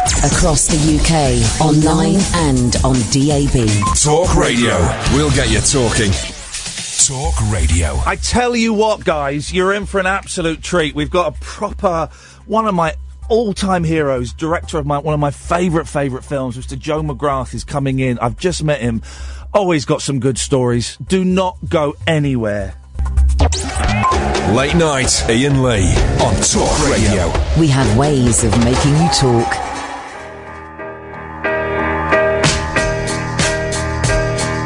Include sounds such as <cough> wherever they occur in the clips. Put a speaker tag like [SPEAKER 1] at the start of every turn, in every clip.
[SPEAKER 1] Across the UK, online and on DAB.
[SPEAKER 2] Talk radio. We'll get you talking. Talk radio.
[SPEAKER 3] I tell you what, guys, you're in for an absolute treat. We've got a proper one of my all-time heroes, director of my one of my favourite favourite films, Mr. Joe McGrath is coming in. I've just met him. Always got some good stories. Do not go anywhere.
[SPEAKER 2] Late night, Ian Lee on Talk Radio.
[SPEAKER 1] We have ways of making you talk.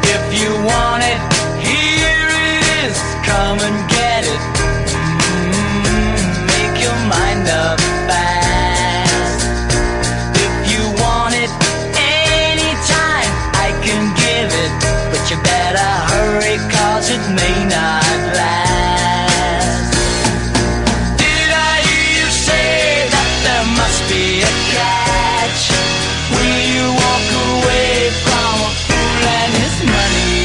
[SPEAKER 4] If you want it, here it is. Come and get it. Mm, Make your mind up fast. If you want it anytime, I can give it. But you better hurry, cause it may not last. Did I hear you say that there must be a catch? Will you walk away from a fool and his money?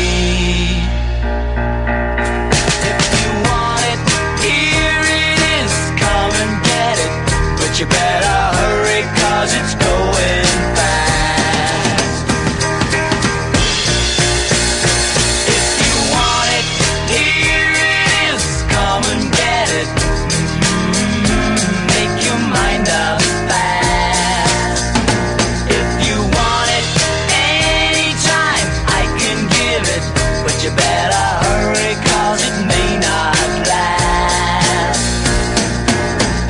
[SPEAKER 4] want it, here it is, come and get it. But you better hurry, cause it's going fast. If you want it, here it is, come and get it. Mm, Make your mind up fast. If you want it anytime, I can give it. But you better hurry, cause it may not last.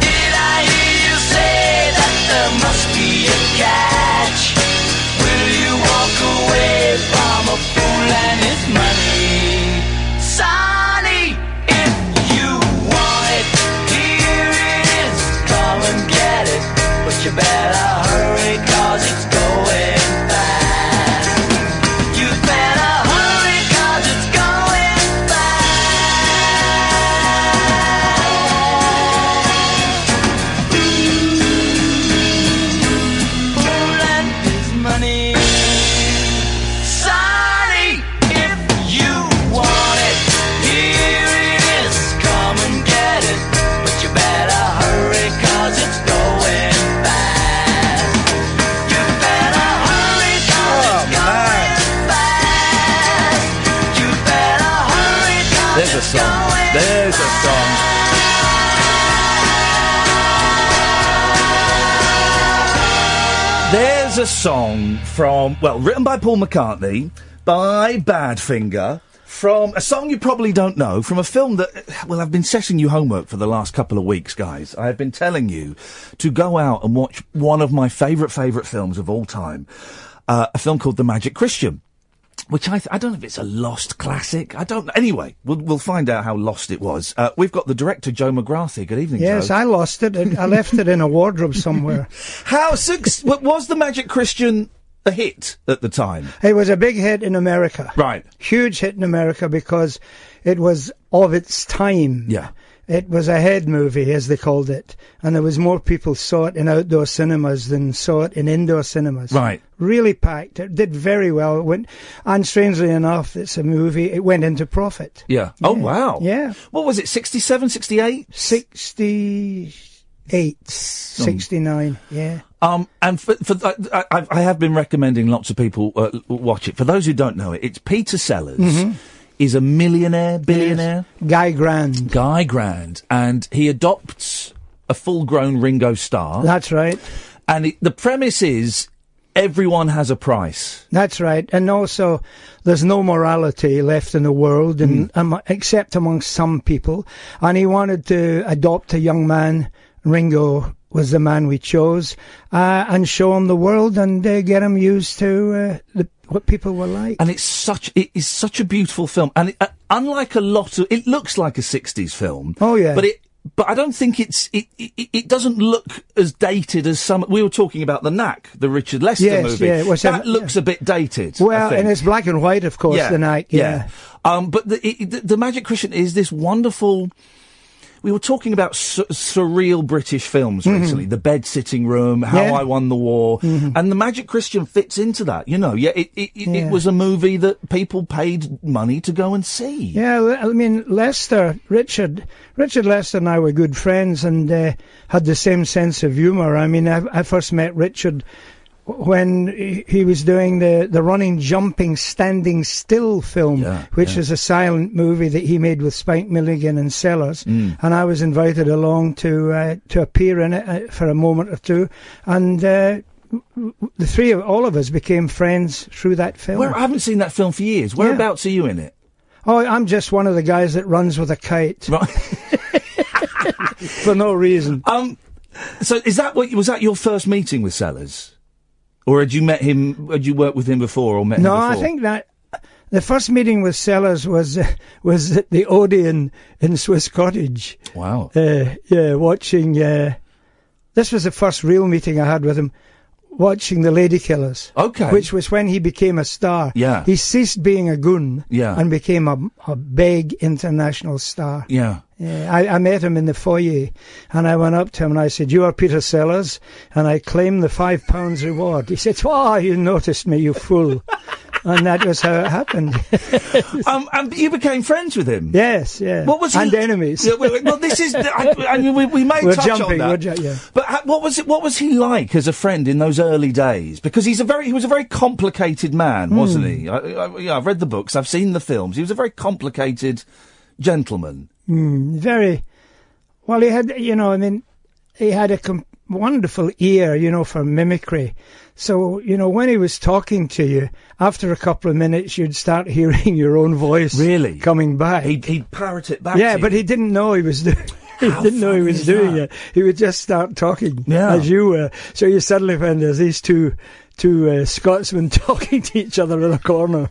[SPEAKER 4] Did I hear you say that there must be a catch? Will you walk away from a fool and his money? Sonny, if you want it, here it is. Come and get it. But you better hurry, cause it's going fast. You better hurry, cause it's going fool and his money. Sorry if you want it. Here it is, come and get it. But you better hurry, cause it's going fast. You better hurry, cause it's
[SPEAKER 3] Oh,
[SPEAKER 4] going fast. You better hurry, cause
[SPEAKER 5] There's a
[SPEAKER 4] it's
[SPEAKER 5] song.
[SPEAKER 4] going
[SPEAKER 5] There's a song.
[SPEAKER 3] There's a song from, well, written by Paul McCartney, by Badfinger, from a song you probably don't know, from a film that, well, I've been setting you homework for the last couple of weeks, guys. I have been telling you to go out and watch one of my favourite, favourite films of all time, uh, a film called The Magic Christian. Which I, th- I don't know if it's a lost classic. I don't. Anyway, we'll we'll find out how lost it was. Uh, we've got the director Joe McGrath here. Good evening.
[SPEAKER 6] Yes,
[SPEAKER 3] Joe.
[SPEAKER 6] I lost it. and I left it in a wardrobe somewhere.
[SPEAKER 3] <laughs> How six? was the Magic Christian a hit at the time?
[SPEAKER 6] It was a big hit in America.
[SPEAKER 3] Right.
[SPEAKER 6] Huge hit in America because it was of its time.
[SPEAKER 3] Yeah.
[SPEAKER 6] It was a head movie, as they called it, and there was more people saw it in outdoor cinemas than saw it in indoor cinemas.
[SPEAKER 3] Right.
[SPEAKER 6] Really packed. It did very well. It went, and strangely enough, it's a movie. It went into profit.
[SPEAKER 3] Yeah. Oh wow.
[SPEAKER 6] Yeah.
[SPEAKER 3] What was it? 67, 68?
[SPEAKER 6] Sixty-eight,
[SPEAKER 3] Hmm.
[SPEAKER 6] sixty-nine. Yeah.
[SPEAKER 3] Um, and for, for th- I, I- I have been recommending lots of people uh, l- watch it. For those who don't know it, it's Peter Sellers is a millionaire, billionaire
[SPEAKER 6] Mm-hmm. Guy Grand.
[SPEAKER 3] guy, grand, and he adopts a full-grown Ringo Starr.
[SPEAKER 6] That's right.
[SPEAKER 3] and it, the premise is everyone has a price.
[SPEAKER 6] That's right. And also, there's no morality left in the world, and
[SPEAKER 3] Hmm.
[SPEAKER 6] um, except among some people. And he wanted to adopt a young man. Ringo was the man we chose, uh, and show him the world and uh, get him used to uh, the, what people were like.
[SPEAKER 3] and it's such it is such a beautiful film and it, uh, unlike a lot of it looks like a 60s film
[SPEAKER 6] Oh, yeah.
[SPEAKER 3] but it but i don't think it's it it, it doesn't look as dated as some we were talking about the knack the richard lester
[SPEAKER 6] Yes,
[SPEAKER 3] movie
[SPEAKER 6] yeah, it was,
[SPEAKER 3] that
[SPEAKER 6] um,
[SPEAKER 3] looks a bit dated I
[SPEAKER 6] well, and
[SPEAKER 3] think.
[SPEAKER 6] it's black and white, of course, the night. Yeah.
[SPEAKER 3] Um, but the, it, the the Magic Christian is this wonderful. we were talking about s- surreal British films recently, The Bed Sitting Room,
[SPEAKER 6] Mm-hmm.
[SPEAKER 3] How
[SPEAKER 6] Yeah. Mm-hmm.
[SPEAKER 3] I Won the War, and The Magic Christian fits into that. You know, yeah, it it, it,
[SPEAKER 6] Yeah.
[SPEAKER 3] it was a movie that people paid money to go and see.
[SPEAKER 6] Yeah, Le- I mean Lester, Richard, Richard Lester and I were good friends and uh, had the same sense of humour. I mean, I, I first met Richard w- when he- he was doing the the running, jumping, standing still film,
[SPEAKER 3] Yeah,
[SPEAKER 6] which
[SPEAKER 3] yeah.
[SPEAKER 6] is a silent movie that he made with Spike Milligan and Sellers,
[SPEAKER 3] Mm.
[SPEAKER 6] and I was invited along to uh, to appear in it uh, for a moment or two, and. Uh, the three of all of us became friends through that film.
[SPEAKER 3] Where, I haven't seen that film for years. Whereabouts are you in it?
[SPEAKER 6] Oh, I'm just one of the guys that runs with a kite
[SPEAKER 3] Right.
[SPEAKER 6] for no reason.
[SPEAKER 3] um. So is that what was that your first meeting with Sellers, or had you met him? Had you worked with him before, or
[SPEAKER 6] <laughs>
[SPEAKER 3] met
[SPEAKER 6] No,
[SPEAKER 3] him before?
[SPEAKER 6] I think that the first meeting with Sellers was <laughs> uh, was at the Odeon in Swiss Cottage.
[SPEAKER 3] Wow.
[SPEAKER 6] Uh, yeah, watching. Uh, this was the first real meeting I had with him, watching the Lady Killers.
[SPEAKER 3] Okay.
[SPEAKER 6] Which was when he became a star.
[SPEAKER 3] Yeah.
[SPEAKER 6] He ceased being a goon.
[SPEAKER 3] Yeah.
[SPEAKER 6] And became a, a big international star.
[SPEAKER 3] yeah.
[SPEAKER 6] Yeah, I, I met him in the foyer and I went up to him and I said, You are Peter Sellers and I claim the five pounds reward. He said, Oh, you noticed me, you fool. <laughs> and that was how it happened.
[SPEAKER 3] Um, and you became friends with him.
[SPEAKER 6] <laughs> yes, yeah.
[SPEAKER 3] What was he-
[SPEAKER 6] and enemies.
[SPEAKER 3] Yeah, well, well, well, this is. I, I mean, we, we may
[SPEAKER 6] We're
[SPEAKER 3] touch
[SPEAKER 6] jumping,
[SPEAKER 3] on
[SPEAKER 6] we're
[SPEAKER 3] that.
[SPEAKER 6] ju- yeah.
[SPEAKER 3] But ha- what was it? What was he like as a friend in those early days? Because he's a very. He was a very complicated man,
[SPEAKER 6] Hmm.
[SPEAKER 3] wasn't he? I, I, yeah, I've read the books. I've seen the films. He was a very complicated gentleman.
[SPEAKER 6] Mm, Very. Well, he had, you know, I mean, he had a com- wonderful ear, you know, for mimicry. So, you know, when he was talking to you, after a couple of minutes, you'd start <laughs> hearing your own voice
[SPEAKER 3] Really?
[SPEAKER 6] coming back.
[SPEAKER 3] He'd, he'd parrot it back.
[SPEAKER 6] Yeah,
[SPEAKER 3] to
[SPEAKER 6] but
[SPEAKER 3] you.
[SPEAKER 6] he didn't know he was <laughs> doing. He
[SPEAKER 3] How
[SPEAKER 6] didn't know he
[SPEAKER 3] funny
[SPEAKER 6] was
[SPEAKER 3] is
[SPEAKER 6] doing
[SPEAKER 3] that?
[SPEAKER 6] it. He would just start talking
[SPEAKER 3] Yeah.
[SPEAKER 6] as you were. So you suddenly find there's these two two uh, Scotsmen <laughs> talking to each other in a corner.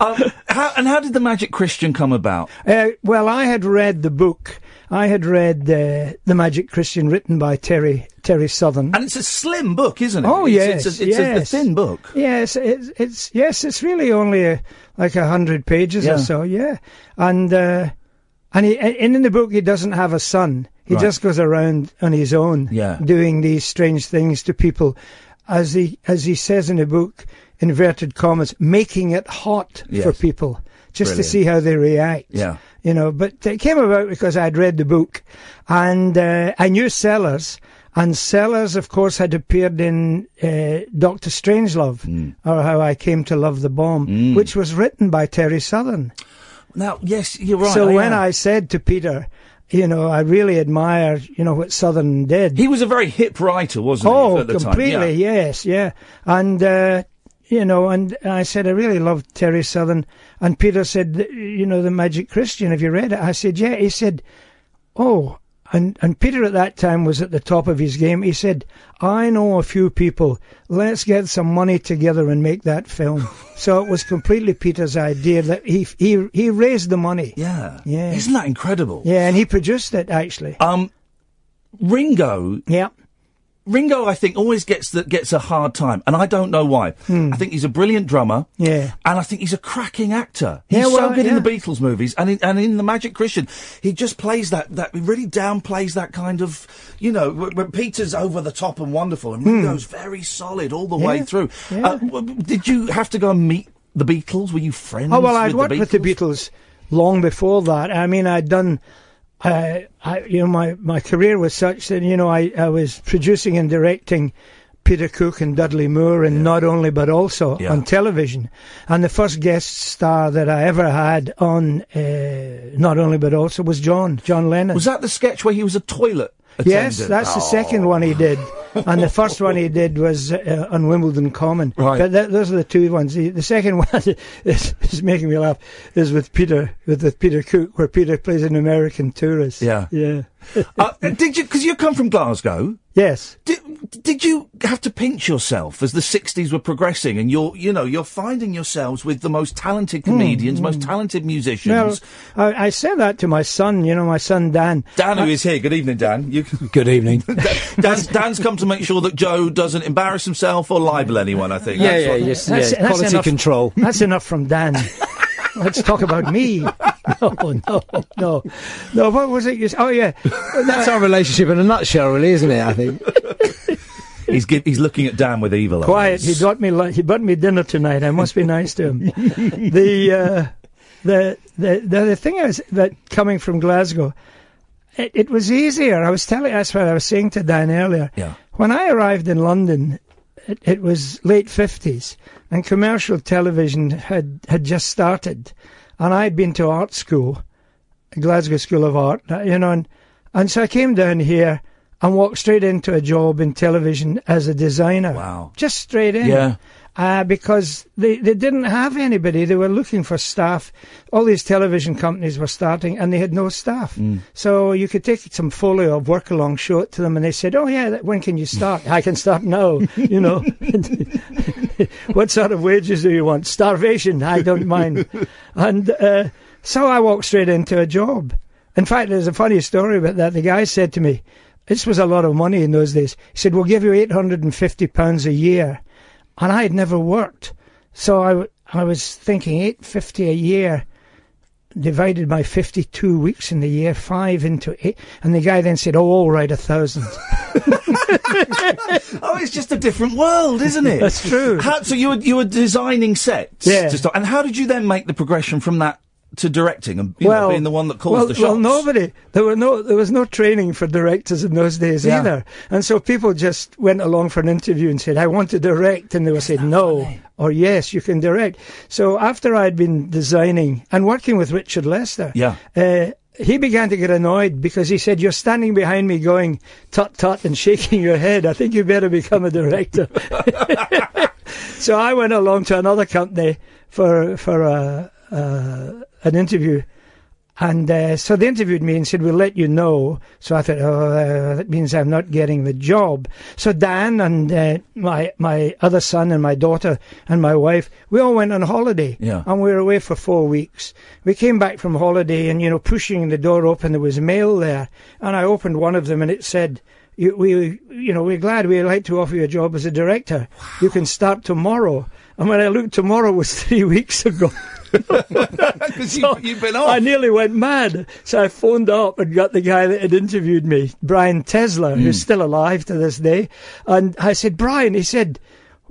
[SPEAKER 3] Um, how, and how did the Magic Christian come about?
[SPEAKER 6] Uh, well, I had read the book. I had read uh, the Magic Christian, written by Terry Terry Southern.
[SPEAKER 3] And it's a slim book, isn't it?
[SPEAKER 6] Oh,
[SPEAKER 3] It's-
[SPEAKER 6] yes,
[SPEAKER 3] it's, a, it's a- a
[SPEAKER 6] yes.
[SPEAKER 3] thin book.
[SPEAKER 6] Yes, it's, it's yes, it's really only a, like a hundred pages
[SPEAKER 3] Yeah.
[SPEAKER 6] or so. Yeah, and uh, and, he, and in the book he doesn't have a son. He
[SPEAKER 3] Right.
[SPEAKER 6] just goes around on his own,
[SPEAKER 3] Yeah.
[SPEAKER 6] doing these strange things to people, as he as he says in the book, inverted commas, making it hot for
[SPEAKER 3] Yes.
[SPEAKER 6] people just
[SPEAKER 3] Brilliant.
[SPEAKER 6] to see how they react.
[SPEAKER 3] Yeah.
[SPEAKER 6] you know. But it came about because I'd read the book, and uh, I knew Sellers. And Sellers, of course, had appeared in uh, Doctor Strangelove,
[SPEAKER 3] Hmm.
[SPEAKER 6] or How I Came to Love the Bomb, which was written by Terry Southern.
[SPEAKER 3] Now, Oh, yes, you're right.
[SPEAKER 6] so when
[SPEAKER 3] am.
[SPEAKER 6] I said to Peter, you know, I really admire, you know, what Southern did.
[SPEAKER 3] he was a very hip writer, wasn't
[SPEAKER 6] oh,
[SPEAKER 3] he? At the
[SPEAKER 6] completely,
[SPEAKER 3] Time? Yeah.
[SPEAKER 6] yes, yeah. And, uh, you know, and I said, I really loved Terry Southern. And Peter said, "Th- you know, The Magic Christian, have you read it? I said, yeah. He said, oh, and, and Peter at that time was at the top of his game. He said, I know a few people. Let's get some money together and make that
[SPEAKER 3] <laughs>
[SPEAKER 6] film. so it was completely Peter's idea that he, he, he raised the money.
[SPEAKER 3] Yeah.
[SPEAKER 6] Yeah.
[SPEAKER 3] Isn't that incredible?
[SPEAKER 6] Yeah, and he produced it actually.
[SPEAKER 3] Um, Ringo,
[SPEAKER 6] yeah.
[SPEAKER 3] Ringo, I think always gets the, gets a hard time, and I don't know why.
[SPEAKER 6] Hmm.
[SPEAKER 3] I think he's a brilliant drummer.
[SPEAKER 6] Yeah.
[SPEAKER 3] And I think he's a cracking actor. He's
[SPEAKER 6] Yeah, well,
[SPEAKER 3] so good in the
[SPEAKER 6] yeah.
[SPEAKER 3] Beatles movies and in, and in the Magic Christian. He just plays that that he really downplays that kind of you know when, when Peter's over the top and wonderful, and Ringo's very solid all the way
[SPEAKER 6] Hmm. Yeah,
[SPEAKER 3] through.
[SPEAKER 6] yeah.
[SPEAKER 3] Uh, w- w- did you have to go and meet the Beatles? Were you friends?
[SPEAKER 6] Oh well, I'd
[SPEAKER 3] with
[SPEAKER 6] worked
[SPEAKER 3] the Beatles?
[SPEAKER 6] with the Beatles long before that. I mean, I'd done. Uh, I, you know, my, my career was such that you know I, I was producing and directing Peter Cook and Dudley Moore, and not only but also
[SPEAKER 3] Yeah.
[SPEAKER 6] on television. And the first guest star that I ever had on uh, not only but also was John John Lennon.
[SPEAKER 3] Was that the sketch where he was a toilet?
[SPEAKER 6] Yes,
[SPEAKER 3] attendant? Oh,
[SPEAKER 6] that's the second one he did, and the first one he did was uh, on Wimbledon Common.
[SPEAKER 3] Right.
[SPEAKER 6] But th- those are the two ones. The, the second <laughs> one is, is making me laugh. Is with Peter with, with Peter Cook, where Peter plays an American tourist. <laughs>
[SPEAKER 3] Yeah.
[SPEAKER 6] yeah,
[SPEAKER 3] Uh, did you? Because you come from Glasgow.
[SPEAKER 6] yes.
[SPEAKER 3] Did, did you have to pinch yourself as the 60s were progressing and you're, you know, you're finding yourselves with the most talented comedians, most talented
[SPEAKER 6] Well,
[SPEAKER 3] musicians?
[SPEAKER 6] I, I said that to my son. You know, my son Dan.
[SPEAKER 3] Dan, who is here, good evening, Dan. You,
[SPEAKER 5] Good
[SPEAKER 3] <laughs>
[SPEAKER 5] evening.
[SPEAKER 3] Dan's, Dan's come to make sure that Joe doesn't embarrass himself or libel anyone, I think.
[SPEAKER 5] yeah,
[SPEAKER 3] That's
[SPEAKER 5] yeah,
[SPEAKER 3] what-
[SPEAKER 5] yes,
[SPEAKER 6] That's-
[SPEAKER 5] yeah.
[SPEAKER 6] <laughs> that's
[SPEAKER 5] Quality
[SPEAKER 6] enough.
[SPEAKER 5] control.
[SPEAKER 6] That's enough from Dan. Let's talk about me. <laughs> no, no, no, no. What was it? You s- oh yeah,
[SPEAKER 5] That's our relationship in a nutshell, really, isn't it? I think.
[SPEAKER 3] He's gi- he's looking at Dan with evil
[SPEAKER 6] <laughs>
[SPEAKER 3] eyes.
[SPEAKER 6] quiet. He got me. Li- he bought me dinner tonight. I must be nice to him.
[SPEAKER 5] <laughs>
[SPEAKER 6] the, uh, the the the the thing is that coming from Glasgow, it, it was easier. I was telling that's what I was saying to Dan earlier.
[SPEAKER 3] Yeah.
[SPEAKER 6] When I arrived in London, it, it was late fifties, and commercial television had had just started, and I'd been to art school, Glasgow School of Art, you know, and and so I came down here. And walked straight into a job in television as a designer.
[SPEAKER 3] Wow.
[SPEAKER 6] Just straight in
[SPEAKER 3] Yeah.
[SPEAKER 6] uh, because they, they didn't have anybody. They were looking for staff. All these television companies were starting and they had no staff.
[SPEAKER 3] Mm.
[SPEAKER 6] So you could take some folio of work along, show it to them, and they said, Oh, yeah, that- when can you start? I can start now. <laughs> You know, what sort of wages do you want? Starvation. I don't mind. and uh, so I walked straight into a job. In fact, there's a funny story about that. The guy said to me, this was a lot of money in those days. He said, We'll give you £850 a year and I had never worked. So I, w- I was thinking eight fifty a year divided by fifty two weeks in the year, five into eight. And the guy then said, "Oh, all right, a
[SPEAKER 3] <laughs>
[SPEAKER 6] thousand.
[SPEAKER 3] <laughs> Oh, it's just a different world, isn't it?
[SPEAKER 6] That's true.
[SPEAKER 3] How, so you were you were designing sets.
[SPEAKER 6] Yeah.
[SPEAKER 3] to start- and how did you then make the progression from that to directing and you know, being the one that calls
[SPEAKER 6] well,
[SPEAKER 3] the shots?
[SPEAKER 6] well, nobody. There were no. There was no training for directors in those days
[SPEAKER 3] Yeah.
[SPEAKER 6] either, and so people just went along for an interview and said, "I want to direct," and they were said, "No." Or yes, you can direct. So after I'd been designing and working with Richard Lester,
[SPEAKER 3] Yeah.
[SPEAKER 6] uh, he began to get annoyed because he said, "You're standing behind me, going tut tut and shaking your head. I think you better become a director." <laughs> so I went along to another company for for a, uh, an interview, and uh, so they interviewed me and said, "We'll let you know." So I thought, "Oh, uh, that means I'm not getting the job." So Dan and uh, my my other son and my daughter and my wife, we all went on holiday,
[SPEAKER 3] Yeah.
[SPEAKER 6] and we were away for four weeks. We came back from holiday, and you know, pushing the door open, there was mail there, and I opened one of them, and it said. You, we, you know, we're glad we'd like to offer you a job as a director. You can start tomorrow. And when I looked, tomorrow was <laughs> three weeks ago.
[SPEAKER 3] <laughs> 'Cause you, you've been off.
[SPEAKER 6] I nearly went mad. So I phoned up and got the guy that had interviewed me, Brian Tesla,
[SPEAKER 3] Hmm.
[SPEAKER 6] who's still alive to this day. And I said, Brian, he said,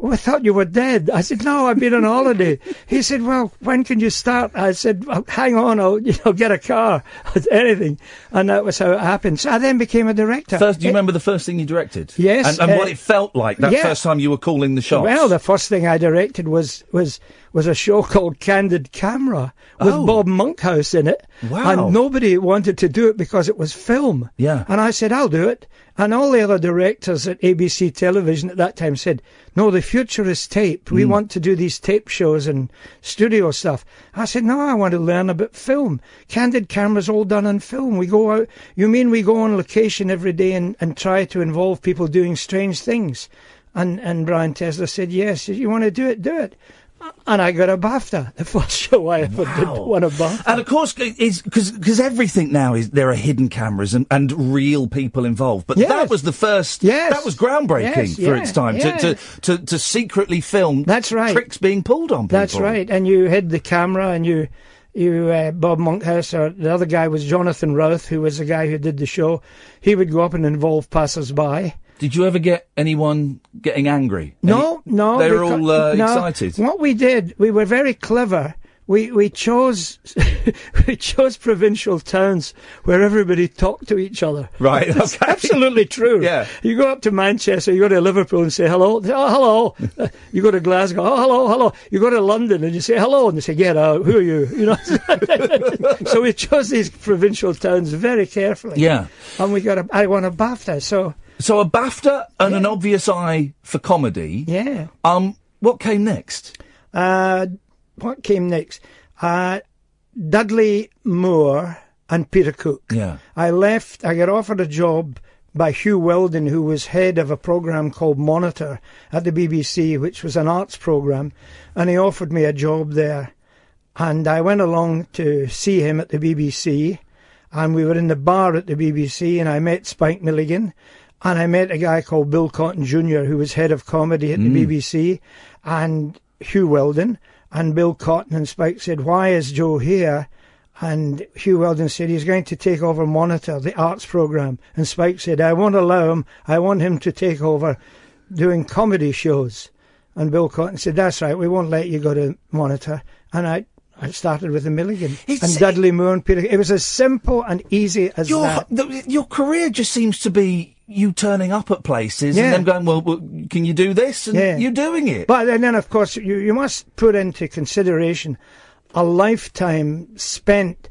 [SPEAKER 6] "Oh, I thought you were dead. I said, no, I've been on holiday. <laughs> he said, well, when can you start? I said, well, hang on, I'll <laughs> you know, get a car, <laughs> anything. And that was how it happened. So I then became a director.
[SPEAKER 3] First, do you
[SPEAKER 6] It-
[SPEAKER 3] remember the first thing you directed?
[SPEAKER 6] Yes,
[SPEAKER 3] And, and
[SPEAKER 6] uh,
[SPEAKER 3] what it felt like that
[SPEAKER 6] yeah.
[SPEAKER 3] first time you were calling the shots.
[SPEAKER 6] Well, the first thing I directed was was was a show <laughs> called Candid Camera with
[SPEAKER 3] Oh.
[SPEAKER 6] Bob Monkhouse in it.
[SPEAKER 3] Wow.
[SPEAKER 6] And nobody wanted to do it because it was film.
[SPEAKER 3] Yeah.
[SPEAKER 6] And I said, I'll do it. And all the other directors at ABC Television at that time said, No, the future is tape. We want to do these tape shows and studio stuff. I said, No, I want to learn about film. Candid Camera's all done on film. We go out. You mean we go on location every day and, and try to involve people doing strange things? And and Brian Tesla said, Yes, if you want to do it, do it. And I got a BAFTA, <laughs> the first show I ever did won a BAFTA.
[SPEAKER 3] And of course, because everything now is there are hidden cameras and, and real people involved. But that
[SPEAKER 6] Yes.
[SPEAKER 3] was the first.
[SPEAKER 6] Yes.
[SPEAKER 3] That was groundbreaking
[SPEAKER 6] Yes,
[SPEAKER 3] for
[SPEAKER 6] yeah,
[SPEAKER 3] its time
[SPEAKER 6] yeah.
[SPEAKER 3] to, to, to to secretly film.
[SPEAKER 6] That's right.
[SPEAKER 3] Tricks being pulled on people.
[SPEAKER 6] That's right. And you hid the camera, and you, you uh, Bob Monkhouse, or the other guy was Jonathan Routh, who was the guy who did the show. He would go up and involve passers-by.
[SPEAKER 3] Did you ever get anyone getting angry?
[SPEAKER 6] No,
[SPEAKER 3] Any-
[SPEAKER 6] no.
[SPEAKER 3] They were
[SPEAKER 6] because-
[SPEAKER 3] all uh,
[SPEAKER 6] no.
[SPEAKER 3] excited.
[SPEAKER 6] What we did, we were very clever. We we chose <laughs> we chose provincial towns where everybody talked to each other.
[SPEAKER 3] Right,
[SPEAKER 6] That's
[SPEAKER 3] okay.
[SPEAKER 6] absolutely true.
[SPEAKER 3] Yeah.
[SPEAKER 6] You go up to Manchester, you go to Liverpool and say hello. They say,
[SPEAKER 3] <laughs>
[SPEAKER 6] Oh, hello. you go to Glasgow. Oh, hello, hello. You go to London and you say hello, and they say, "Get out. Who are you?" You know. <laughs> so we chose these provincial towns very carefully.
[SPEAKER 3] Yeah.
[SPEAKER 6] And we got a. I won a BAFTA. So
[SPEAKER 3] So a BAFTA and an obvious eye for comedy.
[SPEAKER 6] yeah.
[SPEAKER 3] Um, what came next?
[SPEAKER 6] Uh, what came next? Uh, Dudley Moore and Peter Cook.
[SPEAKER 3] Yeah.
[SPEAKER 6] I left, I got offered a job by Hugh Weldon, who was head of a program called Monitor at the BBC, which was an arts program, and he offered me a job there. And I went along to see him at the BBC, and we were in the bar at the BBC, and I met Spike Milligan, and I met a guy called Bill Cotton Jr., who was head of comedy at the BBC, and Hugh Weldon, and Bill Cotton, and Spike said, Why is Joe here? And Hugh Weldon said he's going to take over Monitor, the arts programme. And Spike said, I won't allow him. I want him to take over doing comedy shows. And Bill Cotton said, That's right, we won't let you go to Monitor. And I, I started with the Milligan.
[SPEAKER 3] It's-
[SPEAKER 6] and Dudley Moore and Peter. It was as simple and easy as
[SPEAKER 3] Your
[SPEAKER 6] that.
[SPEAKER 3] the, your career just seems to be you turning up at places
[SPEAKER 6] Yeah.
[SPEAKER 3] and them going, well, well, can you do this? And
[SPEAKER 6] Yeah.
[SPEAKER 3] you're doing it.
[SPEAKER 6] But then, then of course, you, you must put into consideration a lifetime spent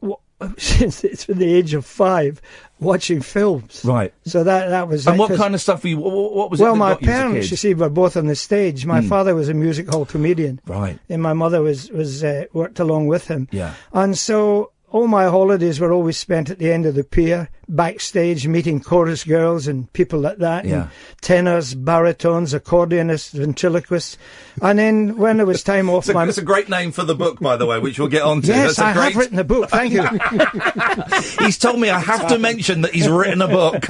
[SPEAKER 6] w- <laughs> since it's the age of five watching films.
[SPEAKER 3] right.
[SPEAKER 6] So that that was.
[SPEAKER 3] And
[SPEAKER 6] it,
[SPEAKER 3] what
[SPEAKER 6] 'cause-
[SPEAKER 3] kind of stuff were you? wh- wh- What was
[SPEAKER 6] well,
[SPEAKER 3] it? that
[SPEAKER 6] my
[SPEAKER 3] got you as a
[SPEAKER 6] parents,
[SPEAKER 3] kid? Hmm.
[SPEAKER 6] you see, were both on the stage. My father was a music hall comedian,
[SPEAKER 3] Right.
[SPEAKER 6] and my mother was was uh, worked along with him.
[SPEAKER 3] Yeah.
[SPEAKER 6] And so all my holidays were always spent at the end of the pier, backstage meeting chorus girls and people like that,
[SPEAKER 3] Yeah.
[SPEAKER 6] and tenors, baritones, accordionists, ventriloquists. And then when it was time off,
[SPEAKER 3] It's a,
[SPEAKER 6] my
[SPEAKER 3] it's a great name for the book, by the way, which we'll get on to.
[SPEAKER 6] yes,
[SPEAKER 3] That's a
[SPEAKER 6] I have
[SPEAKER 3] great-
[SPEAKER 6] written a book. Thank
[SPEAKER 3] <laughs>
[SPEAKER 6] you. <laughs>
[SPEAKER 3] He's told me I have to mention that he's written a book.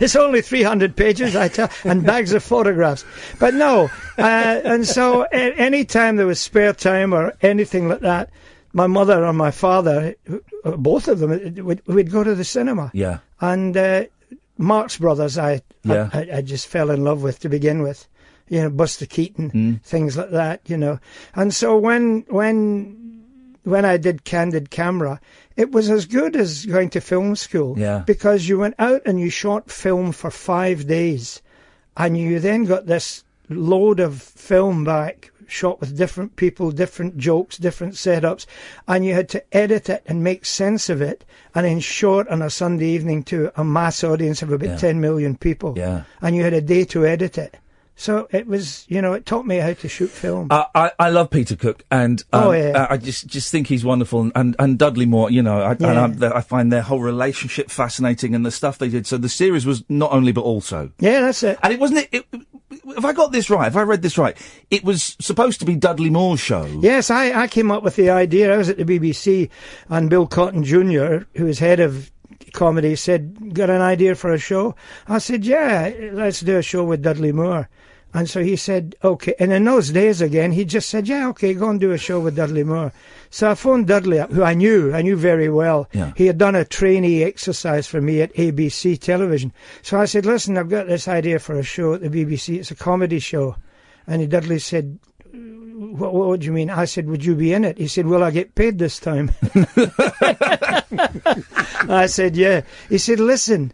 [SPEAKER 6] It's only 300 pages, I tell, and bags of photographs. But no, uh, and so a- any time there was spare time or anything like that, my mother or my father, uh, both of them, uh, would we'd go to the cinema.
[SPEAKER 3] yeah.
[SPEAKER 6] And uh, Marx Brothers, I,
[SPEAKER 3] Yeah.
[SPEAKER 6] I, I just fell in love with to begin with. You know, Buster Keaton,
[SPEAKER 3] Hmm.
[SPEAKER 6] things like that. You know, and so when when when I did Candid Camera, it was as good as going to film school.
[SPEAKER 3] Yeah.
[SPEAKER 6] because you went out and you shot film for five days, and you then got this load of film back. Shot with different people, different jokes, different setups, and you had to edit it and make sense of it, and then show it on a Sunday evening to a mass audience of about
[SPEAKER 3] Yeah.
[SPEAKER 6] 10 million people
[SPEAKER 3] <laughs> Yeah.
[SPEAKER 6] and you had a day to edit it. So it was, you know, it taught me how to shoot film.
[SPEAKER 3] I, Uh, I, I love Peter Cook, and um,
[SPEAKER 6] Oh, yeah.
[SPEAKER 3] uh, I just just think he's wonderful, and, and Dudley Moore. You know, I, and
[SPEAKER 6] Yeah.
[SPEAKER 3] I'm, the- I find their whole relationship fascinating, and the stuff they did. So the series was not only but also,
[SPEAKER 6] yeah, that's it.
[SPEAKER 3] and it wasn't. It, it, have I got this right? Have I read this right? It was supposed to be Dudley Moore's show.
[SPEAKER 6] Yes, I, I came up with the idea. I was at the BBC, and Bill Cotton Jr., who is head of comedy, said, Got an idea for a show? I said, Yeah, let's do a show with Dudley Moore. And so he said, Okay. And in those days again, he just said, Yeah, okay, go and do a show with Dudley Moore. So I phoned Dudley up, who I knew, I knew very well.
[SPEAKER 3] Yeah.
[SPEAKER 6] He had done a trainee exercise for me at ABC television. So I said, Listen, I've got this idea for a show at the BBC. It's a comedy show. And Dudley said, what, what do you mean? I said, would you be in it? He said, will I get paid this time? <laughs> I said, yeah. He said, listen,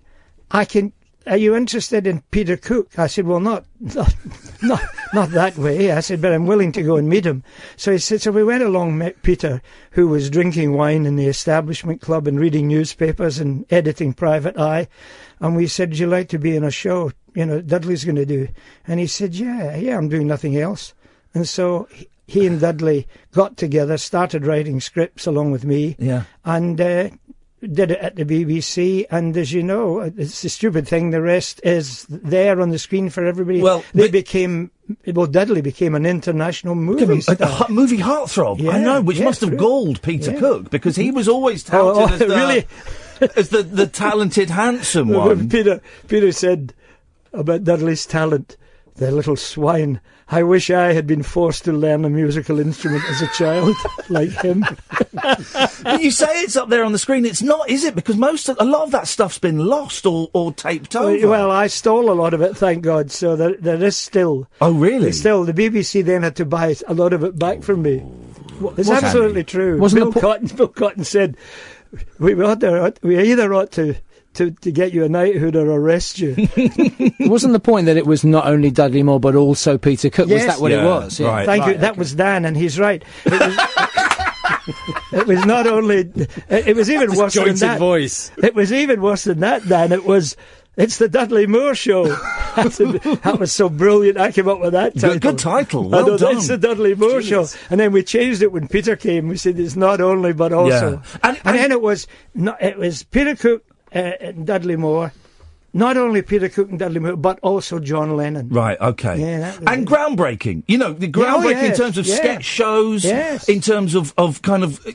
[SPEAKER 6] I can. Are you interested in Peter Cook? I said, well, not, <laughs> not, not, not that way. I said, but I'm willing to go and meet him. So he said, so we went along, met Peter, who was drinking wine in the establishment club and reading newspapers and editing Private Eye. And we said, would you like to be in a show? You know, Dudley's going to do. And he said, yeah, yeah, I'm doing nothing else. And so he- he and Dudley got together, started writing scripts along with me
[SPEAKER 3] Yeah.
[SPEAKER 6] and uh, did it at the BBC. And as you know, uh, it's a stupid thing. The rest is there on the screen for everybody.
[SPEAKER 3] Well,
[SPEAKER 6] they
[SPEAKER 3] but-
[SPEAKER 6] became well. Dudley became an international
[SPEAKER 3] Give
[SPEAKER 6] movie
[SPEAKER 3] him a,
[SPEAKER 6] star.
[SPEAKER 3] a hot- movie heartthrob,
[SPEAKER 6] Yeah,
[SPEAKER 3] I know, which
[SPEAKER 6] yeah,
[SPEAKER 3] must have
[SPEAKER 6] true.
[SPEAKER 3] galled Peter
[SPEAKER 6] Yeah.
[SPEAKER 3] Cook because he was always touted
[SPEAKER 6] <laughs> Oh, oh,
[SPEAKER 3] as the
[SPEAKER 6] really?
[SPEAKER 3] <laughs> as the, the
[SPEAKER 6] <laughs>
[SPEAKER 3] talented, handsome
[SPEAKER 6] When
[SPEAKER 3] one.
[SPEAKER 6] Peter Peter said about Dudley's talent. The little swine. I wish I had been forced to learn a musical instrument as a child, <laughs> like him.
[SPEAKER 3] But you say it's up there on the screen. It's not, is it? Because most of, a lot of that stuff's been lost or, or taped over.
[SPEAKER 6] Well, I stole a lot of it, thank God. So there, there is still
[SPEAKER 3] oh really?
[SPEAKER 6] Still, the BBC then had to buy a lot of it back from me. It's
[SPEAKER 3] Wasn't-
[SPEAKER 6] absolutely true.
[SPEAKER 5] Wasn't
[SPEAKER 6] Bill,
[SPEAKER 5] the po-
[SPEAKER 6] Cotton, <laughs> Bill Cotton said, "We ought to, we either ought to, to, to get you a knighthood or arrest you."
[SPEAKER 5] <laughs> Wasn't the point that it was not only Dudley Moore but also Peter Cook?
[SPEAKER 6] Yes.
[SPEAKER 5] Was that what
[SPEAKER 3] Yeah,
[SPEAKER 5] it was?
[SPEAKER 3] right.
[SPEAKER 6] Thank you. That was Dan, and he's right. It was, <laughs> it was not only. It, it was
[SPEAKER 3] <laughs>
[SPEAKER 6] even worse than that.
[SPEAKER 7] voice.
[SPEAKER 6] It was even worse than that, Dan. It was. It's the Dudley Moore show.
[SPEAKER 3] <laughs>
[SPEAKER 6] that was so brilliant. I came up with that title.
[SPEAKER 3] Good- good title.
[SPEAKER 6] I
[SPEAKER 3] Well
[SPEAKER 6] know,
[SPEAKER 3] done.
[SPEAKER 6] It's the Dudley Moore show. And then we changed it when Peter came. We said it's not only but also.
[SPEAKER 3] Yeah. And-
[SPEAKER 6] And,
[SPEAKER 3] and-
[SPEAKER 6] then it was. Not, it was Peter Cook uh, and Dudley Moore. Not only Peter Cook and Dudley Moore, but also John Lennon.
[SPEAKER 3] Right, okay.
[SPEAKER 6] Yeah, that was
[SPEAKER 3] and groundbreaking. You know, the
[SPEAKER 6] Yeah, oh,
[SPEAKER 3] groundbreaking in
[SPEAKER 6] yes,
[SPEAKER 3] terms of
[SPEAKER 6] yeah.
[SPEAKER 3] sketch shows,
[SPEAKER 6] Yes.
[SPEAKER 3] in terms of, of kind of uh,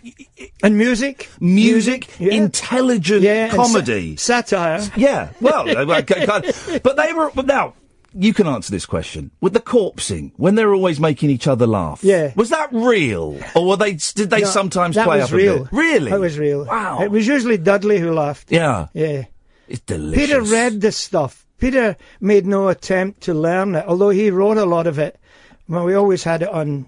[SPEAKER 6] And music.
[SPEAKER 3] music,
[SPEAKER 6] Yeah.
[SPEAKER 3] intelligent
[SPEAKER 6] yeah, and sa-
[SPEAKER 3] comedy.
[SPEAKER 6] satire. <laughs>
[SPEAKER 3] Yeah, well, I- I- I- but they were but now you can answer this question. With the corpsing, when they're always making each other laugh.
[SPEAKER 6] Yeah.
[SPEAKER 3] Was that real? Or were they, did they
[SPEAKER 6] No,
[SPEAKER 3] sometimes
[SPEAKER 6] that
[SPEAKER 3] play
[SPEAKER 6] was
[SPEAKER 3] up
[SPEAKER 6] real.
[SPEAKER 3] a bit? Really?
[SPEAKER 6] That was real.
[SPEAKER 3] Wow.
[SPEAKER 6] It was usually Dudley who laughed.
[SPEAKER 3] Yeah.
[SPEAKER 6] Yeah.
[SPEAKER 3] It's delicious.
[SPEAKER 6] Peter read this stuff. Peter made no attempt to learn it, although he wrote a lot of it. Well, we always had it on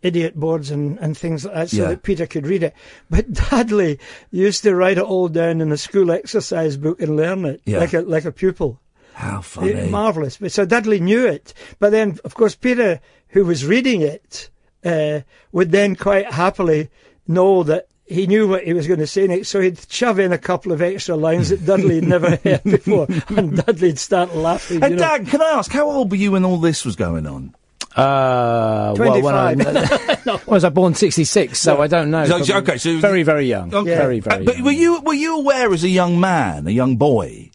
[SPEAKER 6] idiot boards and, and things like that so
[SPEAKER 3] Yeah.
[SPEAKER 6] that Peter could read it. But <laughs> Dudley used to write it all down in a school exercise book and learn it
[SPEAKER 3] Yeah.
[SPEAKER 6] like a like a pupil.
[SPEAKER 3] How funny.
[SPEAKER 6] It- marvelous. But so Dudley knew it, but then of course Peter, who was reading it, uh, would then quite happily know that he knew what he was going to say next, so he'd shove in a couple of extra lines that Dudley had never heard before, and Dudley'd start laughing.
[SPEAKER 3] Hey,
[SPEAKER 6] you know.
[SPEAKER 3] Dan, can I ask, how old were you when all this was going on?
[SPEAKER 5] Uh, well, when I, <laughs> was I born 66, so I don't know.
[SPEAKER 3] So-
[SPEAKER 5] Probably
[SPEAKER 3] okay, so-
[SPEAKER 5] very, very young.
[SPEAKER 3] Okay.
[SPEAKER 5] Very,
[SPEAKER 3] Uh,
[SPEAKER 5] very
[SPEAKER 3] but
[SPEAKER 5] young.
[SPEAKER 3] were you were you aware as a young man, a young boy?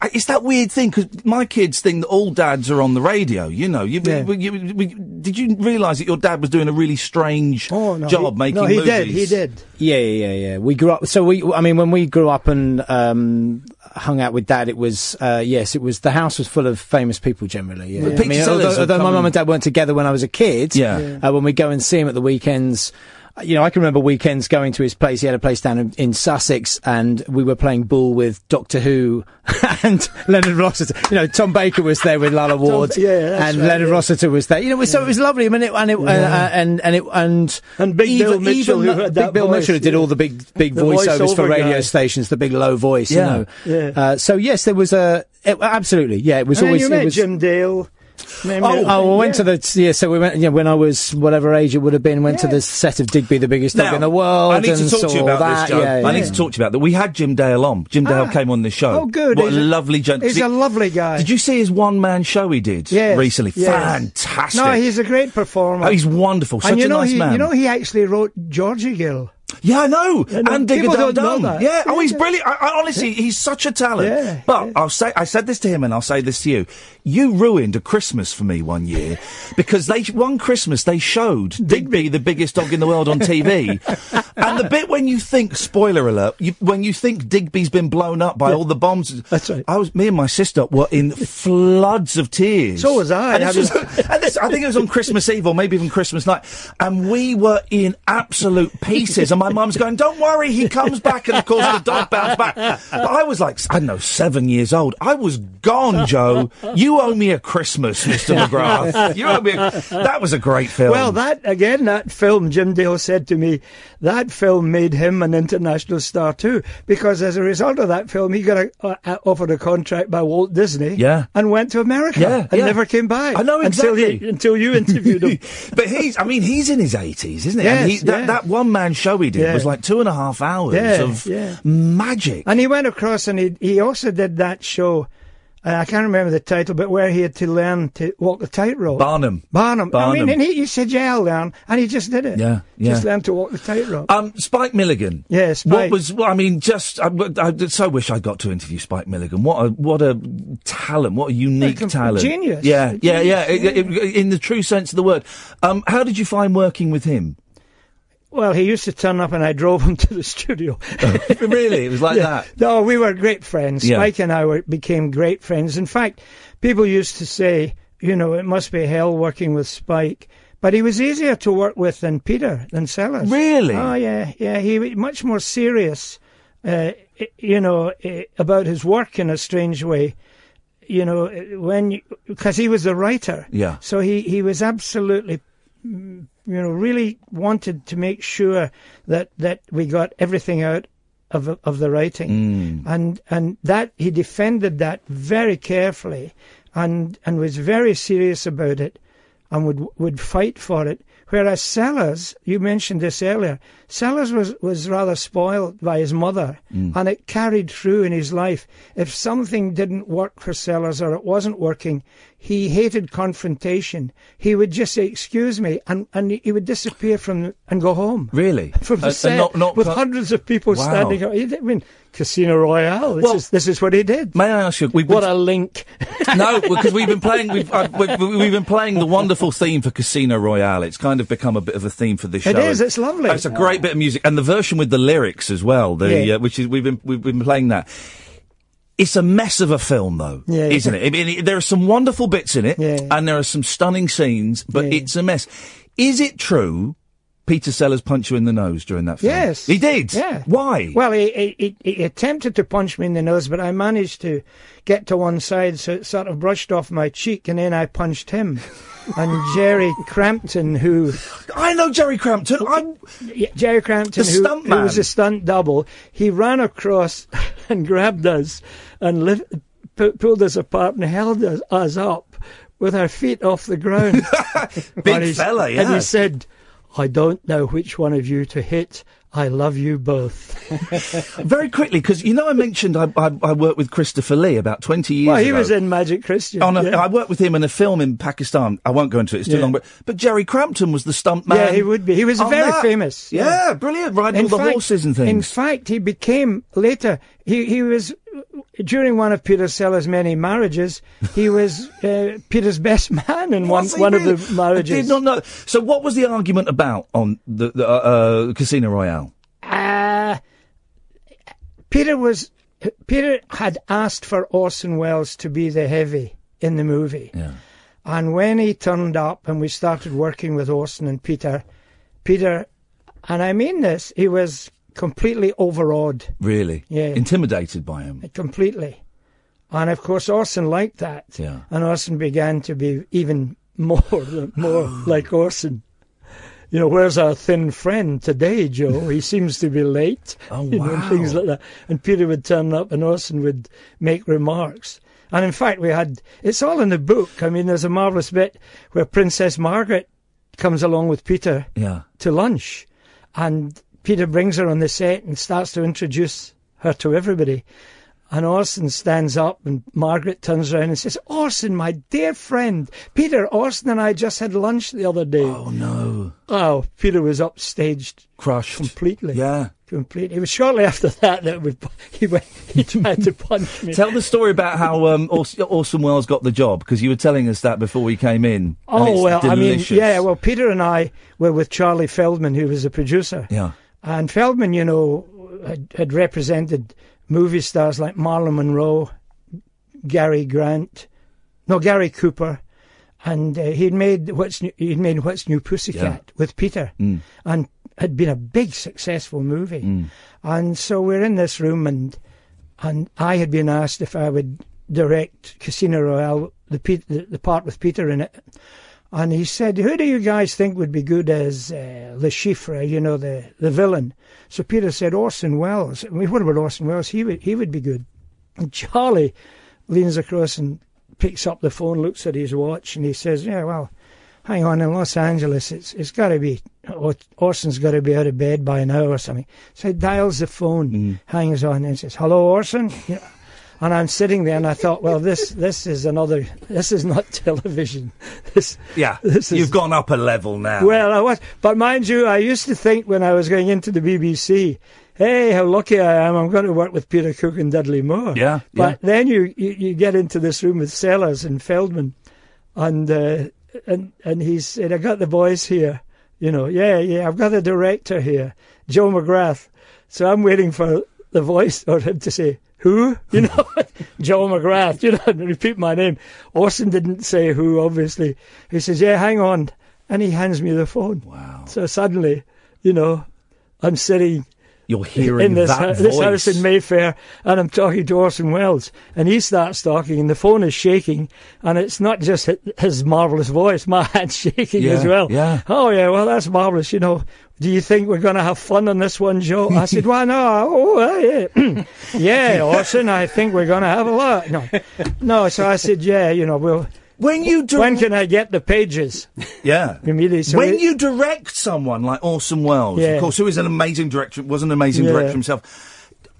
[SPEAKER 3] I- It's that weird thing because my kids think that all dads are on the radio. You know, you,
[SPEAKER 6] Yeah.
[SPEAKER 3] we- you- we- did you realise that your dad was doing a really strange
[SPEAKER 6] Oh, no,
[SPEAKER 3] job
[SPEAKER 6] he,
[SPEAKER 3] making
[SPEAKER 6] no, he
[SPEAKER 3] movies?
[SPEAKER 6] did. He did.
[SPEAKER 5] Yeah, yeah, yeah, yeah. We grew up. So we, I mean, when we grew up and um, hung out with dad, it was uh, yes, it was the house was full of famous people generally. Yeah. I
[SPEAKER 3] Picture
[SPEAKER 5] mean,
[SPEAKER 3] sellers
[SPEAKER 5] although,
[SPEAKER 3] would
[SPEAKER 5] although my
[SPEAKER 3] come
[SPEAKER 5] mum
[SPEAKER 3] and-
[SPEAKER 5] and dad weren't together when I was a kid.
[SPEAKER 3] Yeah. Yeah.
[SPEAKER 5] Uh, when we go and see him at the weekends. uh, You know, I can remember weekends going to his place. He had a place down in, in Sussex, and we were playing ball with Doctor Who <laughs> and Leonard Rossiter. You know, Tom Baker was there with Lala Ward,
[SPEAKER 6] yeah, that's
[SPEAKER 5] and
[SPEAKER 6] right,
[SPEAKER 5] Leonard Rossiter was there. You know, so it was lovely. I mean, it, and it, uh, and and it and
[SPEAKER 6] And Big Bill Mitchell who
[SPEAKER 5] the-
[SPEAKER 6] had
[SPEAKER 5] Big
[SPEAKER 6] that
[SPEAKER 5] Bill
[SPEAKER 6] voice,
[SPEAKER 5] Mitchell who did
[SPEAKER 6] yeah.
[SPEAKER 5] all the big big
[SPEAKER 6] The
[SPEAKER 5] voiceovers for
[SPEAKER 6] voiceover
[SPEAKER 5] radio
[SPEAKER 6] guy.
[SPEAKER 5] stations, the big low voice.
[SPEAKER 3] Yeah.
[SPEAKER 5] You know.
[SPEAKER 6] Yeah.
[SPEAKER 5] Uh, so yes, there was a it- absolutely yeah. It was
[SPEAKER 6] And then
[SPEAKER 5] always
[SPEAKER 6] you met
[SPEAKER 5] it was,
[SPEAKER 6] Jim Dale.
[SPEAKER 5] Oh, oh, I went to the yeah. So we went yeah. When I was whatever age it would have been, went to the set of Digby, the biggest dog in the world.
[SPEAKER 3] I need
[SPEAKER 5] and
[SPEAKER 3] to talk to you
[SPEAKER 5] saw
[SPEAKER 3] about
[SPEAKER 5] that.
[SPEAKER 3] this, Joe.
[SPEAKER 5] Yeah,
[SPEAKER 3] I
[SPEAKER 5] yeah.
[SPEAKER 3] need to talk to you about that. We had Jim Dale on. Jim Dale
[SPEAKER 6] Ah.
[SPEAKER 3] came on this show.
[SPEAKER 6] Oh, good.
[SPEAKER 3] What
[SPEAKER 6] He's
[SPEAKER 3] a
[SPEAKER 6] a-
[SPEAKER 3] lovely gentleman.
[SPEAKER 6] He's a lovely guy.
[SPEAKER 3] Did you see his one man show he did
[SPEAKER 6] Yes,
[SPEAKER 3] recently?
[SPEAKER 6] yes.
[SPEAKER 3] Fantastic.
[SPEAKER 6] No, he's a great performer.
[SPEAKER 3] Oh, he's wonderful. Such
[SPEAKER 6] and you
[SPEAKER 3] a
[SPEAKER 6] know
[SPEAKER 3] nice
[SPEAKER 6] he,
[SPEAKER 3] man.
[SPEAKER 6] you know he actually wrote Georgie Gill.
[SPEAKER 3] Yeah, I know.
[SPEAKER 6] no,
[SPEAKER 3] and Digger
[SPEAKER 6] people
[SPEAKER 3] Dum
[SPEAKER 6] don't know
[SPEAKER 3] Dum.
[SPEAKER 6] that.
[SPEAKER 3] Yeah. Oh,
[SPEAKER 6] Yeah, <laughs>
[SPEAKER 3] he's
[SPEAKER 6] yeah.
[SPEAKER 3] brilliant. I, I, honestly, he's such a talent.
[SPEAKER 6] Yeah,
[SPEAKER 3] but I'll say, I said this to him, and I'll say this to you. You ruined a Christmas for me one
[SPEAKER 6] <laughs>
[SPEAKER 3] year because they one Christmas they showed Digby, the biggest dog in the world, on
[SPEAKER 6] <laughs>
[SPEAKER 3] TV, and the bit when you think spoiler alert, you, when you think Digby's been blown up by all the bombs.
[SPEAKER 6] That's right.
[SPEAKER 3] I was me and my sister were in floods of tears.
[SPEAKER 6] So was I,
[SPEAKER 3] And this
[SPEAKER 6] having-
[SPEAKER 3] was- and this, I think it was on Christmas Eve or maybe even Christmas night. And we were in absolute pieces. And my mum's going, don't worry, he comes back. And of course, the dog bounced back. But I was like, I don't know, seven years old. I was gone, Joe. You owe me a
[SPEAKER 6] <laughs>
[SPEAKER 3] Christmas, Mr. McGrath. You owe me a... That was a great film.
[SPEAKER 6] Well, that again, that film, Jim Dale said to me, that film made him an international star too, because as a result of that film, he got a, uh, uh, offered a contract by Walt Disney,
[SPEAKER 3] Yeah.
[SPEAKER 6] and went to America,
[SPEAKER 3] Yeah,
[SPEAKER 6] and
[SPEAKER 3] yeah.
[SPEAKER 6] never came back.
[SPEAKER 3] I know
[SPEAKER 6] until,
[SPEAKER 3] exactly.
[SPEAKER 6] he, until you interviewed him.
[SPEAKER 3] <laughs> but he's, I mean, he's in his 80s, isn't he? and he
[SPEAKER 6] Yes,
[SPEAKER 3] that,
[SPEAKER 6] yeah.
[SPEAKER 3] that one man show he did
[SPEAKER 6] Yeah.
[SPEAKER 3] was like two and a half hours
[SPEAKER 6] Yeah,
[SPEAKER 3] of
[SPEAKER 6] yeah.
[SPEAKER 3] magic.
[SPEAKER 6] And he went across and he, he also did that show. Uh, I can't remember the title, but where he had to learn to walk the tightrope.
[SPEAKER 3] Barnum.
[SPEAKER 6] Barnum. I
[SPEAKER 3] Barnum.
[SPEAKER 6] mean, and he, he said, yeah, I'll learn. And he just did it.
[SPEAKER 3] Yeah,
[SPEAKER 6] Just
[SPEAKER 3] yeah.
[SPEAKER 6] learned to walk the tightrope.
[SPEAKER 3] Um, Spike Milligan.
[SPEAKER 6] Yeah,
[SPEAKER 3] What
[SPEAKER 6] Spike.
[SPEAKER 3] was? Well, I mean, just I, I so wish I got to interview Spike Milligan. What a what a talent! What a unique
[SPEAKER 6] Like a
[SPEAKER 3] talent!
[SPEAKER 6] genius.
[SPEAKER 3] Yeah,
[SPEAKER 6] A
[SPEAKER 3] yeah, yeah.
[SPEAKER 6] genius,
[SPEAKER 3] It- it- in the true sense of the word. Um, how did you find working with him?
[SPEAKER 6] Well, he used to turn up and I drove him <laughs> to the studio.
[SPEAKER 3] Oh, really, it
[SPEAKER 6] <laughs>
[SPEAKER 3] was like that.
[SPEAKER 6] no, we were great friends.
[SPEAKER 3] Yeah.
[SPEAKER 6] Mike and I were, became great friends. In fact, people used to say, you know, it must be hell working with Spike. But he was easier to work with than Peter, than Sellers.
[SPEAKER 3] Really?
[SPEAKER 6] Oh, yeah, yeah. He was much more serious, uh, i- you know, i- about his work in a strange way. You know, i- when because he was a writer.
[SPEAKER 3] Yeah.
[SPEAKER 6] So he, he was absolutely you know, really wanted to make sure that, that we got everything out of of the writing, and and that he defended that very carefully, and and was very serious about it, and would would fight for it. Whereas Sellers, you mentioned this earlier, Sellers was was rather spoiled by his mother, and it carried through in his life. If something didn't work for Sellers or it wasn't working, he hated confrontation. He would just say, "Excuse me," and and he would disappear from and go home
[SPEAKER 3] Really,
[SPEAKER 6] <laughs>
[SPEAKER 3] Uh,
[SPEAKER 6] from the
[SPEAKER 3] And- and
[SPEAKER 6] set
[SPEAKER 3] not- not
[SPEAKER 6] with
[SPEAKER 3] cut-
[SPEAKER 6] hundreds of people
[SPEAKER 3] Wow.
[SPEAKER 6] standing up. He did- I mean, Casino Royale. This,
[SPEAKER 3] Well-
[SPEAKER 6] is, this is what he did.
[SPEAKER 3] May I ask you? We've been-
[SPEAKER 6] What a link!
[SPEAKER 3] <laughs> no, because we've been playing.
[SPEAKER 6] <laughs>
[SPEAKER 3] We've, uh, we've we've been playing the wonderful theme for Casino Royale. It's kind of become a bit of a theme for this show.
[SPEAKER 6] It is,
[SPEAKER 3] And-
[SPEAKER 6] it's lovely.
[SPEAKER 3] It's a great bit of music, and the version with the lyrics as well. The
[SPEAKER 6] Yeah.
[SPEAKER 3] uh, which is we've been we've been playing that. It's a mess of a film, though,
[SPEAKER 6] Yeah, yeah.
[SPEAKER 3] isn't it? I mean, it- there are some wonderful bits in it, and there are some stunning scenes, but it's a mess. Is it true Peter Sellers punched you in the nose during that film?
[SPEAKER 6] Yes.
[SPEAKER 3] He did?
[SPEAKER 6] Yeah.
[SPEAKER 3] Why?
[SPEAKER 6] Well, he, he, he, he attempted to punch me in the nose, but I managed to get to one side, so it sort of brushed off my cheek, and then I punched
[SPEAKER 3] <laughs>
[SPEAKER 6] him. and Jerry Crampton, who.
[SPEAKER 3] I know Jerry Crampton. I'm.
[SPEAKER 6] Jerry Crampton,
[SPEAKER 3] The
[SPEAKER 6] who,
[SPEAKER 3] stunt
[SPEAKER 6] who
[SPEAKER 3] man.
[SPEAKER 6] was a stunt double, he ran across <laughs> and grabbed us and lift, pu- pulled us apart and held us, us up with our feet off the ground.
[SPEAKER 3] <laughs> Big
[SPEAKER 6] And he s-
[SPEAKER 3] fella, yeah.
[SPEAKER 6] And he said, I don't know which one of you to hit. I love you both.
[SPEAKER 3] <laughs> Very quickly, because you know I mentioned I, I, I worked with Christopher Lee about 20 years
[SPEAKER 6] Well, he
[SPEAKER 3] ago.
[SPEAKER 6] was in Magic Christian.
[SPEAKER 3] on a,
[SPEAKER 6] yeah.
[SPEAKER 3] Oh, I worked with him in a film in Pakistan. I won't go into it; it's too
[SPEAKER 6] Yeah.
[SPEAKER 3] long. But but Jerry Crampton was the stunt man.
[SPEAKER 6] Yeah, he would be. He was
[SPEAKER 3] on
[SPEAKER 6] very
[SPEAKER 3] that.
[SPEAKER 6] famous.
[SPEAKER 3] Yeah, brilliant, riding all the horses and
[SPEAKER 6] In
[SPEAKER 3] things.
[SPEAKER 6] fact, he became later. He he was during one of Peter Sellers' many marriages. He was uh, Peter's best <laughs> man in one
[SPEAKER 3] Was he
[SPEAKER 6] one
[SPEAKER 3] really?
[SPEAKER 6] of the
[SPEAKER 3] I did
[SPEAKER 6] marriages.
[SPEAKER 3] not know. So what was the argument about on the, the uh, uh, Casino Royale?
[SPEAKER 6] Uh, Peter was Peter had asked for Orson Welles to be the heavy in the movie.
[SPEAKER 3] Yeah.
[SPEAKER 6] And when he turned up and we started working with Orson and Peter, Peter, and I mean this, he was completely overawed,
[SPEAKER 3] Really?
[SPEAKER 6] Yeah.
[SPEAKER 3] Intimidated by him.
[SPEAKER 6] completely. And of course, Orson liked that.
[SPEAKER 3] Yeah.
[SPEAKER 6] And Orson began to be even <laughs> more,
[SPEAKER 3] <gasps>
[SPEAKER 6] more like Orson. You know, where's our thin friend today, Joe? He seems to be late.
[SPEAKER 3] <laughs> Oh,
[SPEAKER 6] You know, and things
[SPEAKER 3] wow.
[SPEAKER 6] like that. And Peter would turn up and Orson would make remarks. And in fact, we had, it's all in the book. I mean, there's a marvellous bit where Princess Margaret comes along with Peter
[SPEAKER 3] Yeah.
[SPEAKER 6] to lunch. And Peter brings her on the set and starts to introduce her to everybody. And Orson stands up and Margaret turns around and says, Orson, my dear friend, Peter, Orson and I just had lunch the other day.
[SPEAKER 3] Oh no.
[SPEAKER 6] Oh, Peter was upstaged
[SPEAKER 3] Crushed.
[SPEAKER 6] completely.
[SPEAKER 3] Yeah.
[SPEAKER 6] Completely. It was shortly after that that we, <laughs> he, went,
[SPEAKER 3] <laughs>
[SPEAKER 6] he tried to punch me.
[SPEAKER 3] Tell the story about how um, Ors- Orson Welles got the job because you were telling us that before we came in. and
[SPEAKER 6] oh,
[SPEAKER 3] it's
[SPEAKER 6] well,
[SPEAKER 3] delicious.
[SPEAKER 6] I mean, yeah, well, Peter and I were with Charlie Feldman, who was a producer.
[SPEAKER 3] yeah.
[SPEAKER 6] And Feldman, you know, had, had represented movie stars like Marlon Monroe, Gary Grant, no Gary Cooper, and uh, he'd made what's new, he'd made what's new Pussycat with Peter,
[SPEAKER 3] Mm.
[SPEAKER 6] and had been a big successful movie. And so we're in this room, and and I had been asked if I would direct Casino Royale, the Pete, the, the part with Peter in it. And he said, "Who do you guys think would be good as uh, Le Chiffre? You know, the the villain." So Peter said, "Orson Welles." I mean, what about Orson Welles? He would he would be good. And Charlie leans across and picks up the phone, looks at his watch, and he says, "Yeah, well, hang on. In Los Angeles, it's it's got to be Or- Orson's got to be out of bed by now or something." So he dials the phone, hangs on, and says, "Hello, Orson." <laughs> You know, and I'm sitting there, and I thought, "Well, this this is another. This is not <laughs> television. This
[SPEAKER 3] Yeah.
[SPEAKER 6] <laughs> This is-
[SPEAKER 3] You've gone up a level now.
[SPEAKER 6] well, I was, but mind you, I used to think when I was going into the BBC, hey, how lucky I am! I'm going to work with Peter Cook and Dudley Moore.
[SPEAKER 3] Yeah,
[SPEAKER 6] But then you, you you get into this room with Sellers and Feldman, and uh, and and he said, I got the boys here. You know, yeah, yeah, I've got the director here, Joe McGrath. So I'm waiting for the voice <laughs> or him to say. Who? You know, <laughs> Joe McGrath. You know, and repeat my name. Orson didn't say who, obviously. He says, "Yeah, hang on," and he hands me the phone.
[SPEAKER 3] Wow.
[SPEAKER 6] So suddenly, you know, I'm sitting
[SPEAKER 3] You're hearing
[SPEAKER 6] in this,
[SPEAKER 3] that
[SPEAKER 6] hou-
[SPEAKER 3] voice.
[SPEAKER 6] this house in Mayfair and I'm talking to Orson Welles. And he starts talking and the phone is shaking. And it's not just hi- his marvellous voice, <laughs> my hand's shaking
[SPEAKER 3] Yeah,
[SPEAKER 6] as well.
[SPEAKER 3] yeah.
[SPEAKER 6] Oh, yeah, well, that's marvellous. You know, do you think we're going to have fun on this one, Joe? I said, why not? <laughs> Oh, uh, yeah. <clears throat> yeah, Orson, I think we're going to have a lot. No, no. So I said, yeah, you know, we'll.
[SPEAKER 3] when you direct,
[SPEAKER 6] When can I get the pages?
[SPEAKER 3] yeah,
[SPEAKER 6] Immediately, so
[SPEAKER 3] when
[SPEAKER 6] it-
[SPEAKER 3] you direct someone like Orson Welles,
[SPEAKER 6] Yeah.
[SPEAKER 3] of course, who is an amazing director, was an amazing
[SPEAKER 6] Yeah.
[SPEAKER 3] director himself.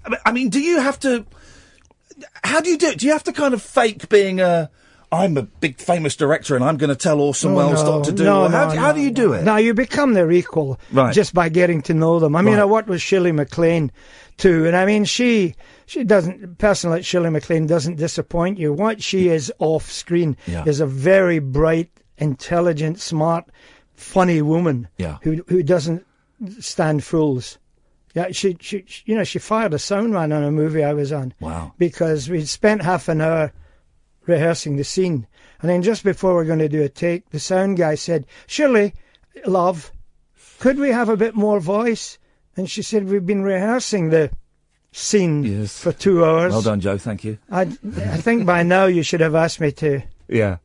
[SPEAKER 3] I mean- I mean, do you have to? How do you do it? Do you have to kind of fake being a? I'm a big famous director, and I'm going to tell Orson Welles
[SPEAKER 6] no,
[SPEAKER 3] what to do.
[SPEAKER 6] no,
[SPEAKER 3] Or how,
[SPEAKER 6] no,
[SPEAKER 3] do- how
[SPEAKER 6] no,
[SPEAKER 3] do you do it?
[SPEAKER 6] Now you become their equal
[SPEAKER 3] Right.
[SPEAKER 6] just by getting to know them. I mean,
[SPEAKER 3] Right.
[SPEAKER 6] I worked with Shirley MacLaine too, and I mean she she doesn't a person like Shirley MacLaine doesn't disappoint you. What she is off screen
[SPEAKER 3] Yeah.
[SPEAKER 6] is a very bright, intelligent, smart, funny woman
[SPEAKER 3] Yeah.
[SPEAKER 6] who who doesn't stand fools. Yeah, she, she, she- you know, she fired a sound man on a movie I was on.
[SPEAKER 3] Wow.
[SPEAKER 6] Because we'd spent half an hour rehearsing the scene, and then just before we are going to do a take, the sound guy said, "Shirley, love, could we have a bit more voice?" And she said, "We've been rehearsing the scene
[SPEAKER 3] Yes.
[SPEAKER 6] for two hours."
[SPEAKER 3] Well done, Joe. Thank you.
[SPEAKER 6] I, I think by now you should have asked me to
[SPEAKER 3] Yeah.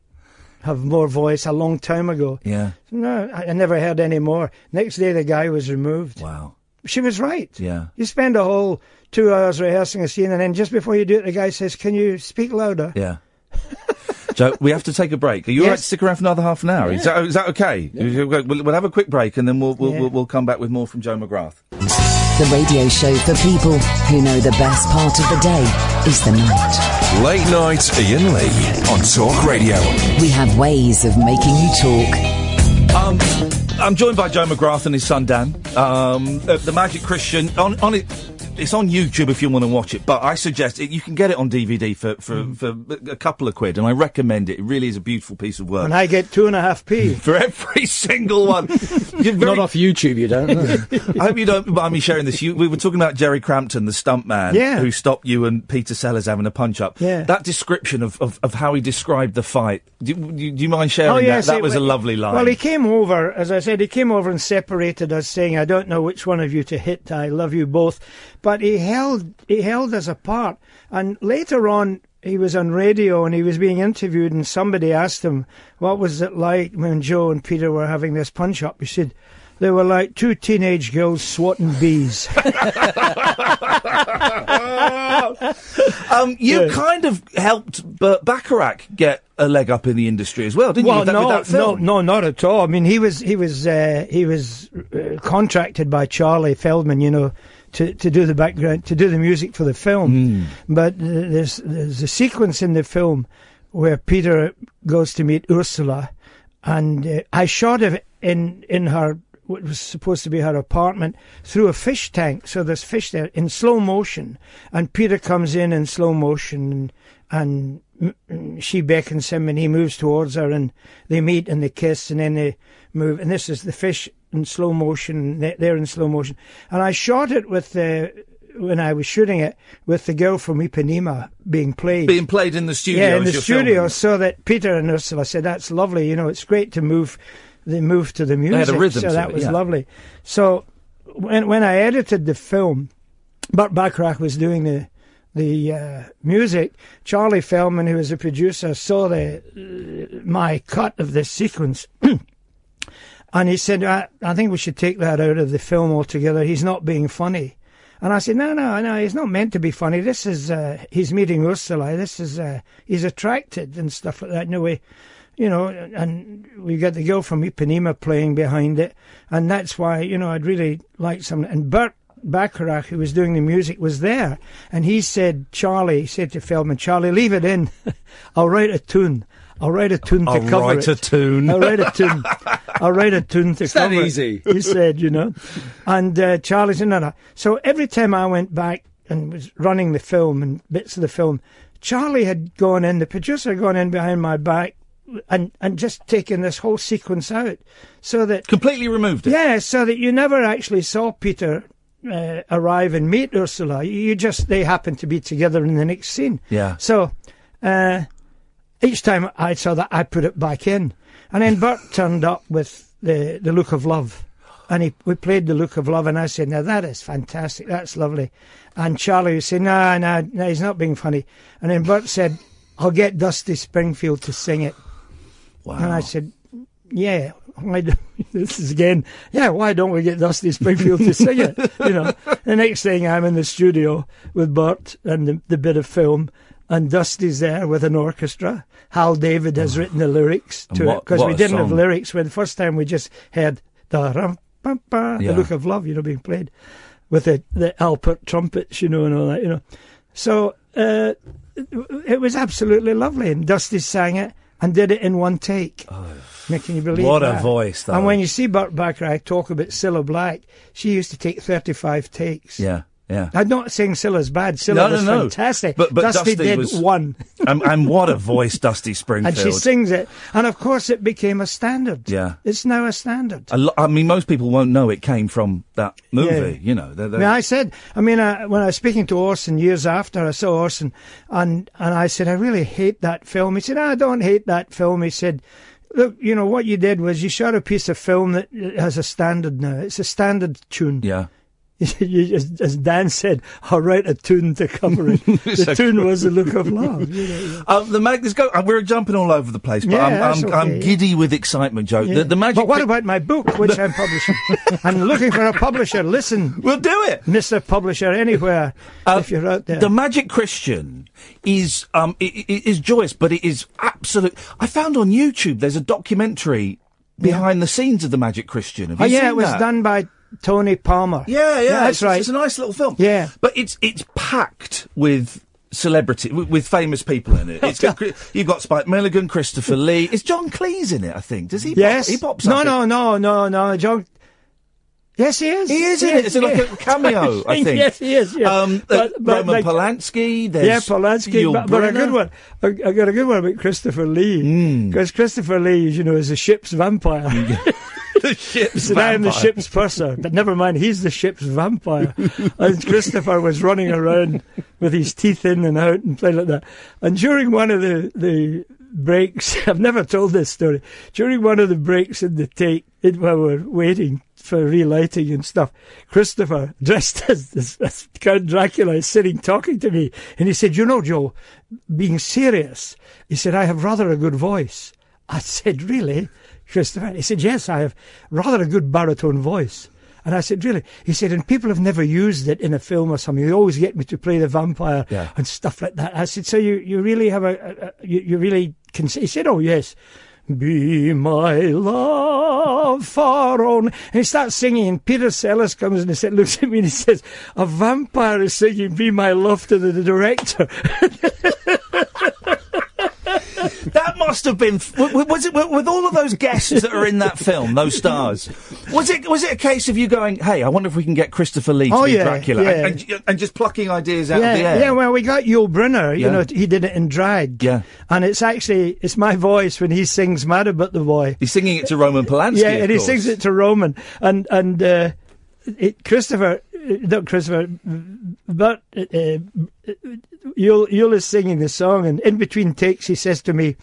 [SPEAKER 6] have more voice a long time ago.
[SPEAKER 3] Yeah.
[SPEAKER 6] No, I, I never heard any more. Next day, the guy was removed.
[SPEAKER 3] Wow.
[SPEAKER 6] She was right.
[SPEAKER 3] Yeah.
[SPEAKER 6] You spend a whole two hours rehearsing a scene, and then just before you do it, the guy says, "Can you speak louder?"
[SPEAKER 3] Yeah. <laughs> Joe, we have to take a break. Are you all right
[SPEAKER 6] Yes.
[SPEAKER 3] to stick around for another half an hour? Is, that, is that okay? We'll, we'll have a quick break and then we'll, we'll,
[SPEAKER 6] Yeah.
[SPEAKER 3] we'll, we'll come back with more from Joe McGrath.
[SPEAKER 1] The radio show for people who know the best part of the day is the night.
[SPEAKER 2] Late night Ian Lee on Talk Radio.
[SPEAKER 1] We have ways of making you talk.
[SPEAKER 3] Um, I'm joined by Joe McGrath and his son Dan, um, uh, the Magic Christian. On, on it, it's on YouTube if you want to watch it. But I suggest it, you can get it on DVD for for,
[SPEAKER 6] Mm.
[SPEAKER 3] for a couple of quid, and I recommend it. It really is a beautiful piece of work
[SPEAKER 6] And I get two and a half p.
[SPEAKER 3] <laughs> for every single
[SPEAKER 6] <laughs>
[SPEAKER 3] one. You're very-
[SPEAKER 5] Not off YouTube, you don't. no.
[SPEAKER 3] <laughs> I hope you don't mind me sharing this. You, we were talking about Jerry Crampton, the stunt man,
[SPEAKER 6] Yeah.
[SPEAKER 3] who stopped you and Peter Sellers having a punch up.
[SPEAKER 6] Yeah.
[SPEAKER 3] That description of, of, of how he described the fight. Do, you- do you mind sharing
[SPEAKER 6] oh yes,
[SPEAKER 3] that? That
[SPEAKER 6] it
[SPEAKER 3] was a
[SPEAKER 6] wa-
[SPEAKER 3] lovely line.
[SPEAKER 6] Well, he came over, as I said, he came over and separated us, saying, "I don't know which one of you to hit. I love you both," but he held he held us apart. And later on, he was on radio and he was being interviewed, and somebody asked him, "What was it like when Joe and Peter were having this punch up?" He said. They were like two teenage girls swatting bees.
[SPEAKER 3] <laughs> Um, you kind of helped Burt Bacharach get a leg up in the industry as well, didn't you?
[SPEAKER 6] Well,
[SPEAKER 3] with that- with
[SPEAKER 6] no,
[SPEAKER 3] that
[SPEAKER 6] no,
[SPEAKER 3] film?
[SPEAKER 6] no, not at all. I mean, he was he was uh, he was uh, contracted by Charlie Feldman, you know, to, to do the background, to do the music for the film.
[SPEAKER 3] Hmm.
[SPEAKER 6] But uh, there's there's a sequence in the film where Peter goes to meet Ursula, and uh, I shot it in in her what was supposed to be her apartment through a fish tank. So there's fish there in slow motion, and Peter comes in in slow motion, and, and she beckons him, and he moves towards her, and they meet and they kiss, and then they move. And this is the fish in slow motion. they- They're in slow motion, and I shot it with the when I was shooting it with the girl from Ipanema being played.
[SPEAKER 3] Being played in the studio.
[SPEAKER 6] Yeah, in
[SPEAKER 3] as
[SPEAKER 6] the
[SPEAKER 3] you're
[SPEAKER 6] studio,
[SPEAKER 3] filming.
[SPEAKER 6] so that Peter and Ursula said, "That's lovely. You know, it's great to move. They move to the music.
[SPEAKER 3] had a rhythm
[SPEAKER 6] so
[SPEAKER 3] to
[SPEAKER 6] that
[SPEAKER 3] it,
[SPEAKER 6] was
[SPEAKER 3] yeah.
[SPEAKER 6] lovely. So when when I edited the film, Burt Bacharach was doing the the uh, music. Charlie Feldman, who was a producer, saw the uh, my cut of this sequence. <clears throat> And he said, I, I think we should take that out of the film altogether. He's not being funny. And I said, no, no, no, he's not meant to be funny. This is, uh, he's meeting Ursula. This is, uh, he's attracted and stuff like that. No way, you know, and we got the girl from Ipanema playing behind it. And that's why, you know, I'd really like some. And Bert Bacharach, who was doing the music, was there. And he said, Charlie, he said to Feldman, Charlie, leave it in. <laughs> I'll write a tune. I'll write a tune to
[SPEAKER 3] I'll
[SPEAKER 6] cover
[SPEAKER 3] write
[SPEAKER 6] it.
[SPEAKER 3] a tune.
[SPEAKER 6] I'll write a
[SPEAKER 3] <laughs>
[SPEAKER 6] tune. I'll write a tune to
[SPEAKER 5] that
[SPEAKER 6] cover it,"
[SPEAKER 5] easy.
[SPEAKER 6] He said, you know. And uh, Charlie said, no, no. So every time I went back and was running the film and bits of the film, Charlie had gone in, the producer had gone in behind my back and, and just taken this whole sequence out so that
[SPEAKER 3] Completely removed it.
[SPEAKER 6] yeah, so that you never actually saw Peter uh, arrive and meet Ursula. You- You just they happened to be together in the next scene.
[SPEAKER 3] Yeah.
[SPEAKER 6] So uh, each time I saw that, I put it back in, and then Bert turned up with the the look of love. And he, we played the look of love, and I said, "Now that is fantastic. That's lovely." And Charlie was saying, "No, no, no, he's not being funny." And then Bert said, "I'll get Dusty Springfield to sing it."
[SPEAKER 3] Wow.
[SPEAKER 6] And I said, "Yeah, why do, <laughs> this is again? Yeah, why don't we get Dusty Springfield to sing it? You
[SPEAKER 3] <laughs>
[SPEAKER 6] know." The next thing, I'm in the studio with Bert and the, the bit of film, and Dusty's there with an orchestra. Hal David has written the lyrics
[SPEAKER 3] Oh. And
[SPEAKER 6] to
[SPEAKER 3] what-
[SPEAKER 6] it because
[SPEAKER 3] what
[SPEAKER 6] we
[SPEAKER 3] a
[SPEAKER 6] didn't have
[SPEAKER 3] song.
[SPEAKER 6] lyrics. When the first time we just had the rum, pum, pa,
[SPEAKER 3] Yeah.
[SPEAKER 6] the look of love, you know, being played with the the Alpert trumpets, you know, and all that, you know. So uh, it was absolutely lovely, and Dusty sang it and did it in one take. Nick, can you believe
[SPEAKER 3] What a
[SPEAKER 6] that?
[SPEAKER 3] voice, though.
[SPEAKER 6] And when you see Burt Bacharach talk about Cilla Black, she used to take 35 takes.
[SPEAKER 3] Yeah. Yeah.
[SPEAKER 6] I'm not saying Scylla's bad. Scylla was fantastic.
[SPEAKER 3] But, but
[SPEAKER 6] Dusty, did
[SPEAKER 3] was,
[SPEAKER 6] one,
[SPEAKER 3] <laughs> and,
[SPEAKER 6] <laughs>
[SPEAKER 3] and what a voice, Dusty Springfield.
[SPEAKER 6] and she sings it. And of course, it became a standard.
[SPEAKER 3] Yeah.
[SPEAKER 6] It's now a standard.
[SPEAKER 3] A lo- I mean, most people won't know it came from that movie.
[SPEAKER 6] Yeah.
[SPEAKER 3] You know, they're,
[SPEAKER 6] I
[SPEAKER 3] they're,
[SPEAKER 6] mean, I said, I mean, I, when I was speaking to Orson years after, I saw Orson, and and I said, I really hate that film. He said, I don't hate that film. He said, Look, you know what you did was you shot a piece of film that has a standard now. It's a standard tune.
[SPEAKER 3] yeah.
[SPEAKER 6] <laughs> You- as, as Dan said, I write a tune to cover
[SPEAKER 3] <laughs>
[SPEAKER 6] it. the
[SPEAKER 3] a
[SPEAKER 6] tune was the look of love. you know.
[SPEAKER 3] Uh, the mag- let's go. uh, we're jumping all over the place, but
[SPEAKER 6] Yeah,
[SPEAKER 3] I'm, I'm,
[SPEAKER 6] that's okay,
[SPEAKER 3] I'm
[SPEAKER 6] yeah.
[SPEAKER 3] giddy with excitement, Joe. Uh, The, the magic.
[SPEAKER 6] but what
[SPEAKER 3] pic-
[SPEAKER 6] about my book, which I'm publishing? I'm looking for a publisher. Listen,
[SPEAKER 3] <laughs> We'll do it. Uh,
[SPEAKER 6] Mr. Publisher, anywhere, if you're out there.
[SPEAKER 3] The Magic Christian is um i i- is joyous, but it is absolute. I found on YouTube there's a documentary behind the scenes of the Magic Christian. Have you
[SPEAKER 6] oh, yeah,
[SPEAKER 3] seen
[SPEAKER 6] it was
[SPEAKER 3] that?
[SPEAKER 6] done by Tony Palmer.
[SPEAKER 3] Yeah, yeah,
[SPEAKER 6] that's
[SPEAKER 3] it's,
[SPEAKER 6] right.
[SPEAKER 3] It's a nice little film.
[SPEAKER 6] Yeah.
[SPEAKER 3] but it's it's packed with celebrity with, with famous people in it. It's
[SPEAKER 6] <laughs>
[SPEAKER 3] got, Chri- you've got Spike Milligan, Christopher Lee. Is John Cleese in it? I think. Does he? pop-
[SPEAKER 6] Yes.
[SPEAKER 3] he pops.
[SPEAKER 6] no,
[SPEAKER 3] up
[SPEAKER 6] no, no, no, no, John. Yes, he is.
[SPEAKER 3] He is in it. It's
[SPEAKER 6] <laughs>
[SPEAKER 3] like a cameo, I think.
[SPEAKER 6] Yes, he is. Yeah.
[SPEAKER 3] Um, uh, Roman Polanski. There's
[SPEAKER 6] Yeah, Polanski,
[SPEAKER 3] Yul
[SPEAKER 6] but, but a
[SPEAKER 3] Brynner.
[SPEAKER 6] good one. I, I got a good one about Christopher Lee
[SPEAKER 3] Hmm.
[SPEAKER 6] because Christopher Lee, you know, is a ship's
[SPEAKER 3] <laughs>
[SPEAKER 6] vampire.
[SPEAKER 3] the ship's
[SPEAKER 6] so I am the
[SPEAKER 3] vampire.
[SPEAKER 6] ship's purser, but never mind, he's the ship's vampire. and Christopher was running around with his teeth in and out and playing like that. And during one of the the breaks, <laughs> I've never told this story. During one of the breaks in the take, it, while we're waiting for relighting and stuff, Christopher, <laughs> dressed as, as, as Count Dracula, is sitting talking to me. And he said, You know, Joe, being serious, he said, I have rather a good voice. I said, Really? Christopher? He said, Yes, I have rather a good baritone voice. And I said, Really? He said, And people have never used it in a film or something. They always get me to play the vampire
[SPEAKER 3] Yeah.
[SPEAKER 6] and stuff like that. I said, So you, you really have a, a, a you, you really can say, He said, Oh, yes. Be my love far on. And he starts singing, and Peter Sellers comes in and said, looks at me and he says, A vampire is singing Be My Love to the director. <laughs>
[SPEAKER 3] That must have been. f- w- w- Was it w- with all of those guests that are in that film, those stars? Was it was it a case of you going, "Hey, I wonder if we can get Christopher Lee to
[SPEAKER 6] Oh,
[SPEAKER 3] be
[SPEAKER 6] yeah,
[SPEAKER 3] Dracula,"
[SPEAKER 6] yeah.
[SPEAKER 3] And, and, and just plucking ideas out
[SPEAKER 6] yeah,
[SPEAKER 3] of the air?
[SPEAKER 6] yeah, well, we got Yul Brynner, you
[SPEAKER 3] Yeah.
[SPEAKER 6] know, he did it in drag.
[SPEAKER 3] Yeah.
[SPEAKER 6] And it's actually, it's my voice when he sings Mad About the Boy.
[SPEAKER 3] He's singing it to Roman Polanski.
[SPEAKER 6] Yeah,
[SPEAKER 3] of
[SPEAKER 6] and he
[SPEAKER 3] course.
[SPEAKER 6] sings it to Roman. And, and, uh, it, Christopher, uh, not Christopher, but uh, uh, Yul, Yul is singing the song, and in between takes, he says to me,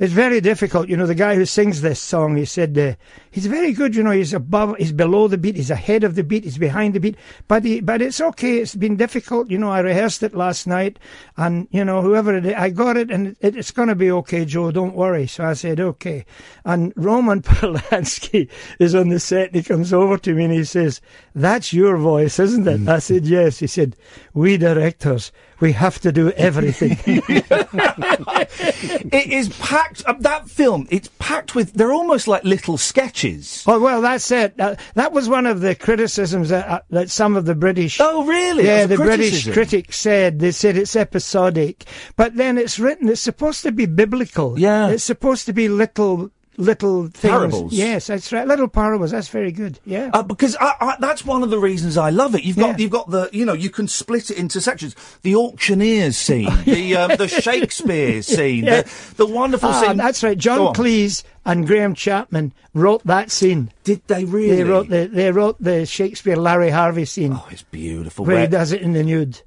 [SPEAKER 6] "It's very difficult." You know, the guy who sings this song, he said, uh, "He's very good." You know, he's above, he's below the beat, he's ahead of the beat, he's behind the beat. But he, but it's okay. It's been difficult. You know, I rehearsed it last night, and you know, whoever it, I got it, and it, it's going to be okay, Joe. Don't worry. So I said, "Okay." And Roman <laughs> Polanski is on the set. And he comes over to me and he says, "That's your voice, isn't it?" I said, "Yes." He said, "We directors." We have to do everything.
[SPEAKER 3] It is packed. Uh, that film, it's packed with. They're almost like little sketches.
[SPEAKER 6] Oh well, that's it. Uh, that was one of the criticisms that, uh, that some of the British,
[SPEAKER 3] Oh, really?
[SPEAKER 6] yeah,
[SPEAKER 3] That was
[SPEAKER 6] the
[SPEAKER 3] a
[SPEAKER 6] British
[SPEAKER 3] criticism.
[SPEAKER 6] critics said they said it's episodic, but then it's written. It's supposed to be biblical.
[SPEAKER 3] Yeah.
[SPEAKER 6] it's supposed to be little little things.
[SPEAKER 3] Parables.
[SPEAKER 6] Yes, that's right. Little parables. That's very good. Yeah.
[SPEAKER 3] Uh, because I, I, that's one of the reasons I love it. You've got
[SPEAKER 6] Yeah.
[SPEAKER 3] you've got the you know you can split it into sections. The auctioneers scene, the
[SPEAKER 6] <laughs>
[SPEAKER 3] um, the Shakespeare scene, the, the wonderful
[SPEAKER 6] Ah,
[SPEAKER 3] scene.
[SPEAKER 6] that's right.
[SPEAKER 3] Go
[SPEAKER 6] John
[SPEAKER 3] on.
[SPEAKER 6] Cleese and Graham Chapman wrote that scene.
[SPEAKER 3] Did they really?
[SPEAKER 6] They wrote the they wrote the Shakespeare Larry Harvey scene
[SPEAKER 3] Oh, it's beautiful.
[SPEAKER 6] where he
[SPEAKER 3] Where-
[SPEAKER 6] does it in the
[SPEAKER 3] <laughs>
[SPEAKER 6] nude.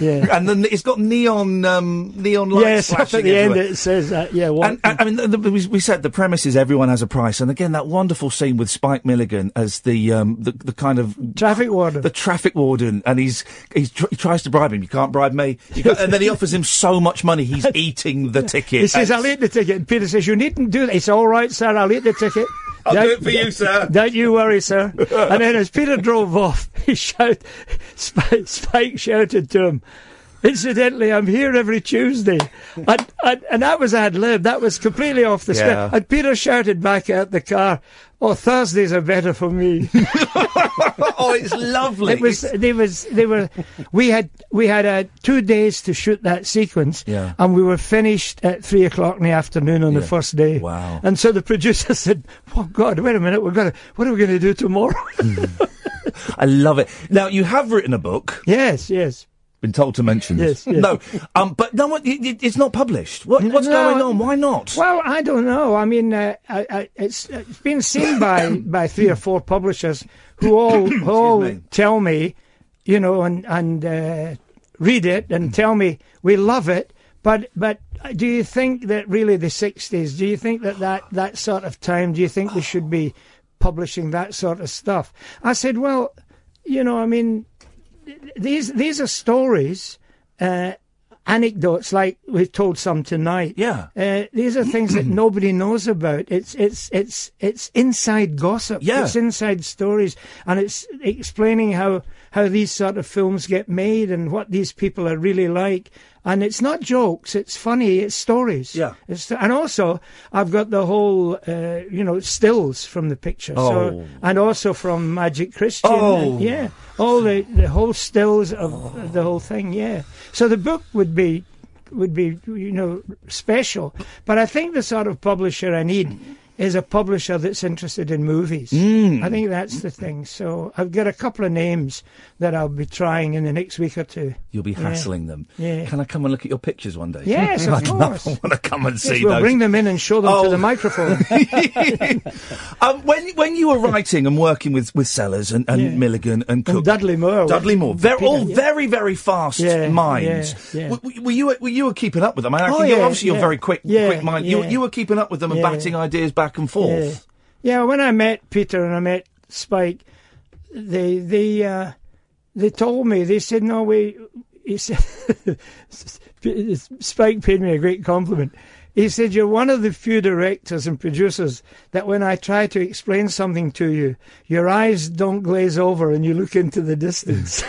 [SPEAKER 6] yeah.
[SPEAKER 3] and then it's got neon um, neon lights.
[SPEAKER 6] Yes, <laughs> up at
[SPEAKER 3] flashing
[SPEAKER 6] the end
[SPEAKER 3] everywhere.
[SPEAKER 6] it says that. Yeah, what?
[SPEAKER 3] And, and I mean, the, the, we, we said the premise is everyone has a price, and again that wonderful scene with Spike Milligan as the um, the, the kind of
[SPEAKER 6] traffic warden.
[SPEAKER 3] the traffic warden, and he's he's tr- he tries to bribe him. You can't bribe me, you can't, and then he offers him so much
[SPEAKER 6] <laughs>
[SPEAKER 3] money he's eating the ticket.
[SPEAKER 6] He says, I'll eat the ticket. And Peter says, You needn't do that. It's all right, sir. I'll eat the ticket.
[SPEAKER 3] I'll do it for you, sir.
[SPEAKER 6] <laughs> Don't you worry, sir. <laughs> and then as Peter drove off, he shouted, Spike, Spike shouted to him, Incidentally, I'm here every Tuesday. And, and, and that was ad lib. That was completely off the
[SPEAKER 3] Yeah.
[SPEAKER 6] script. And Peter shouted back at the car, Oh, Thursdays are better for me. <laughs>
[SPEAKER 3] oh, it's lovely.
[SPEAKER 6] It was they was they were we had we had uh, two days to shoot that sequence.
[SPEAKER 3] Yeah.
[SPEAKER 6] And we were finished at three o'clock in the afternoon on the
[SPEAKER 3] Yeah.
[SPEAKER 6] first day.
[SPEAKER 3] Wow.
[SPEAKER 6] And so the producer <laughs> said, Oh God, wait a minute, we're gonna what are we gonna do tomorrow?
[SPEAKER 3] I love it. Now you have written a book.
[SPEAKER 6] yes, yes.
[SPEAKER 3] Been told to mention this.
[SPEAKER 6] Yes, yes.
[SPEAKER 3] No, um, but no, what, it, it- it's not published. What,
[SPEAKER 6] <laughs>
[SPEAKER 3] what's
[SPEAKER 6] No,
[SPEAKER 3] going on? Why not?
[SPEAKER 6] Well, I don't know. I mean, uh, I, I, it's, it's been seen by, by three or four publishers who all, who all
[SPEAKER 3] me.
[SPEAKER 6] tell me, you know, and, and uh, read it and tell me, we love it. But but do you think that really the 60s, do you think that, that that sort of time, do you think we should be publishing that sort of stuff? I said, well, you know, I mean, these these are stories, uh, anecdotes like we've told some tonight.
[SPEAKER 3] Yeah.
[SPEAKER 6] uh, these are things
[SPEAKER 3] <clears throat>
[SPEAKER 6] that nobody knows about. It's it's it's it's inside gossip.
[SPEAKER 3] Yeah.
[SPEAKER 6] it's inside stories, and it's explaining how how these sort of films get made and what these people are really like. And it's not jokes. It's funny. It's stories.
[SPEAKER 3] Yeah.
[SPEAKER 6] It's, and also, I've got the whole, uh, you know, stills from the picture.
[SPEAKER 3] Oh.
[SPEAKER 6] So, and also from Magic Christian.
[SPEAKER 3] Oh.
[SPEAKER 6] and- yeah. All the, the whole stills of of the whole thing. Yeah. So the book would be, would be, you know, special. But I think the sort of publisher I need is a publisher that's interested in movies.
[SPEAKER 3] Mm.
[SPEAKER 6] I think that's the thing. So I've got a couple of names that I'll be trying in the next week or two.
[SPEAKER 3] You'll be hassling them.
[SPEAKER 6] Yeah.
[SPEAKER 3] Can I come and look at your pictures one day?
[SPEAKER 6] Yes, of
[SPEAKER 3] I'd
[SPEAKER 6] course.
[SPEAKER 3] love- <laughs> I want to come and see
[SPEAKER 6] Yes, we'll
[SPEAKER 3] those.
[SPEAKER 6] bring them in and show them
[SPEAKER 3] Oh.
[SPEAKER 6] to the
[SPEAKER 3] <laughs>
[SPEAKER 6] microphone.
[SPEAKER 3] um, when when you were writing and working with with Sellers and, and
[SPEAKER 6] Yeah.
[SPEAKER 3] Milligan and Cook,
[SPEAKER 6] And Dudley Moore.
[SPEAKER 3] Dudley Moore, they're
[SPEAKER 6] Peter,
[SPEAKER 3] all
[SPEAKER 6] yeah.
[SPEAKER 3] very very fast
[SPEAKER 6] Yeah,
[SPEAKER 3] minds.
[SPEAKER 6] yeah, yeah.
[SPEAKER 3] W- were you were you keeping up with them? I, mean, I
[SPEAKER 6] Oh,
[SPEAKER 3] think you're,
[SPEAKER 6] yeah,
[SPEAKER 3] obviously you're
[SPEAKER 6] yeah.
[SPEAKER 3] very quick
[SPEAKER 6] Yeah,
[SPEAKER 3] quick mind. You
[SPEAKER 6] yeah.
[SPEAKER 3] you were keeping up with them and
[SPEAKER 6] Yeah.
[SPEAKER 3] batting ideas back and forth. <laughs>
[SPEAKER 6] Yeah. yeah, when I met Peter and I met Spike, they they uh, they told me they said no we. He said, <laughs> Spike paid me a great compliment. He said, "You're one of the few directors and producers that when I try to explain something to you, your eyes don't glaze over and you look into the distance."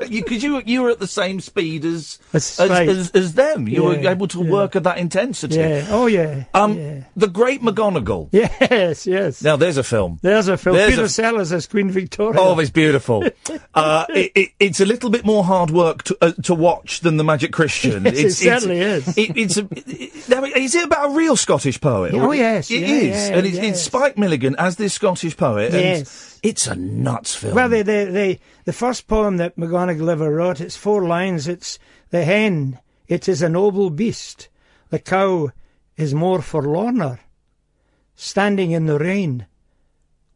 [SPEAKER 3] Because you, you were at the same speed as as,
[SPEAKER 6] That's
[SPEAKER 3] as,
[SPEAKER 6] right.
[SPEAKER 3] as, them. You were
[SPEAKER 6] Yeah,
[SPEAKER 3] able to
[SPEAKER 6] yeah.
[SPEAKER 3] work at that intensity.
[SPEAKER 6] yeah. Oh yeah.
[SPEAKER 3] Um,
[SPEAKER 6] yeah.
[SPEAKER 3] the Great McGonagall.
[SPEAKER 6] <laughs> Yes. Yes.
[SPEAKER 3] Now there's a film.
[SPEAKER 6] There's a film.
[SPEAKER 3] There's
[SPEAKER 6] Peter
[SPEAKER 3] a-
[SPEAKER 6] Sellers as Queen Victoria.
[SPEAKER 3] Oh,
[SPEAKER 6] <laughs>
[SPEAKER 3] it's beautiful. uh, it, it, it's a little bit more hard work to, uh, to watch than the Magic Christian.
[SPEAKER 6] Yes, it certainly is.
[SPEAKER 3] It, it's a, it, I mean, is it about a real Scottish poet?
[SPEAKER 6] Oh, yes,
[SPEAKER 3] it
[SPEAKER 6] yeah,
[SPEAKER 3] is.
[SPEAKER 6] yeah,
[SPEAKER 3] and it's, it's
[SPEAKER 6] yes.
[SPEAKER 3] Spike Milligan as this Scottish poet. and
[SPEAKER 6] Yes.
[SPEAKER 3] it's a nuts film.
[SPEAKER 6] Well, they, they, they, the first poem that McGonagall ever wrote, it's four lines. It's the hen, it is a noble beast. The cow is more forlorner, standing in the rain,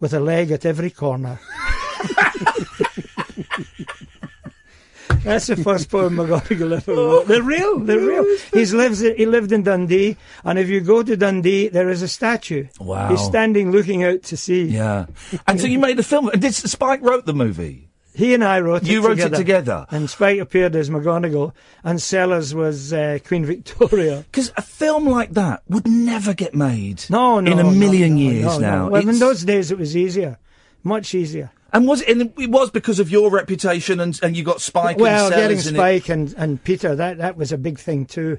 [SPEAKER 6] with a leg at every corner. <laughs> That's the first poem McGonagall ever wrote. They're real. They're real. He's lives. He lived in Dundee, and if you go to Dundee, there is a statue.
[SPEAKER 3] Wow.
[SPEAKER 6] He's standing looking out to sea.
[SPEAKER 3] yeah. And so you made a film. And did, Spike wrote the movie.
[SPEAKER 6] He and I wrote
[SPEAKER 3] You
[SPEAKER 6] it
[SPEAKER 3] wrote it
[SPEAKER 6] together.
[SPEAKER 3] together.
[SPEAKER 6] And Spike appeared as McGonagall, and Sellers was uh, Queen
[SPEAKER 3] <laughs>
[SPEAKER 6] Victoria.
[SPEAKER 3] Because a film like that would never get made.
[SPEAKER 6] No, Oh, no.
[SPEAKER 3] in a
[SPEAKER 6] no,
[SPEAKER 3] million
[SPEAKER 6] no,
[SPEAKER 3] years
[SPEAKER 6] no, no.
[SPEAKER 3] now.
[SPEAKER 6] Well, in
[SPEAKER 3] It's-
[SPEAKER 6] those days, it was easier. Much easier.
[SPEAKER 3] and was it, and it was because of your reputation, and, and you got Spike.
[SPEAKER 6] well,
[SPEAKER 3] and
[SPEAKER 6] getting
[SPEAKER 3] Sellers and it-
[SPEAKER 6] Spike and, and Peter, that, that was a big thing too.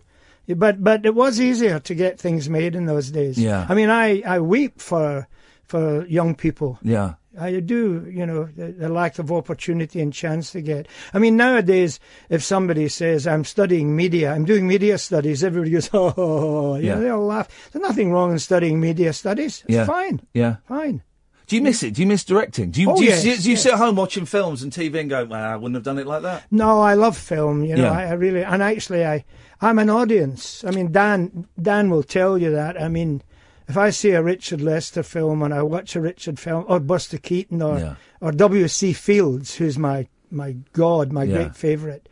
[SPEAKER 6] But but it was easier to get things made in those days.
[SPEAKER 3] Yeah.
[SPEAKER 6] I mean, I, I weep for for young people.
[SPEAKER 3] yeah.
[SPEAKER 6] I do, Uh, you know, the, the lack of opportunity and chance to get. I mean, nowadays, if somebody says, I'm studying media, I'm doing media studies, everybody goes, <laughs> oh, you
[SPEAKER 3] Yeah.
[SPEAKER 6] know, they all laugh. There's nothing wrong in studying media studies. It's
[SPEAKER 3] Yeah.
[SPEAKER 6] fine.
[SPEAKER 3] Yeah.
[SPEAKER 6] Fine.
[SPEAKER 3] Do you miss it? Do you miss directing? Do you,
[SPEAKER 6] Oh,
[SPEAKER 3] do you,
[SPEAKER 6] yes,
[SPEAKER 3] do you sit at home watching films and TV and go, well, I wouldn't have done it like that?
[SPEAKER 6] No, I love film. You know,
[SPEAKER 3] Yeah.
[SPEAKER 6] I, I really and actually, I I'm an audience. I mean, Dan Dan will tell you that. I mean, if I see a Richard Lester film and I watch a Richard film or Buster Keaton or
[SPEAKER 3] Yeah.
[SPEAKER 6] or W. C. Fields, who's my my god, my
[SPEAKER 3] Yeah.
[SPEAKER 6] great favorite,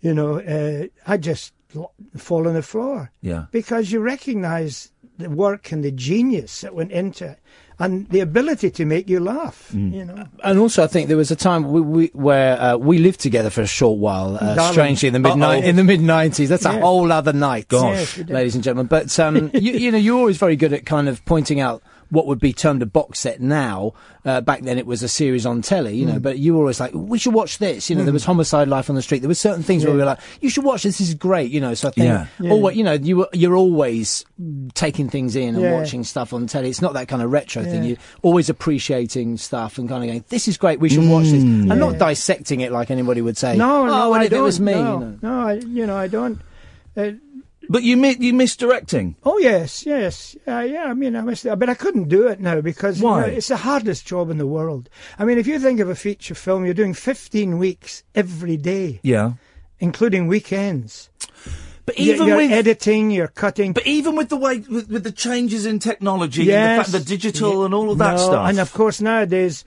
[SPEAKER 6] you know, uh, I just lo- fall on the floor
[SPEAKER 3] Yeah.
[SPEAKER 6] because you recognize the work and the genius that went into it and the ability to make you laugh.
[SPEAKER 3] Mm.
[SPEAKER 6] You know,
[SPEAKER 5] and also I think there was a time we, we, where uh, we lived together for a short while. Uh,
[SPEAKER 6] Darling.
[SPEAKER 5] strangely, in the mid
[SPEAKER 3] Uh-oh.
[SPEAKER 5] in the mid nineties, that's a
[SPEAKER 6] Yeah.
[SPEAKER 5] whole other night,
[SPEAKER 3] Gosh. Yes,
[SPEAKER 6] we did.
[SPEAKER 3] <laughs>
[SPEAKER 5] ladies and gentlemen. But um, you, you know, you're always very good at kind of pointing out what would be termed a box set now. Uh, back then, it was a series on telly,
[SPEAKER 3] Hmm.
[SPEAKER 5] you know. But you were always like, we should watch this. You know, there was Homicide: Life on the Street. There were certain things where we were like, you should watch this. This is great. You know. So I think,
[SPEAKER 3] Yeah.
[SPEAKER 5] alwa- you know, you were, you're always taking things in and
[SPEAKER 6] Yeah.
[SPEAKER 5] watching stuff on telly. It's not that kind of retro thing. You're always appreciating stuff and kind of going, this is great. We should watch this, and not dissecting it like anybody would say.
[SPEAKER 6] Mm. No,
[SPEAKER 5] oh,
[SPEAKER 6] no,
[SPEAKER 5] and
[SPEAKER 6] I
[SPEAKER 5] if
[SPEAKER 6] don't.
[SPEAKER 5] it was me.
[SPEAKER 6] No,
[SPEAKER 5] you know.
[SPEAKER 6] no, I, you know, I don't. Uh,
[SPEAKER 3] But you mi- you miss directing.
[SPEAKER 6] oh yes, yes, uh, yeah. I mean, I missed that, but I couldn't do it now because you
[SPEAKER 3] Why?
[SPEAKER 6] know, it's the hardest job in the world. I mean, if you think of a feature film, you're doing 15 weeks every day,
[SPEAKER 3] Yeah.
[SPEAKER 6] including weekends.
[SPEAKER 3] But
[SPEAKER 6] You're-
[SPEAKER 3] even
[SPEAKER 6] you're
[SPEAKER 3] with
[SPEAKER 6] editing, you're cutting.
[SPEAKER 3] but even with the way with, with the changes in technology, and the, fact, the digital,
[SPEAKER 6] Yeah.
[SPEAKER 3] and all of that
[SPEAKER 6] No,
[SPEAKER 3] stuff.
[SPEAKER 6] And of course, nowadays,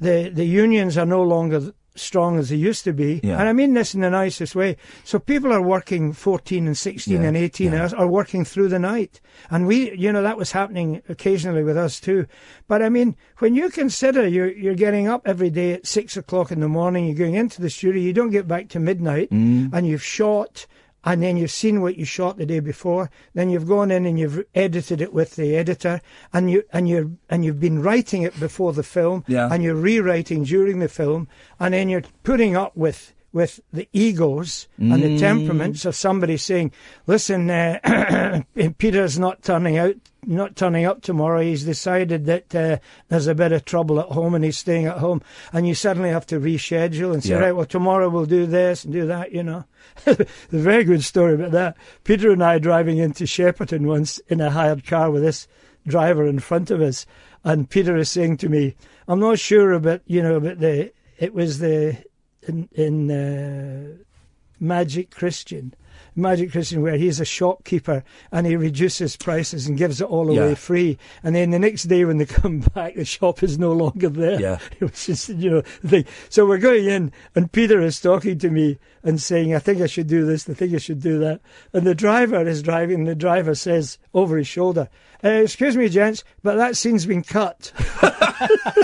[SPEAKER 6] the, the unions are no longer th- strong as they used to be.
[SPEAKER 3] Yeah.
[SPEAKER 6] And I mean this in the nicest way. So people are working 14 and 16
[SPEAKER 3] Yeah,
[SPEAKER 6] and 18 hours, are working through the night. And we, you know, that was happening occasionally with us too. But I mean, when you consider you're, you're getting up every day at six o'clock in the morning, you're going into the studio, you don't get back to midnight,
[SPEAKER 3] Mm.
[SPEAKER 6] and you've shot and then you've seen what you shot the day before. Then you've gone in and you've edited it with the editor, and you and you and you've been writing it before the film,
[SPEAKER 3] Yeah.
[SPEAKER 6] and you're rewriting during the film, and then you're putting up with with the egos and the temperaments of somebody saying, "Listen, uh, <clears throat> Peter's not turning out, not turning up tomorrow. He's decided that uh, there's a bit of trouble at home, and he's staying at home." And you suddenly have to reschedule and say,
[SPEAKER 3] Yeah.
[SPEAKER 6] "Right, well, tomorrow we'll do this and do that," you know. There's <laughs> a very good story about that. Peter and I driving into Shepperton once in a hired car with this driver in front of us, and Peter is saying to me, "I'm not sure about you know about the it was the in, in uh, Magic Christian." Magic Christian, where he's a shopkeeper and he reduces prices and gives it all away
[SPEAKER 3] Yeah.
[SPEAKER 6] free, and then the next day when they <laughs> come back, the shop is no longer there. <laughs>
[SPEAKER 3] Yeah.
[SPEAKER 6] It was just, you know, the thing. So we're going in, and Peter is talking to me and saying, I think I should do this, I think I should do that. And the driver is driving, and the driver says over his shoulder, uh, Excuse me, gents, but that scene's been cut. <laughs>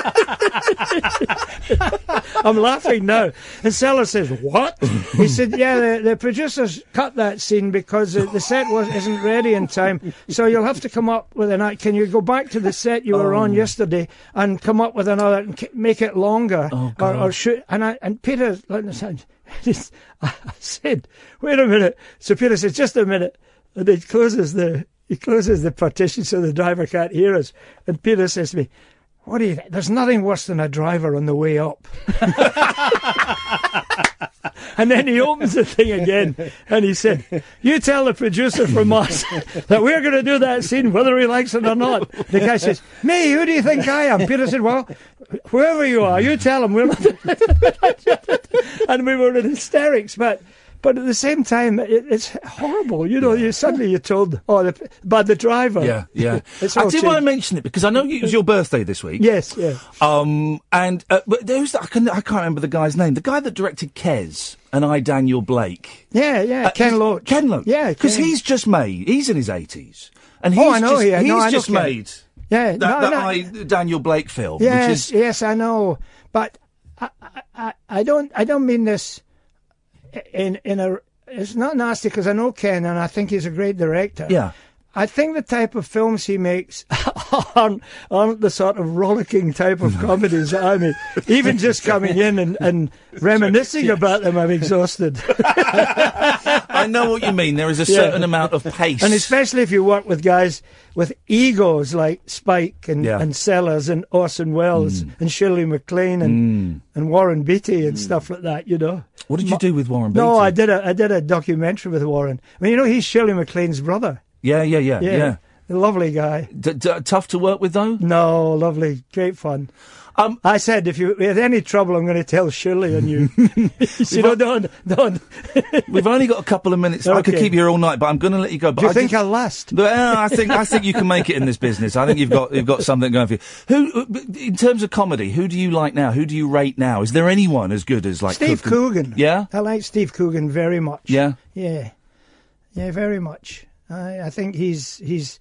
[SPEAKER 6] I'm laughing now. And Seller says, What? He said, Yeah, the, the producers cut that scene because uh, the, the set was, isn't ready in time. So you'll have to come up with an act. Can you go back to the set you were on yesterday and come up with another and k- make it longer? or, or shoot. And, I, and Peter, like, <laughs> I said, Wait a minute. So Peter says, Just a minute. And he closes the. He closes the partition so the driver can't hear us. And Peter says to me, What do you think? There's nothing worse than a driver on the way up. <laughs> And then he opens the thing again and he said, You tell the producer from us <laughs> that we're going to do that scene whether he likes it or not. The guy says, Me, who do you think I am? Peter said, Well, whoever you are, you tell him. We're not. <laughs> and we were in hysterics. But. But at the same time, it, it's horrible. You know, you suddenly you're told, oh, the, by the driver.
[SPEAKER 3] yeah, yeah.
[SPEAKER 6] <laughs> It's
[SPEAKER 3] I
[SPEAKER 6] all
[SPEAKER 3] did want to
[SPEAKER 6] changed.
[SPEAKER 3] mention it because I know it was your birthday this week.
[SPEAKER 6] Yes, yeah.
[SPEAKER 3] Um, and uh, but there was, I, can, I can't remember the guy's name. The guy that directed Kes and I, Daniel Blake.
[SPEAKER 6] Yeah, yeah.
[SPEAKER 3] Uh,
[SPEAKER 6] Ken
[SPEAKER 3] he's-
[SPEAKER 6] Loach.
[SPEAKER 3] Ken Loach.
[SPEAKER 6] Yeah,
[SPEAKER 3] because
[SPEAKER 6] Ken.
[SPEAKER 3] he's just made. He's in his eighties, and he's
[SPEAKER 6] Oh, I know,
[SPEAKER 3] just,
[SPEAKER 6] yeah,
[SPEAKER 3] he's
[SPEAKER 6] no, I know
[SPEAKER 3] just
[SPEAKER 6] Ken.
[SPEAKER 3] made
[SPEAKER 6] Yeah,
[SPEAKER 3] that,
[SPEAKER 6] no,
[SPEAKER 3] that
[SPEAKER 6] no.
[SPEAKER 3] I, Daniel Blake film. which
[SPEAKER 6] Yes,
[SPEAKER 3] is,
[SPEAKER 6] yes, I know, but I, I- I, I don't, I don't mean this in in a. It's not nasty because I know Ken and I think he's a great director.
[SPEAKER 3] Yeah.
[SPEAKER 6] I think the type of films he makes <laughs> aren't, aren't the sort of rollicking type of comedies that I <laughs> mean. Even just coming in and, <laughs> and reminiscing about them, I'm <laughs> exhausted.
[SPEAKER 3] I know what you mean. There is a certain amount of pace.
[SPEAKER 6] And especially if you work with guys with egos like Spike and,
[SPEAKER 3] Yeah.
[SPEAKER 6] and Sellers and Orson Welles and Shirley MacLaine and, and Warren Beatty and stuff like that, you know.
[SPEAKER 3] Hmm. what did you do with Hmm. Warren Beatty?
[SPEAKER 6] No, I did a I did a documentary with Warren. I mean, you know, he's Shirley MacLaine's brother.
[SPEAKER 3] Yeah, yeah, yeah, yeah.
[SPEAKER 6] A lovely guy.
[SPEAKER 3] D- d- tough to work with though.
[SPEAKER 6] No, lovely, great fun.
[SPEAKER 3] Um,
[SPEAKER 6] I said, if you had any trouble, I'm going to tell Shirley and
[SPEAKER 3] <laughs>
[SPEAKER 6] you. <laughs> you know, don't, don't.
[SPEAKER 3] We've only got a couple of minutes. I could
[SPEAKER 6] Okay.
[SPEAKER 3] keep you here all night, but I'm going to let you go. But
[SPEAKER 6] Do you
[SPEAKER 3] I
[SPEAKER 6] think
[SPEAKER 3] did-
[SPEAKER 6] I'll last?
[SPEAKER 3] Well, I think I think you can make it in this business. I think you've got you've got something going for you. Who, in terms of comedy, who do you like now? Who do you rate now? Is there anyone as good as like
[SPEAKER 6] <laughs> Steve Coogan.
[SPEAKER 3] Yeah,
[SPEAKER 6] I like Steve Coogan very much.
[SPEAKER 3] yeah.
[SPEAKER 6] Yeah, yeah, very much. I, I think he's he's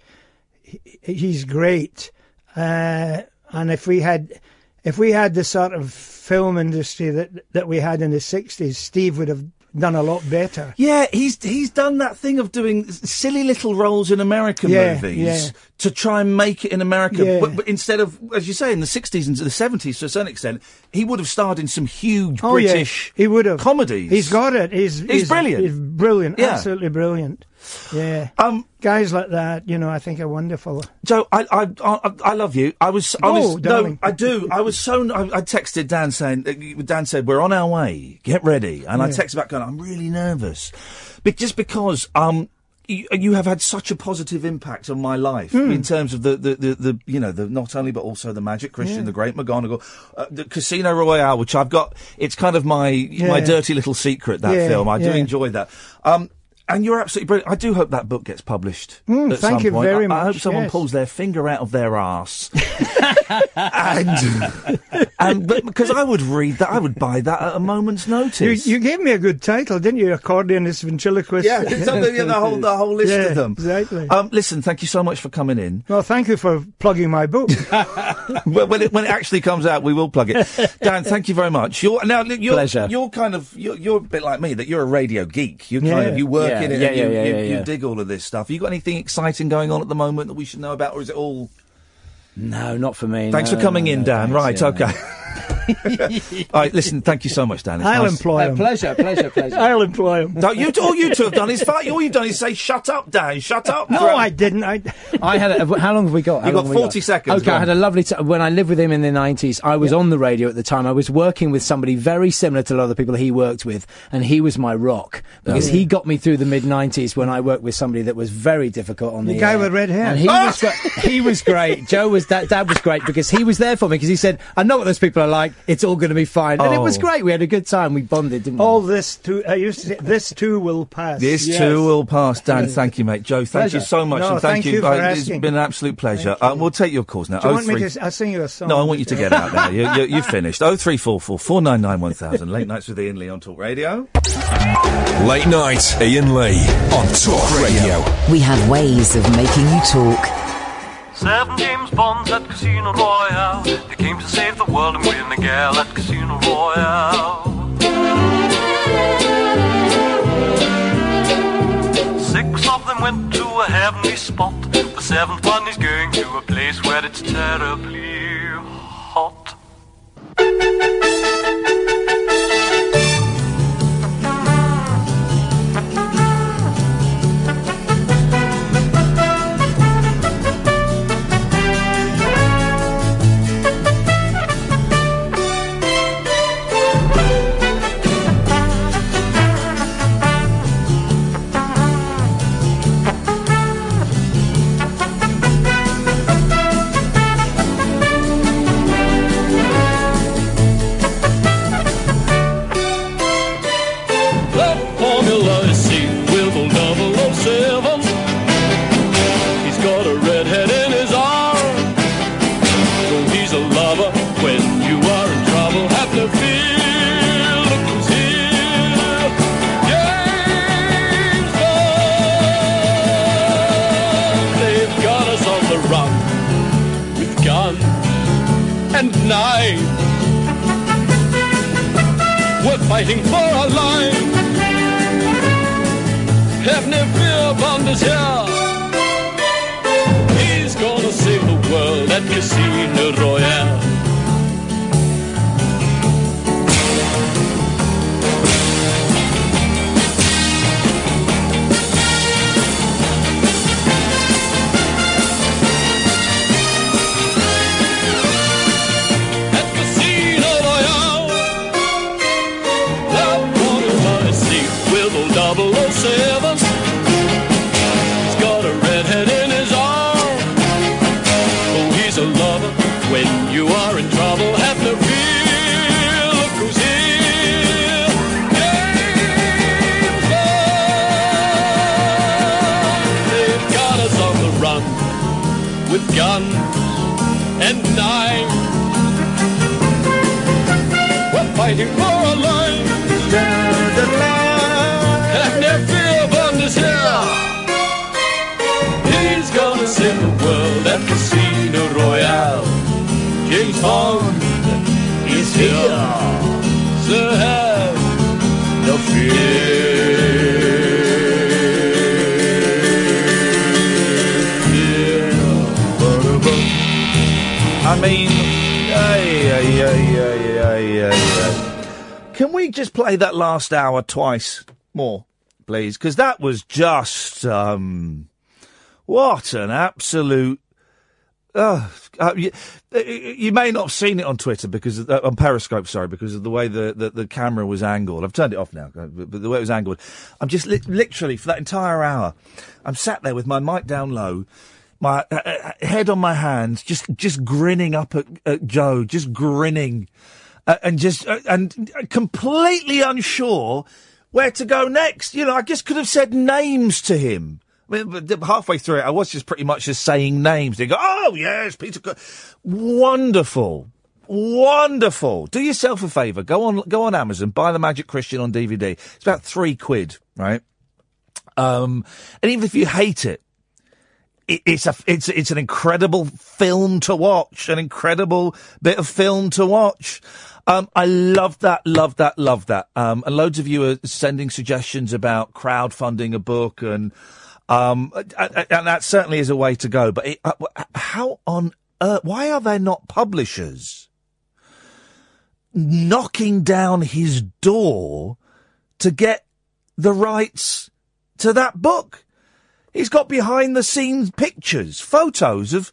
[SPEAKER 6] he- he's great. Uh, and if we had if we had the sort of film industry that that we had in the sixties, Steve would have done a lot better.
[SPEAKER 3] Yeah, he's he's done that thing of doing s- silly little roles in American
[SPEAKER 6] Yeah,
[SPEAKER 3] movies
[SPEAKER 6] yeah.
[SPEAKER 3] to try and make it in America.
[SPEAKER 6] Yeah.
[SPEAKER 3] But, but instead of, as you say, in the 60s and the 70s to a certain extent, he would have starred in some huge
[SPEAKER 6] Oh, yeah.
[SPEAKER 3] British
[SPEAKER 6] He would have.
[SPEAKER 3] comedies.
[SPEAKER 6] He's got it. He's, he's,
[SPEAKER 3] brilliant.
[SPEAKER 6] He's brilliant.
[SPEAKER 3] Yeah.
[SPEAKER 6] Absolutely brilliant. Yeah.
[SPEAKER 3] Um,
[SPEAKER 6] Guys like that, you know, I think are wonderful.
[SPEAKER 3] Joe, I, I, I, I love you. I was, I
[SPEAKER 6] Oh,
[SPEAKER 3] was, no,
[SPEAKER 6] darling.
[SPEAKER 3] I do. I was so, I, I texted Dan saying, uh, Dan said, we're on our way, get ready. And I
[SPEAKER 6] Yeah.
[SPEAKER 3] texted back going, I'm really nervous. But just because, um, you, you have had such a positive impact on my life
[SPEAKER 6] Hmm.
[SPEAKER 3] in terms of the, the, the, the, you know, the, not only, but also the Magic Christian,
[SPEAKER 6] Yeah.
[SPEAKER 3] the Great McGonagall, uh, the Casino Royale, which I've got, it's kind of my, my
[SPEAKER 6] Yeah.
[SPEAKER 3] dirty little secret, that
[SPEAKER 6] Yeah,
[SPEAKER 3] film. I do
[SPEAKER 6] yeah.
[SPEAKER 3] enjoy that. Um, and you're absolutely brilliant. I do hope that book gets published
[SPEAKER 6] Mm,
[SPEAKER 3] at
[SPEAKER 6] thank
[SPEAKER 3] some
[SPEAKER 6] you
[SPEAKER 3] point.
[SPEAKER 6] very
[SPEAKER 3] I, I hope
[SPEAKER 6] much,
[SPEAKER 3] someone
[SPEAKER 6] yes.
[SPEAKER 3] pulls their finger out of their <laughs> arse. and, and <laughs> but because I would read that, I would buy that at a moment's
[SPEAKER 6] You,
[SPEAKER 3] notice.
[SPEAKER 6] you gave me a good title, didn't you? Accordionist ventriloquist.
[SPEAKER 3] yeah, it's up there, yeah, the whole the whole list
[SPEAKER 6] Yeah,
[SPEAKER 3] of them.
[SPEAKER 6] exactly.
[SPEAKER 3] Um, listen, thank you so much for coming in.
[SPEAKER 6] well, thank you for plugging my
[SPEAKER 5] <laughs>
[SPEAKER 6] book.
[SPEAKER 3] Well, when it when it actually comes out, we will plug it. Dan, thank you very much. You're now look, you're,
[SPEAKER 5] Pleasure.
[SPEAKER 3] You're kind of you're, you're a bit like me that you're a radio geek. You kind
[SPEAKER 6] Yeah.
[SPEAKER 3] of you work
[SPEAKER 5] Yeah,
[SPEAKER 3] in it.
[SPEAKER 5] yeah,
[SPEAKER 3] and you,
[SPEAKER 5] yeah, yeah,
[SPEAKER 3] you,
[SPEAKER 5] yeah,
[SPEAKER 3] you
[SPEAKER 5] yeah.
[SPEAKER 3] dig all of this stuff. You got anything exciting going on at the moment that we should know about, or is it <laughs> all?
[SPEAKER 5] No, not for me.
[SPEAKER 3] Thanks
[SPEAKER 5] No,
[SPEAKER 3] for coming
[SPEAKER 5] no,
[SPEAKER 3] in,
[SPEAKER 5] no,
[SPEAKER 3] Dan.
[SPEAKER 5] thanks,
[SPEAKER 3] right,
[SPEAKER 5] yeah, no. <laughs>
[SPEAKER 3] okay. All right, listen, thank you so much, Dan. It's
[SPEAKER 6] I'll
[SPEAKER 3] nice-
[SPEAKER 6] employ
[SPEAKER 5] No,
[SPEAKER 6] him.
[SPEAKER 5] pleasure, pleasure, pleasure.
[SPEAKER 6] I'll employ him.
[SPEAKER 3] No, you, all you two have done is fight. All you've done is say, "Shut up, Dan. Shut up."
[SPEAKER 6] No,
[SPEAKER 3] Throw-
[SPEAKER 6] I didn't. I,
[SPEAKER 5] I had. A, how long have we got? How
[SPEAKER 3] You've
[SPEAKER 5] long
[SPEAKER 3] got
[SPEAKER 5] have we
[SPEAKER 3] 40 seconds,
[SPEAKER 5] Okay,
[SPEAKER 3] go
[SPEAKER 5] I had a
[SPEAKER 3] on.
[SPEAKER 5] lovely time when I lived with him in the nineties. I was on the radio at the time. I was working with somebody very similar to a lot of the people he worked with, and he was my rock because he got me through the mid nineties when I worked with somebody that was very difficult on the,
[SPEAKER 6] guy
[SPEAKER 5] air.
[SPEAKER 6] with Ah! red hair.
[SPEAKER 5] And he
[SPEAKER 3] Ah!
[SPEAKER 5] was gre- he was great. Joe was that dad was great because he was there for me because he said, "I know what those people are like. It's all going to be fine." And it was
[SPEAKER 3] Oh.
[SPEAKER 5] great. We had a good time. We bonded, didn't we?
[SPEAKER 6] all this too. I used to say, this too will pass.
[SPEAKER 3] This
[SPEAKER 5] Yes.
[SPEAKER 3] too will pass, Dan. Thank you, mate. Joe, thank
[SPEAKER 5] Pleasure.
[SPEAKER 3] you so much,
[SPEAKER 6] No,
[SPEAKER 3] and thank,
[SPEAKER 6] thank you for
[SPEAKER 3] Uh, it's
[SPEAKER 6] asking.
[SPEAKER 3] been an absolute pleasure. Um, we'll take your calls now.
[SPEAKER 6] Do you want
[SPEAKER 3] 03
[SPEAKER 6] me to? s- I'll sing you a song.
[SPEAKER 3] No, I want you to get
[SPEAKER 5] <laughs>
[SPEAKER 3] out now. You, you, you've finished. Oh three four four four nine nine one thousand. Late nights with Ian Lee on Talk Radio.
[SPEAKER 2] Late night, Ian Lee on Talk Radio.
[SPEAKER 1] We have ways of making you talk.
[SPEAKER 7] Seven James Bonds at Casino Royale. They came to save the world and win the gale at Casino Royale. Six of them went to a heavenly spot. The seventh one is going to a place where it's terribly hot.
[SPEAKER 8] That formula is sequel 007. He's got a redhead in his arm. So he's a lover when you are in trouble. Have no fear. Look who's here. James Bond. They've got us on the run with guns and knives. We're fighting for our lives. Have no fear, Bond is here. He's gonna save the world at Casino Royale. At Casino Royale. Love wanted my seat with a 007. He's got a redhead in his arm. Oh, he's a lover. When you are in trouble, have no fear. Look who's here. James Bond. They've got us on the run with guns and knives. We're fighting for our lives. Have no fear, Bond is here. He's gonna save the world at Casino Royale. James Bond is here. So have no fear. Fear.
[SPEAKER 3] I mean, ay, ay, ay, ay, ay, ay, ay. can we just play that last hour twice more, please? Because that was just um, what an absolute. Uh, uh, you, uh, you may not have seen it on Twitter because of, uh, on Periscope, sorry, because of the way the, the, the camera was angled. I've turned it off now, uh, but but the way it was angled, I'm just li- literally for that entire hour, I'm sat there with my mic down low, my uh, uh, head on my hands, just just grinning up at, at Joe, just grinning, uh, and just uh, and completely unsure where to go next. You know, I just could have said names to him. I mean, but th- halfway through it, I was just pretty much just saying names. They go, "Oh yes, Peter." Co-" Wonderful, wonderful. Do yourself a favour. Go on, go on Amazon, buy the Magic Christian on DVD. It's about three quid, right? Um, and even if you hate it, it, it's a it's it's an incredible film to watch, an incredible bit of film to watch. Um, I love that, love that, love that. Um, and loads of you are sending suggestions about crowdfunding a book, and um, a- a- and that certainly is a way to go. But it, uh, how on earth? Why are there not publishers knocking down his door to get the rights to that book? He's got behind the scenes pictures, photos of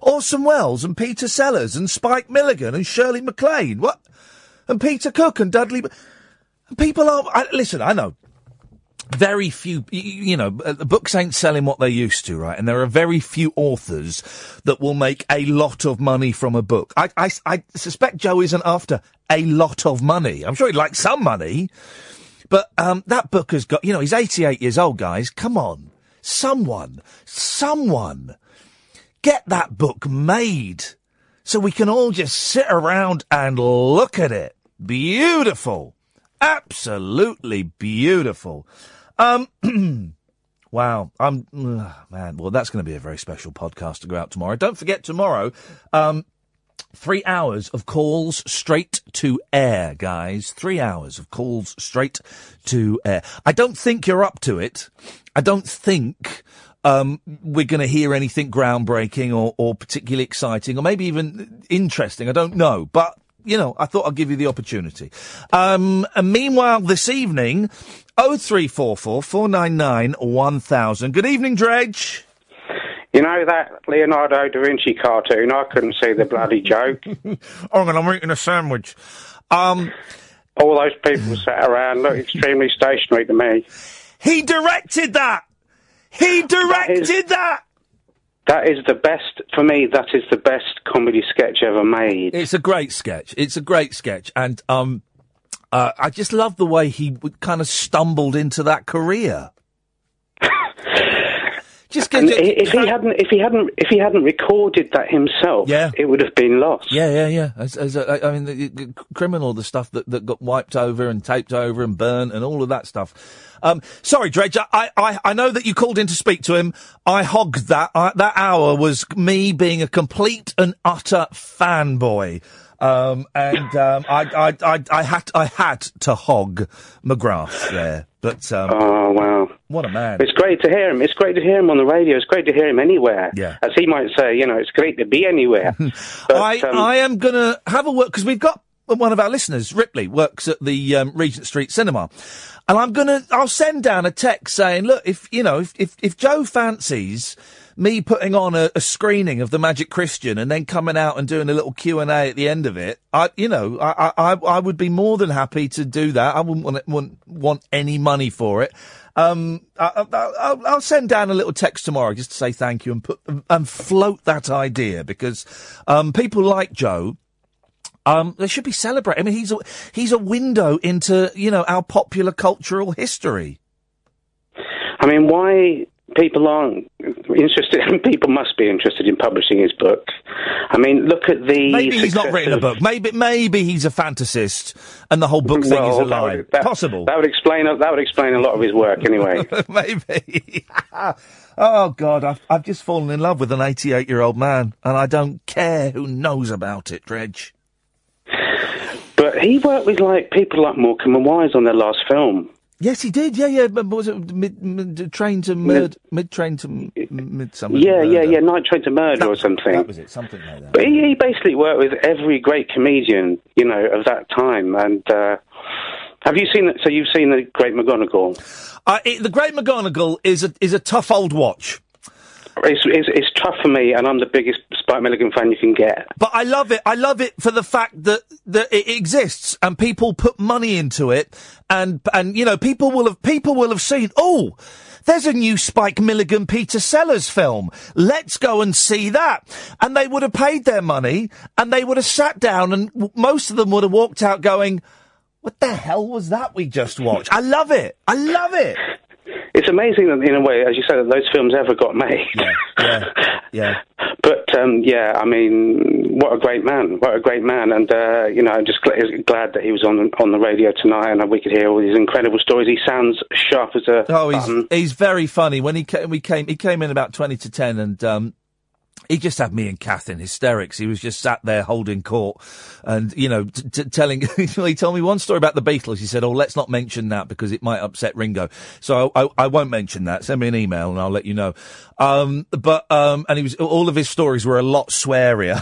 [SPEAKER 3] Orson Welles and Peter Sellers and Spike Milligan and Shirley MacLaine. What? And Peter Cook and Dudley. B- People are. I, listen, I know. Very few, y- y- you know, b- the books ain't selling what they used to, right? And there are very few authors that will make a lot of money from a book. I, I s- I suspect Joe isn't after a lot of money. I'm sure he'd like some money, but um, that book has got, you know, he's 88 years old, guys. Come on. Someone, someone, get that book made so we can all just sit around and look at it. Beautiful. Absolutely beautiful. Um, <clears throat> Wow, I'm ugh, man. Well, that's going to be a very special podcast to go out tomorrow. Don't forget tomorrow, um, three hours of calls straight to air, guys. Three hours of calls straight to air. I don't think you're up to it. I don't think um, we're going to hear anything groundbreaking or, or particularly exciting or maybe even interesting. I don't know, but you know, I thought I'd give you the opportunity. Um, and meanwhile, this evening, 0344 499 1000. Good evening, Dredge.
[SPEAKER 9] You know that Leonardo da Vinci cartoon? I couldn't see the bloody joke.
[SPEAKER 3] Oh, and I'm eating a sandwich. Um,
[SPEAKER 9] All those people sat around look extremely stationary to me.
[SPEAKER 3] He directed that! He directed that!
[SPEAKER 9] That is the best, for me, that is the best comedy sketch ever made.
[SPEAKER 3] It's a great sketch. It's a great sketch, and um, uh, I just love the way he w- kind of stumbled into that career. just
[SPEAKER 9] And i- if he hadn't, if he hadn't, if he hadn't recorded that himself, yeah. it would have been lost.
[SPEAKER 3] Yeah, yeah, yeah. As, as a, I I mean, the, the criminal, the stuff that, that got wiped over and taped over and burnt and all of that stuff. Um, sorry, Dredge. I, I, I know that you called in to speak to him. I hogged that. I, that hour was me being a complete and utter fanboy. Um, and um, I, I, I, I had, I had to hog McGrath there. But um,
[SPEAKER 9] oh wow,
[SPEAKER 3] what a man!
[SPEAKER 9] It's great to hear him. It's great to hear him on the radio. It's great to hear him anywhere. Yeah. As he might say, you know, it's great to be
[SPEAKER 3] <laughs>
[SPEAKER 9] anywhere. But,
[SPEAKER 3] I,
[SPEAKER 9] um,
[SPEAKER 3] I am going to have a work because we've got one of our listeners, Ripley, works at the um, Regent Street Cinema, and I'm going to I'll send down a text saying, look, if you know, if if, if Joe fancies me putting on a, a screening of the Magic Christian and then coming out and doing a little Q and A at the end of it, I you know, I, I I I would be more than happy to do that. I wouldn't want it- want want any money for it. Um, I, I, I'll, I'll send down a little text tomorrow just to say thank you and put and float that idea because um, people like Joe. Um, they should be celebrating. I mean, he's a, he's a window into you know our popular cultural history.
[SPEAKER 9] I mean, why people aren't interested? <laughs> People must be interested in publishing his book. I mean, look at the.
[SPEAKER 3] Maybe he's not
[SPEAKER 9] success
[SPEAKER 3] written a
[SPEAKER 9] of-
[SPEAKER 3] book. Maybe maybe he's a fantasist, and the whole book thing is
[SPEAKER 9] Well,
[SPEAKER 3] a
[SPEAKER 9] that
[SPEAKER 3] lie.
[SPEAKER 9] would- that-
[SPEAKER 3] Possible.
[SPEAKER 9] That would explain. a- That would explain a lot of his work,
[SPEAKER 3] <laughs>
[SPEAKER 9] anyway.
[SPEAKER 3] Maybe. oh God, I've, I've just fallen in love with an 88 year old man, and I don't care who knows about it, Dredge.
[SPEAKER 9] but he worked with like people like Morecambe and Wise on their last film.
[SPEAKER 3] Yes, he did. Yeah, yeah. But what was it mid, mid train to murd, mid train to m- midsummer?
[SPEAKER 9] Yeah, yeah,
[SPEAKER 3] Murder?
[SPEAKER 9] yeah. Night Train to Murder or something.
[SPEAKER 3] That was it. Something like that.
[SPEAKER 9] But he, he basically worked with every great comedian, you know, of that time. And uh, have you seen it? So you've seen the Great McGonagall?
[SPEAKER 3] Uh, it, the Great McGonagall is a is a tough old watch.
[SPEAKER 9] It's, it's, it's tough for me, and I'm the biggest Spike Milligan fan you can get.
[SPEAKER 3] But I love it. I love it for the fact that that it exists and people put money into it, and and you know people will have people will have seen. Oh, there's a new Spike Milligan Peter Sellers film. Let's go and see that. And they would have paid their money, and they would have sat down, and w- most of them would have walked out going, "What the hell was that we just watched?" I love it. I love it.
[SPEAKER 9] It's amazing that, in a way, as you say, that those films ever got made.
[SPEAKER 3] Yeah, yeah.
[SPEAKER 9] <laughs> But um, yeah, I mean, what a great man! What a great man! And uh, you know, I'm just gl- glad that he was on on the radio tonight, and we could hear all these incredible stories. He sounds sharp as a
[SPEAKER 3] Oh, he's
[SPEAKER 9] button.
[SPEAKER 3] he's very funny. When he came, we came, he came in about twenty to ten, and um, he just had me and Kath in hysterics. He was just sat there holding court, and you know, t- t- telling. <laughs> he told me one story about the Beatles. He said, "Oh, let's not mention that because it might upset Ringo." So I, I, I won't mention that. Send me an email and I'll let you know. Um, but um, and he was all of his stories were a lot swearier.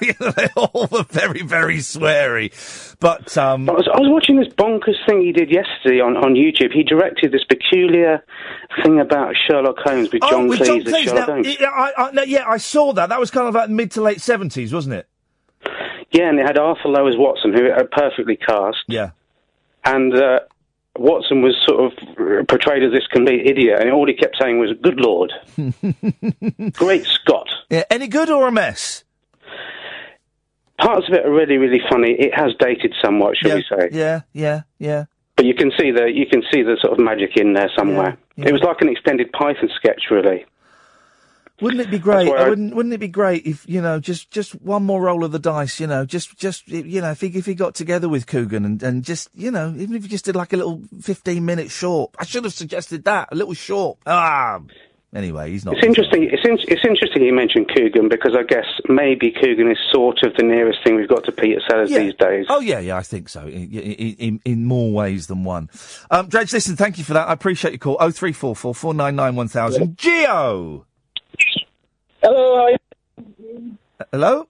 [SPEAKER 3] they all were <laughs> very very sweary, but um,
[SPEAKER 9] I was, I was watching this bonkers thing he did yesterday on, on YouTube. He directed this peculiar thing about Sherlock Holmes <laughs> with John
[SPEAKER 3] Oh, with
[SPEAKER 9] Cleese as
[SPEAKER 3] John Cleese.
[SPEAKER 9] Sherlock
[SPEAKER 3] Now,
[SPEAKER 9] Holmes.
[SPEAKER 3] yeah, I, I, no, yeah, I saw that. That was kind of like mid to late seventies, wasn't it?
[SPEAKER 9] Yeah, and it had Arthur Lowe as Watson, who are perfectly cast.
[SPEAKER 3] Yeah.
[SPEAKER 9] And uh, Watson was sort of portrayed as this complete idiot, and all he kept saying was, Good
[SPEAKER 3] <laughs>
[SPEAKER 9] Lord. Great Scott.
[SPEAKER 3] Yeah, any good or a mess?
[SPEAKER 9] Parts of it are really, really funny. It has dated somewhat, shall we say.
[SPEAKER 3] Yeah, yeah, yeah.
[SPEAKER 9] But you can see the you can see the sort of magic in there somewhere. It was like an extended Python sketch, really.
[SPEAKER 3] Wouldn't it be great?
[SPEAKER 9] why I-
[SPEAKER 3] Wouldn't Wouldn't it be great if you know just just one more roll of the dice? You know, just just you know if he if he got together with Coogan and and just you know even if he just did like a little fifteen minute short. I should have suggested that a little short. Ah. Anyway, he's not.
[SPEAKER 9] It's interesting. It's, in, it's interesting you mentioned Coogan because I guess maybe Coogan is sort of the nearest thing we've got to Peter Sellers
[SPEAKER 3] Yeah.
[SPEAKER 9] these days.
[SPEAKER 3] Oh yeah, yeah, I think so. In, in, in, in more ways than one. Um, Dredge, listen, thank you for that. I appreciate your call. Oh three four four four nine nine one thousand. Geo.
[SPEAKER 10] Hello.
[SPEAKER 3] Hello.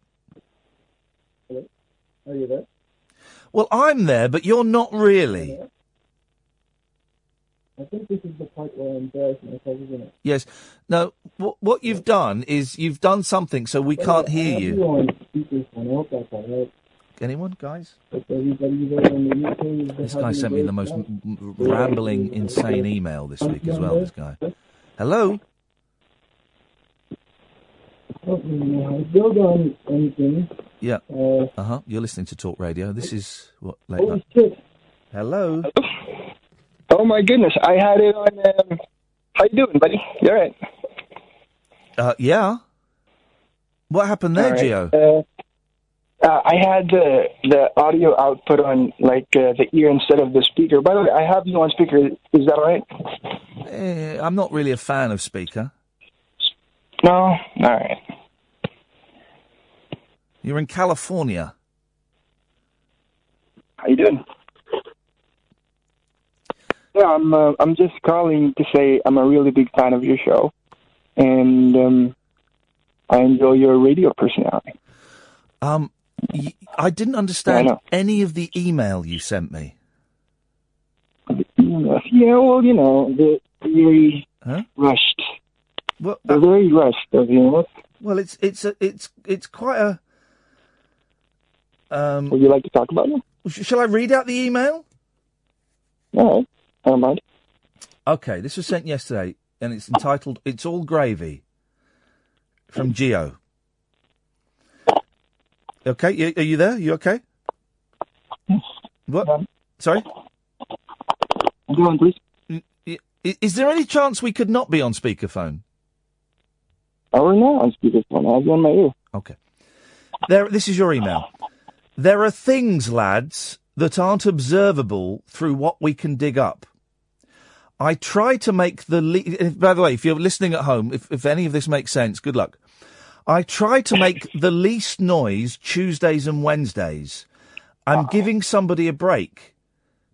[SPEAKER 10] Are you there?
[SPEAKER 3] Well, I'm there, but you're not really.
[SPEAKER 10] I think this is the part where I embarrass myself, isn't it?
[SPEAKER 3] Yes. No. What what you've done is you've done something so we can't hear you. Anyone, guys? This guy sent me the most m- m- rambling, insane email this week as well. This guy. Hello.
[SPEAKER 10] I don't really know how to build on anything.
[SPEAKER 3] Yeah.
[SPEAKER 10] Uh,
[SPEAKER 3] Uh huh. You're listening to Talk Radio. This is what late
[SPEAKER 10] oh
[SPEAKER 3] night.
[SPEAKER 10] shit!
[SPEAKER 3] Hello.
[SPEAKER 10] Oh my goodness! I had it on. Um, how you doing, buddy? You all right?
[SPEAKER 3] Uh, yeah. What happened there,
[SPEAKER 10] All right.
[SPEAKER 3] Geo?
[SPEAKER 10] Uh, uh, I had the the audio output on like uh, the ear instead of the speaker. By the way, I have you on speaker. Is that all right?
[SPEAKER 3] Eh, I'm not really a fan of speaker.
[SPEAKER 10] No. All right.
[SPEAKER 3] You're in California.
[SPEAKER 10] How you doing? Yeah, I'm. Uh, I'm just calling to say I'm a really big fan of your show, and um, I enjoy your radio personality.
[SPEAKER 3] Um, y- I didn't understand any of the email you sent me.
[SPEAKER 10] Yeah, well, you know, the very rushed.
[SPEAKER 3] Well,
[SPEAKER 10] the very rushed of you. Know,
[SPEAKER 3] Well, it's it's a, it's it's quite a. Um,
[SPEAKER 10] would you like to talk about it?
[SPEAKER 3] sh- shall I read out the email?
[SPEAKER 10] All right, I don't mind.
[SPEAKER 3] Okay, this was sent yesterday, and it's entitled "It's All Gravy" from Geo. Okay, you, are you there? You okay? What? Sorry.
[SPEAKER 10] Go on, please.
[SPEAKER 3] Is there any chance we could not be on speakerphone?
[SPEAKER 10] Oh, no, on speakerphone. I have you on my ear.
[SPEAKER 3] Okay. There, this is your email. There are things, lads, that aren't observable through what we can dig up. I try to make the. Le- if- by the way, if you're listening at home, if, if any of this makes sense, good luck. I try to make the least noise Tuesdays and Wednesdays. I'm giving somebody a break,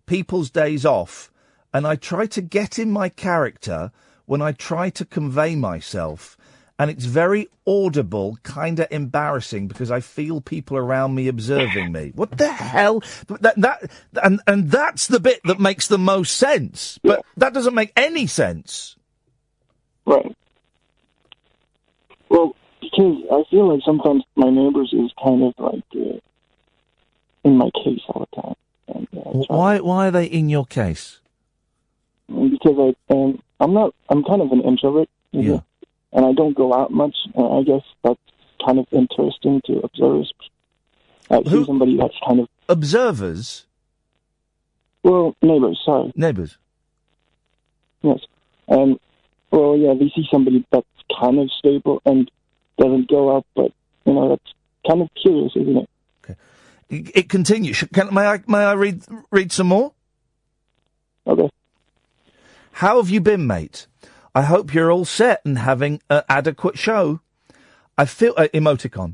[SPEAKER 3] people's days off, and I try to get in my character when I try to convey myself. And it's very audible, kind of embarrassing because I feel people around me observing me. What the hell? That, that, and, and that's the bit that makes the most sense. But that doesn't make any sense.
[SPEAKER 10] Right. Well, because I feel like sometimes my neighbors is kind of like uh, in my case all the time. And, uh,
[SPEAKER 3] Wh- Why, why are they in your case?
[SPEAKER 10] because I um, I'm not I'm kind of an introvert, you
[SPEAKER 3] Yeah.
[SPEAKER 10] know, and I don't go out much. And I guess that's kind of interesting to observe. I see somebody that's kind of
[SPEAKER 3] observers.
[SPEAKER 10] Well, neighbors. Sorry,
[SPEAKER 3] neighbors.
[SPEAKER 10] Yes, um, well, yeah, they see somebody that's kind of stable and doesn't go out, but you know that's kind of curious, isn't it?
[SPEAKER 3] It it continues. Sh- Can, may I may I read read some more?
[SPEAKER 10] Okay.
[SPEAKER 3] How have you been, mate? I hope you're all set and having an adequate show. I feel uh, emoticon.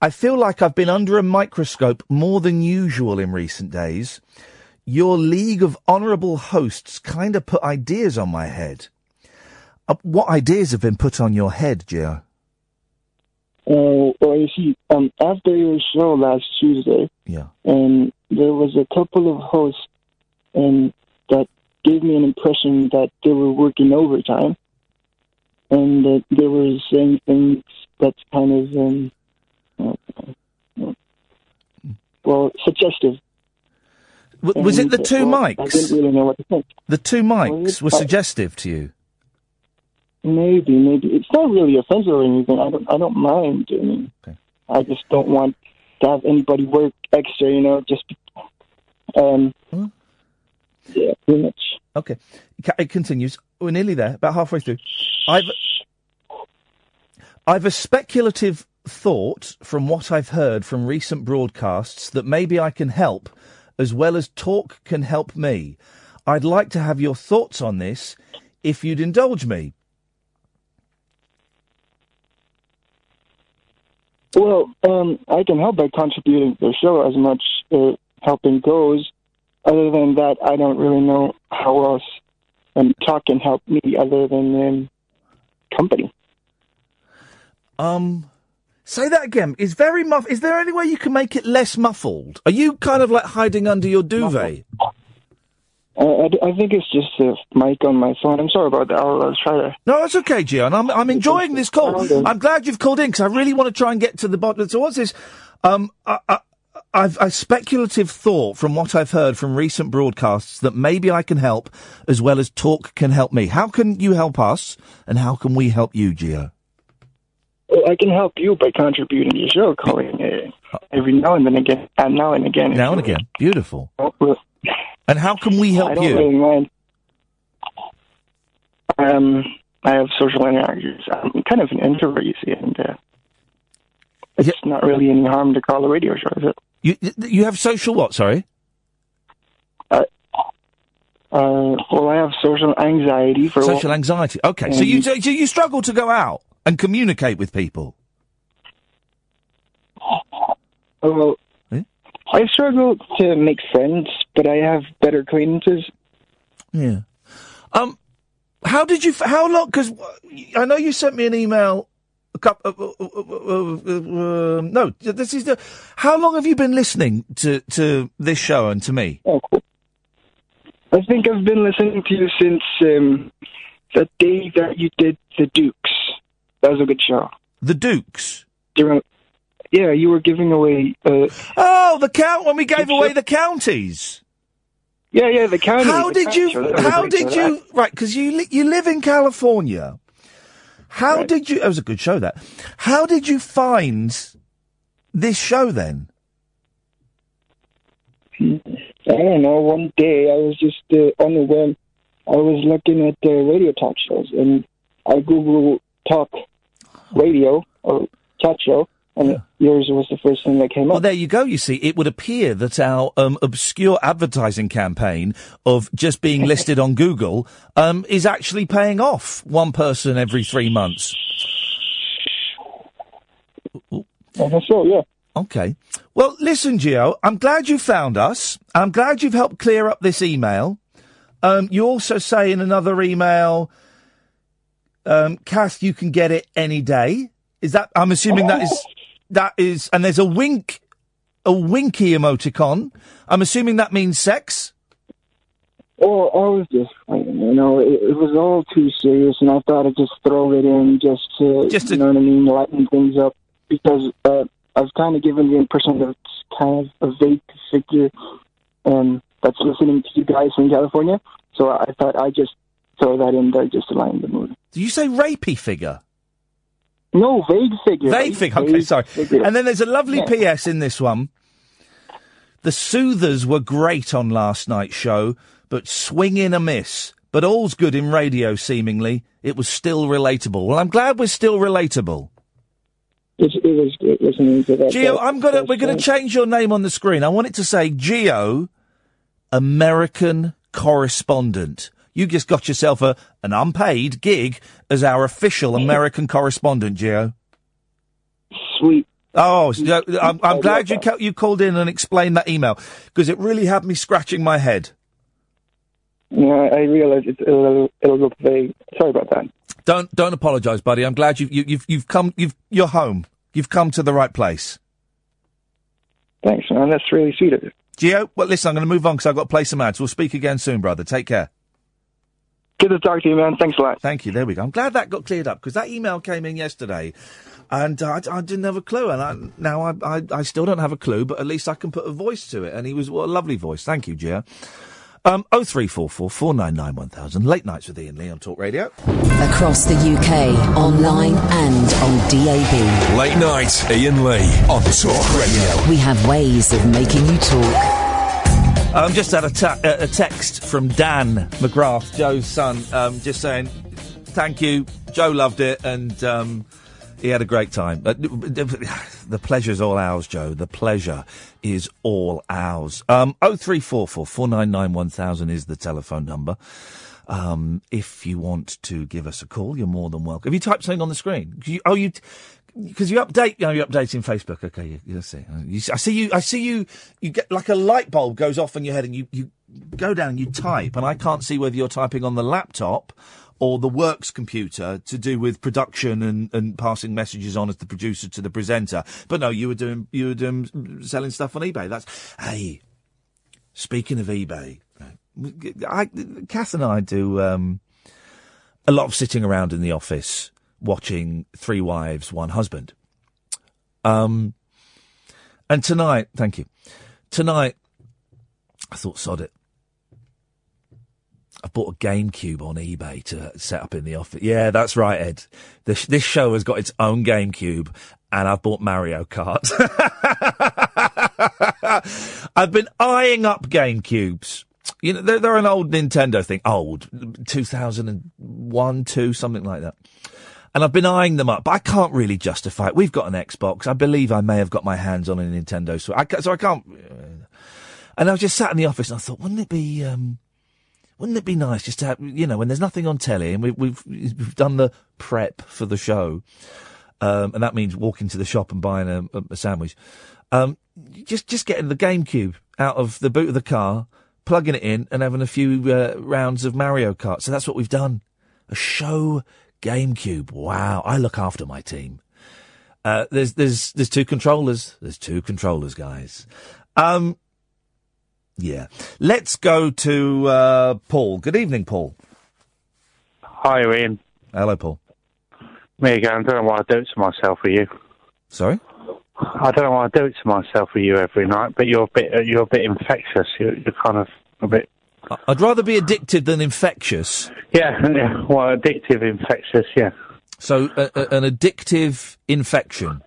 [SPEAKER 3] I feel like I've been under a microscope more than usual in recent days. Your League of Honourable Hosts kind of put ideas on my head. Uh, what ideas have been put on your head, Gio?
[SPEAKER 10] Uh, well, you see, um, after your show last Tuesday,
[SPEAKER 3] Yeah.
[SPEAKER 10] and there was a couple of hosts and that gave me an impression that they were working overtime and that they were saying things that's kind of um, uh, well suggestive.
[SPEAKER 3] W- was it the
[SPEAKER 10] And,
[SPEAKER 3] two
[SPEAKER 10] Um, well, I
[SPEAKER 3] mics?
[SPEAKER 10] didn't really know what to think.
[SPEAKER 3] The two mics were
[SPEAKER 10] I-
[SPEAKER 3] suggestive to you.
[SPEAKER 10] Maybe, maybe it's not really offensive or anything. I don't, I don't mind. I mean, I just don't want to have anybody work extra. You know, just um, yeah, pretty much.
[SPEAKER 3] Okay. Ca- It continues. We're nearly there, about halfway through. I've I've a speculative thought from what I've heard from recent broadcasts that maybe I can help as well as talk can help me. I'd like to have your thoughts on this if you'd indulge me.
[SPEAKER 10] Well, um, I can help by contributing to the show as much uh, helping goes. Other than that, I don't really know how else um, talk can help me other than um, company.
[SPEAKER 3] Um say that again. Is very muff is there any way you can make it less muffled? Are you kind of like hiding under your duvet?
[SPEAKER 10] I, I, I think it's just a mic on my phone. I'm sorry about that. I'll, I'll try to.
[SPEAKER 3] No, that's okay, Gian. I'm I'm enjoying this call. I'm glad you've called in because I really want to try and get to the bottom. So what's this? Um, I, I, I've a speculative thought from what I've heard from recent broadcasts that maybe I can help as well as talk can help me. How can you help us, and how can we help you, Gio?
[SPEAKER 10] Well, I can help you by contributing to your show, calling uh, every now and then again, uh, now and again. Oh,
[SPEAKER 3] Now and again, beautiful.
[SPEAKER 10] Well,
[SPEAKER 3] And how can we
[SPEAKER 10] I
[SPEAKER 3] help
[SPEAKER 10] don't
[SPEAKER 3] you?
[SPEAKER 10] really mind. Um, I have social interactions. I'm kind of an introvert, you see, and uh, it's not really any harm to call a radio show, is it?
[SPEAKER 3] You you have social what? Sorry.
[SPEAKER 10] Uh, well, I have social anxiety for Mm-hmm. one.
[SPEAKER 3] Social anxiety. Okay, so you so you struggle to go out and communicate with people.
[SPEAKER 10] Well,
[SPEAKER 3] Eh?
[SPEAKER 10] I struggle to make friends, but I have better acquaintances.
[SPEAKER 3] Yeah. Um, how did you? f- How long? Because I know you sent me an email. A couple. Uh, uh, uh, uh, uh, no, this is the. How long have you been listening to to this show and to me?
[SPEAKER 10] Oh, I think I've been listening to you since um, the day that you did The Dukes. That was a good show.
[SPEAKER 3] The Dukes?
[SPEAKER 10] During, yeah, you were giving away. Uh,
[SPEAKER 3] Oh, the count when we gave away the counties.
[SPEAKER 10] Yeah, yeah, the counties.
[SPEAKER 3] How
[SPEAKER 10] the
[SPEAKER 3] did
[SPEAKER 10] counties,
[SPEAKER 3] you?
[SPEAKER 10] that was a
[SPEAKER 3] How
[SPEAKER 10] great
[SPEAKER 3] did
[SPEAKER 10] show.
[SPEAKER 3] you? Right, because you li- you live in California. How did you? That was a good show. That. How did you find this show then?
[SPEAKER 10] I don't know. One day I was just uh, on the web. I was looking at the radio talk shows, and I Googled talk radio or chat show, and yours was the first thing that came
[SPEAKER 3] Well,
[SPEAKER 10] up.
[SPEAKER 3] there you go. You see, it would appear that our um, obscure advertising campaign of just being listed on Google um, is actually paying off one person every three months.
[SPEAKER 10] so, yeah.
[SPEAKER 3] Okay. Well, listen, Gio, I'm glad you found us. I'm glad you've helped clear up this email. Um, you also say in another email, um, Kath, you can get it any day. Is that? I'm assuming that is that is, and there's a wink, a winky emoticon. I'm assuming that means sex.
[SPEAKER 10] Well, I was just waiting. You know, it, it was all too serious, and I thought I'd just throw it in just to, you know what I mean, lighten things up. Because uh, I was kind of given the impression that it's kind of a vague figure um, that's listening to you guys from California. So I I thought I'd just throw that in there just to lighten the mood.
[SPEAKER 3] Do you say rapey figure?
[SPEAKER 10] No, vague figure.
[SPEAKER 3] Vague figure. Okay, sorry.
[SPEAKER 10] figure.
[SPEAKER 3] And then there's a lovely
[SPEAKER 10] Yeah.
[SPEAKER 3] PS in this one. The Soothers were great on last night's show, but swing in a miss. But all's good in radio, seemingly. It was still relatable. Well, I'm glad we're still relatable.
[SPEAKER 10] It, it was great listening to that.
[SPEAKER 3] Geo,
[SPEAKER 10] that-
[SPEAKER 3] I'm gonna
[SPEAKER 10] that
[SPEAKER 3] we're gonna
[SPEAKER 10] song.
[SPEAKER 3] change your name on the screen. I want it to say Geo, American correspondent. You just got yourself a an unpaid gig as our official American correspondent, Geo.
[SPEAKER 10] Sweet.
[SPEAKER 3] Oh, so, uh, I'm, I'm glad you ca- you called in and explained that email because it really had me scratching my head.
[SPEAKER 10] Yeah, I realize it's a little, it'll look vague. Sorry about that.
[SPEAKER 3] Don't don't apologise, buddy. I'm glad you, you you've you've come you've you're home. You've come to the right place.
[SPEAKER 10] Thanks, man. That's really sweet of you.
[SPEAKER 3] Geo, well, listen, I'm going to move on because I've got to play some ads. We'll speak again soon, brother. Take care.
[SPEAKER 10] Good to talk to you, man. Thanks a lot.
[SPEAKER 3] Thank you. There we go. I'm glad that got cleared up because that email came in yesterday, and uh, I, I didn't have a clue. And I, now I, I I still don't have a clue, but at least I can put a voice to it. And he was what a lovely voice. Thank you, Geo. Um, oh three four four four nine nine one thousand. Late nights with Ian Lee on Talk Radio.
[SPEAKER 1] Across the UK, online and on DAB.
[SPEAKER 2] Late night, Ian Lee on Talk Radio.
[SPEAKER 1] We have ways of making you talk.
[SPEAKER 3] Um, just had a, ta- a a text from Dan McGrath, Joe's son, um, just saying thank you. Joe loved it, and um, he had a great time. Uh, the pleasure's all ours, Joe. The pleasure is all ours. Um, 0344 499 1000 is the telephone number. Um, if you want to give us a call, you're more than welcome. Have you typed something on the screen? You, oh, you. Because you update, you know, you're updating Facebook. Okay, you, you see. You see- I see you. I see you. You get like a light bulb goes off in your head, and you you go down. You type, and I can't see whether you're typing on the laptop or the works computer to do with production and, and passing messages on as the producer to the presenter. But no, you were doing you were doing mm, selling stuff on eBay. That's hey. Speaking of eBay, I, Kath and I do um, a lot of sitting around in the office watching Three Wives, One Husband. Um, and tonight, thank you. Tonight, I thought, sod it. I bought a GameCube on eBay to set up in the office. Yeah, that's right, Ed. This, this show has got its own GameCube, and I've bought Mario Kart. <laughs> I've been eyeing up GameCubes. You know, they're, they're an old Nintendo thing, old, 2001, 2, something like that. And I've been eyeing them up, but I can't really justify it. We've got an Xbox. I believe I may have got my hands on a Nintendo Switch. I, ca- so I can't. uh, And I was just sat in the office and I thought, wouldn't it be, um, wouldn't it be nice just to have, you know, when there's nothing on telly and we, we've, we've done the prep for the show, um, and that means walking to the shop and buying a, a sandwich, um, just, just getting the GameCube out of the boot of the car, plugging it in and having a few uh, rounds of Mario Kart. So that's what we've done. A show GameCube. Wow. I look after my team. Uh, there's, there's, there's two controllers. There's two controllers, guys. Um, yeah. Let's go to uh, Paul. Good evening, Paul.
[SPEAKER 11] Hi, Ian.
[SPEAKER 3] Hello, Paul.
[SPEAKER 11] Me again. I don't know why I do it to myself with you.
[SPEAKER 3] Sorry.
[SPEAKER 11] I don't know why I do it to myself with you every night, but you're a bit uh, you're a bit infectious. You're, you're kind of a bit
[SPEAKER 3] I- I'd rather be addicted than infectious.
[SPEAKER 11] yeah yeah. Well, addictive, infectious. Yeah,
[SPEAKER 3] So, a, a- an addictive infection.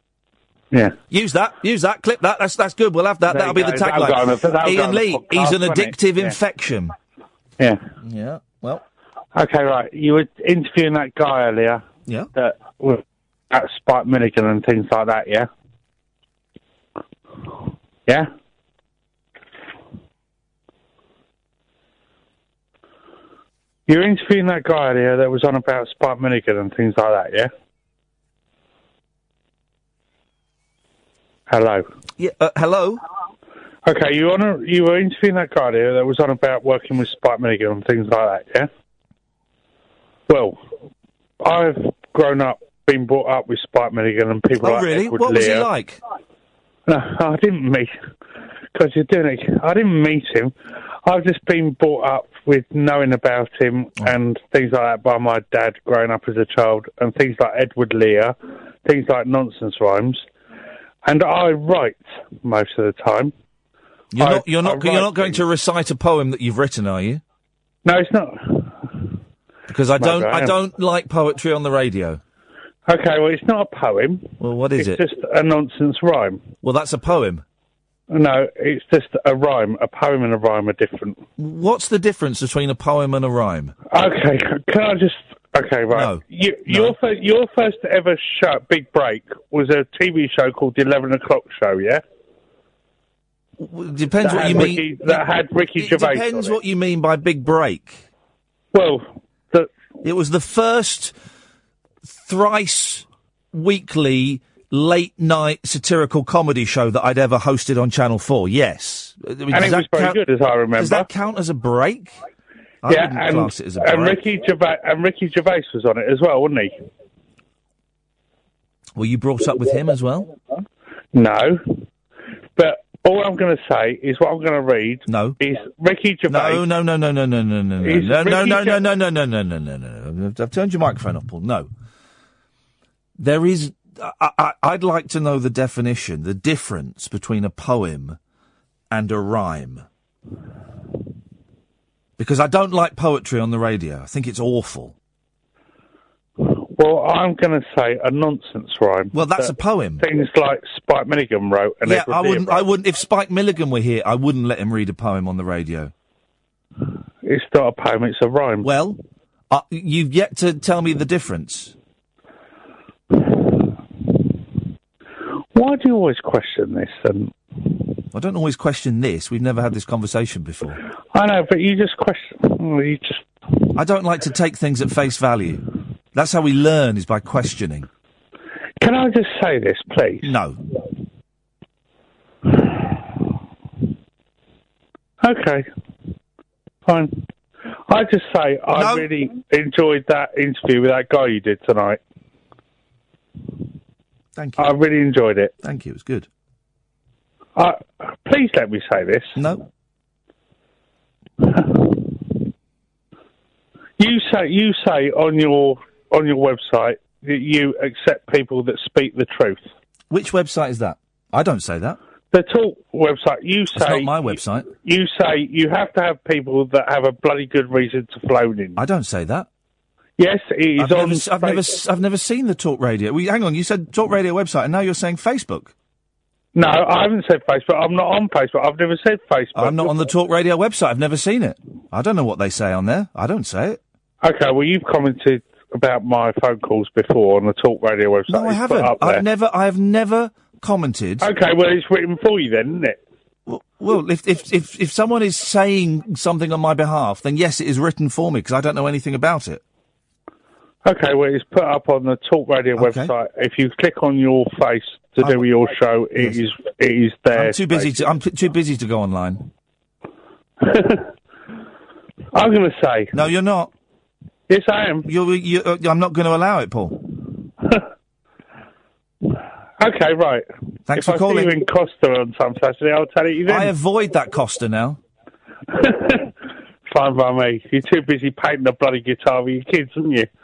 [SPEAKER 11] yeah.
[SPEAKER 3] Use that. Use that. Clip that. That's that's good. We'll have that.
[SPEAKER 11] There
[SPEAKER 3] That'll be
[SPEAKER 11] you
[SPEAKER 3] the
[SPEAKER 11] go. That'll go on the- that'll
[SPEAKER 3] tagline.
[SPEAKER 11] go on
[SPEAKER 3] Ian
[SPEAKER 11] the
[SPEAKER 3] Lee. He's an
[SPEAKER 11] podcast, won't it?
[SPEAKER 3] addictive
[SPEAKER 11] Yeah.
[SPEAKER 3] infection.
[SPEAKER 11] Yeah.
[SPEAKER 3] Yeah. Well.
[SPEAKER 11] Okay, right. You were interviewing that guy earlier.
[SPEAKER 3] Yeah.
[SPEAKER 11] That was at Spike Milligan and things like that. Yeah. Yeah. You were interviewing that guy earlier that was on about Spike Milligan and things like that. Yeah. Hello.
[SPEAKER 3] Yeah. Uh, hello.
[SPEAKER 11] Okay, you on a, you were interviewing that guy there that was on about working with Spike Milligan and things like that, yeah? Well, I've grown up, been brought up with Spike Milligan and people
[SPEAKER 3] Oh,
[SPEAKER 11] like
[SPEAKER 3] really?
[SPEAKER 11] Edward
[SPEAKER 3] What was he
[SPEAKER 11] Lear.
[SPEAKER 3] like?
[SPEAKER 11] No, I didn't meet. Because you're doing it. I didn't meet him. I've just been brought up with knowing about him
[SPEAKER 3] Oh.
[SPEAKER 11] and things like that by my dad growing up as a child, and things like Edward Lear, things like nonsense rhymes, and I write most of the time.
[SPEAKER 3] You're
[SPEAKER 11] I-
[SPEAKER 3] not you're
[SPEAKER 11] I
[SPEAKER 3] not you're
[SPEAKER 11] write
[SPEAKER 3] not going to recite a poem that you've written, are you?
[SPEAKER 11] No, it's not.
[SPEAKER 3] Because I
[SPEAKER 11] Maybe
[SPEAKER 3] don't
[SPEAKER 11] I
[SPEAKER 3] I
[SPEAKER 11] am.
[SPEAKER 3] don't like poetry on the radio.
[SPEAKER 11] Okay, well, it's not a poem.
[SPEAKER 3] Well, what is
[SPEAKER 11] it's
[SPEAKER 3] it?
[SPEAKER 11] just a nonsense rhyme.
[SPEAKER 3] Well, that's a poem.
[SPEAKER 11] No, it's just a rhyme. A poem and a rhyme are different.
[SPEAKER 3] What's the difference between a poem and a rhyme?
[SPEAKER 11] Okay, c- can I just? Okay, right. You, Your first, your first ever show, big break was a TV show called The Eleven O'clock Show. Yeah,
[SPEAKER 3] W- Depends
[SPEAKER 11] That
[SPEAKER 3] what
[SPEAKER 11] had
[SPEAKER 3] you mean.
[SPEAKER 11] Ricky- that had Ricky
[SPEAKER 3] it
[SPEAKER 11] Gervais
[SPEAKER 3] Depends
[SPEAKER 11] on it.
[SPEAKER 3] what you mean by big break.
[SPEAKER 11] Well, the,
[SPEAKER 3] it was the first thrice weekly late night satirical comedy show that I'd ever hosted on Channel Four. Yes, I
[SPEAKER 11] and
[SPEAKER 3] mean, does
[SPEAKER 11] it
[SPEAKER 3] that
[SPEAKER 11] was very
[SPEAKER 3] count-
[SPEAKER 11] good, as I remember.
[SPEAKER 3] Does that count as a break? I
[SPEAKER 11] yeah,
[SPEAKER 3] wouldn't
[SPEAKER 11] and,
[SPEAKER 3] class it as a
[SPEAKER 11] and
[SPEAKER 3] break.
[SPEAKER 11] Ricky Gervais and Ricky Gervais was on it as well, wasn't he?
[SPEAKER 3] Were you brought up with him as well?
[SPEAKER 11] No, but all I'm going to say is what I'm going to read.
[SPEAKER 3] No,
[SPEAKER 11] is Ricky Gervais.
[SPEAKER 3] No, no, no, no, no, no, no, no, no,
[SPEAKER 11] Is
[SPEAKER 3] no, no,
[SPEAKER 11] Ricky
[SPEAKER 3] no, no,
[SPEAKER 11] Gervais-
[SPEAKER 3] no, no, no, no, no, no, no. I've- I've turned your microphone off, Paul. No, there is. I, I, I'd like to know the definition, the difference between a poem and a rhyme, because I don't like poetry on the radio. I think it's awful.
[SPEAKER 11] Well, I'm going to say a nonsense rhyme.
[SPEAKER 3] Well, that's
[SPEAKER 11] that
[SPEAKER 3] a poem.
[SPEAKER 11] Things like Spike Milligan wrote, and
[SPEAKER 3] yeah,
[SPEAKER 11] Edward
[SPEAKER 3] I
[SPEAKER 11] Lear
[SPEAKER 3] wouldn't.
[SPEAKER 11] wrote.
[SPEAKER 3] I wouldn't. If Spike Milligan were here, I wouldn't let him read a poem on the radio.
[SPEAKER 11] It's not a poem. It's a rhyme.
[SPEAKER 3] Well, uh, you've yet to tell me the difference.
[SPEAKER 11] Why do you always question this? And
[SPEAKER 3] I don't always question this. We've never had this conversation before.
[SPEAKER 11] I know, but you just question. well, You just
[SPEAKER 3] I don't like to take things at face value. That's how we learn is by questioning.
[SPEAKER 11] Can I just say this, please?
[SPEAKER 3] No.
[SPEAKER 11] okay, fine. I just say I really enjoyed that interview with that guy you did tonight.
[SPEAKER 3] Thank
[SPEAKER 11] you. I really enjoyed it.
[SPEAKER 3] Thank you. It was good.
[SPEAKER 11] Uh, please let me say this.
[SPEAKER 3] No.
[SPEAKER 11] You say you say on your on your website that you accept people that speak the truth.
[SPEAKER 3] Which website is that? I don't say that.
[SPEAKER 11] The talk website. You say
[SPEAKER 3] It's not my website.
[SPEAKER 11] You say you have to have people that have a bloody good reason to phone in.
[SPEAKER 3] I don't say that.
[SPEAKER 11] Yes, it is
[SPEAKER 3] I've,
[SPEAKER 11] on.
[SPEAKER 3] never, s- I've, never,
[SPEAKER 11] Facebook.
[SPEAKER 3] s- I've never seen the talk radio. We, hang on, you said talk radio website, and now you're saying Facebook.
[SPEAKER 11] No, I haven't said Facebook. I'm not on Facebook. I've never said Facebook.
[SPEAKER 3] I'm not on the talk radio website. I've never seen it. I don't know what they say on there. I don't say it.
[SPEAKER 11] Okay, well, you've commented about my phone calls before on the talk radio website.
[SPEAKER 3] No, I
[SPEAKER 11] It's put
[SPEAKER 3] haven't.
[SPEAKER 11] Up there.
[SPEAKER 3] I've never. I have never commented.
[SPEAKER 11] Okay, well, it's written for you then, isn't it?
[SPEAKER 3] Well, if if if if someone is saying something on my behalf, then yes, it is written for me because I don't know anything
[SPEAKER 11] <laughs>
[SPEAKER 3] about it.
[SPEAKER 11] Okay, well, it's put up on the talk radio website. If you click on your face to do with your show, it is it is there.
[SPEAKER 3] I'm too busy. To, I'm t- too busy to go online.
[SPEAKER 11] I'm going to say.
[SPEAKER 3] No, you're not.
[SPEAKER 11] Yes, I am.
[SPEAKER 3] You're, you uh, I'm not going to allow it, Paul.
[SPEAKER 11] Okay, right. if
[SPEAKER 3] Thanks for
[SPEAKER 11] I
[SPEAKER 3] calling.
[SPEAKER 11] See you in Costa on some Saturday. I'll tell you then.
[SPEAKER 3] I avoid that Costa now.
[SPEAKER 11] <laughs> Fine by me. You're too busy painting a bloody guitar with your kids, aren't you? <laughs>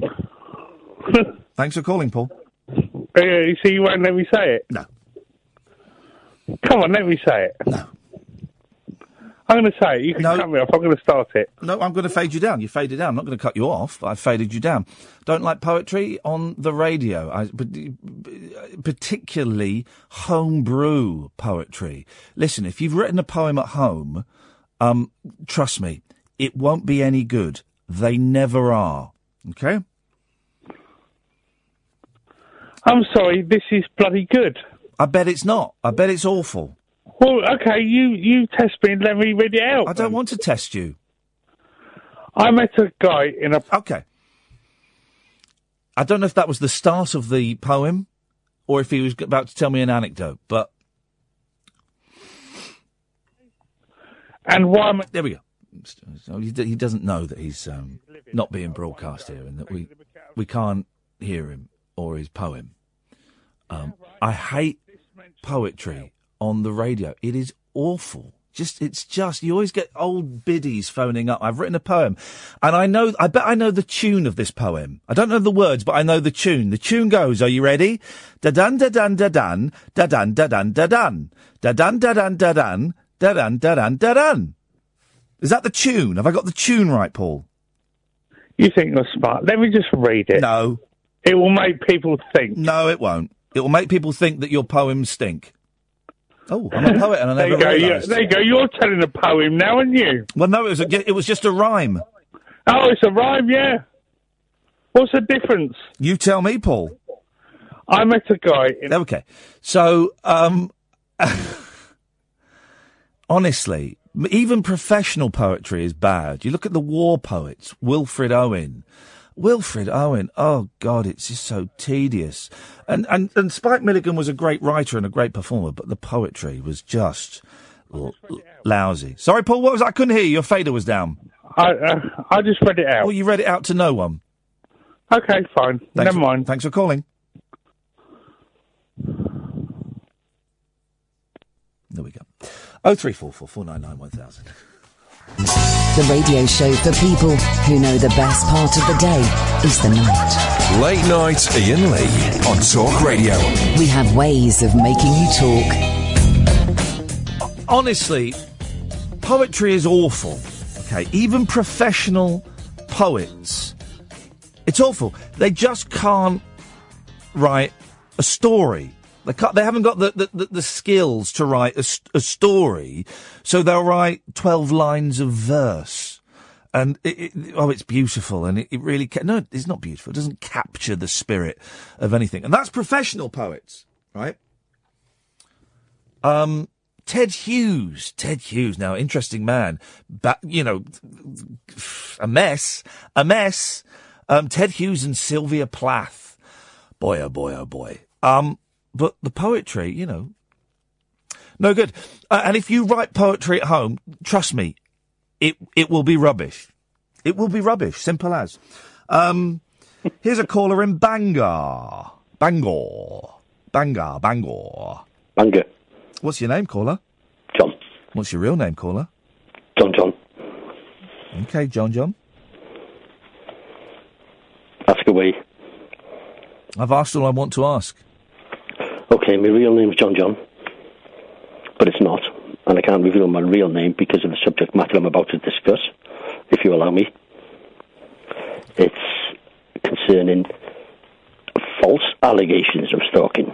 [SPEAKER 3] Yep. Thanks for calling, Paul.
[SPEAKER 11] Uh, you see, you won't let me say it.
[SPEAKER 3] No.
[SPEAKER 11] Come on, let me say it. No. I'm going to say it. You can cut me off. I'm going to start it.
[SPEAKER 3] No, I'm going to fade you down. You faded down. I'm not going to cut you off. I faded you down. Don't like poetry on the radio, I, p- particularly homebrew poetry. Listen, if you've written a poem at home, um, trust me, it won't be any good. They never are. Okay?
[SPEAKER 11] I'm sorry. This is bloody good.
[SPEAKER 3] I bet it's not. I bet it's awful.
[SPEAKER 11] Well, okay. You you test me and let me read it out.
[SPEAKER 3] I don't want to test you.
[SPEAKER 11] I met a guy in a.
[SPEAKER 3] Okay. I don't know if that was the start of the poem or if he was about to tell me an anecdote, but
[SPEAKER 11] And why am I...
[SPEAKER 3] There we go. So he, d- he doesn't know that he's um, not being broadcast here and that we, we can't hear him or his poem. Um, I hate poetry on the radio. It is awful. Just it's just you always get old biddies phoning up. I've written a poem, and I know I bet I know the tune of this poem. I don't know the words, but I know the tune. The tune goes. Are you ready? Da dun da dun da dun da dun da dun da dun da dun da dun da dun da dun da dun da dun. Is that the tune? Have I got the tune right, Paul?
[SPEAKER 11] You think you're smart. Let me just read it.
[SPEAKER 3] No.
[SPEAKER 11] It will make people think.
[SPEAKER 3] No, it won't. It will make people think that your poems stink. Oh, I'm a poet and
[SPEAKER 11] <laughs>
[SPEAKER 3] I
[SPEAKER 11] there
[SPEAKER 3] never
[SPEAKER 11] you go. You,
[SPEAKER 3] realised.
[SPEAKER 11] there you go. You're telling a poem now, aren't you?
[SPEAKER 3] Well, no, it was a, it was just a rhyme.
[SPEAKER 11] Oh, it's a rhyme. Yeah. What's the difference?
[SPEAKER 3] You tell me, Paul.
[SPEAKER 11] I met a guy. In-
[SPEAKER 3] okay, so um, <laughs> honestly, m- even professional poetry is bad. You look at the war poets, Wilfred Owen. Wilfred Owen, oh God, it's just so tedious. And, and, and Spike Milligan was a great writer and a great performer, but the poetry was just l- lousy. Sorry, Paul, what was I couldn't hear you. Your fader was down.
[SPEAKER 11] I, uh, I just read it out.
[SPEAKER 3] Well, you read it out to no one.
[SPEAKER 11] Okay, fine.
[SPEAKER 3] Never mind. Thanks for calling. There we go. Oh three four four four nine nine one thousand.
[SPEAKER 1] The radio show for people who know the best part of the day is the night.
[SPEAKER 2] Late night Ian Lee on Talk Radio.
[SPEAKER 1] We have ways of making you talk.
[SPEAKER 3] Honestly, poetry is awful. Okay, even professional poets, it's awful. They just can't write a story. They, can't, they haven't got the, the, the, the skills to write a, st- a story, so they'll write 12 lines of verse. And it, it, oh, it's beautiful, and it, it really ca- no, it's not beautiful. It doesn't capture the spirit of anything, and that's professional poets, right? Um, Ted Hughes, Ted Hughes, now interesting man, but you know, a mess, a mess. Um, Ted Hughes and Sylvia Plath, boy, oh boy, oh boy. Um, but the poetry, you know, no good. Uh, and if you write poetry at home, trust me, it it will be rubbish. It will be rubbish. Simple as. Um, <laughs> here's a caller in Bangor, Bangor, Bangor, Bangor.
[SPEAKER 12] Bangor.
[SPEAKER 3] What's your name, caller?
[SPEAKER 12] John.
[SPEAKER 3] What's your real name, caller?
[SPEAKER 12] John John.
[SPEAKER 3] Okay, John John.
[SPEAKER 12] Ask away.
[SPEAKER 3] I've asked all I want to ask.
[SPEAKER 12] Okay, my real name's John John. But it's not. And I can't reveal my real name because of the subject matter I'm about to discuss, if you allow me. It's concerning false allegations of stalking.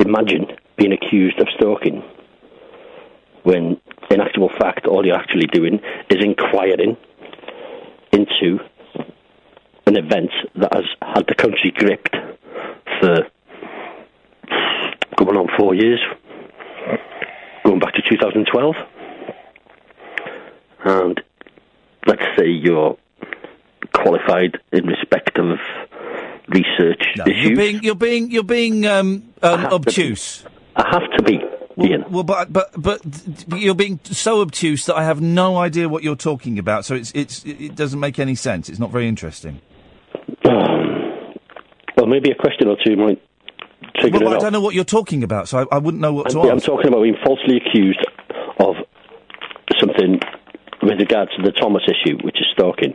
[SPEAKER 12] Imagine being accused of stalking when, in actual fact, all you're actually doing is inquiring into an event that has had the country gripped for going on four years, going back to 2012. And let's say you're qualified in respect of research
[SPEAKER 3] You're
[SPEAKER 12] issues.
[SPEAKER 3] being you're being you're being um, um, obtuse.
[SPEAKER 12] I have to be. Ian.
[SPEAKER 3] Well, but but but you're being so obtuse that I have no idea what you're talking about. So it's it's it doesn't make any sense. It's not very interesting.
[SPEAKER 12] Well, maybe a question or two might trigger
[SPEAKER 3] Well,
[SPEAKER 12] it
[SPEAKER 3] I
[SPEAKER 12] up.
[SPEAKER 3] don't know what you're talking about, so I, I wouldn't know what to
[SPEAKER 12] I'm, I'm
[SPEAKER 3] ask.
[SPEAKER 12] talking about being falsely accused of something with regards to the Thomas issue, which is stalking.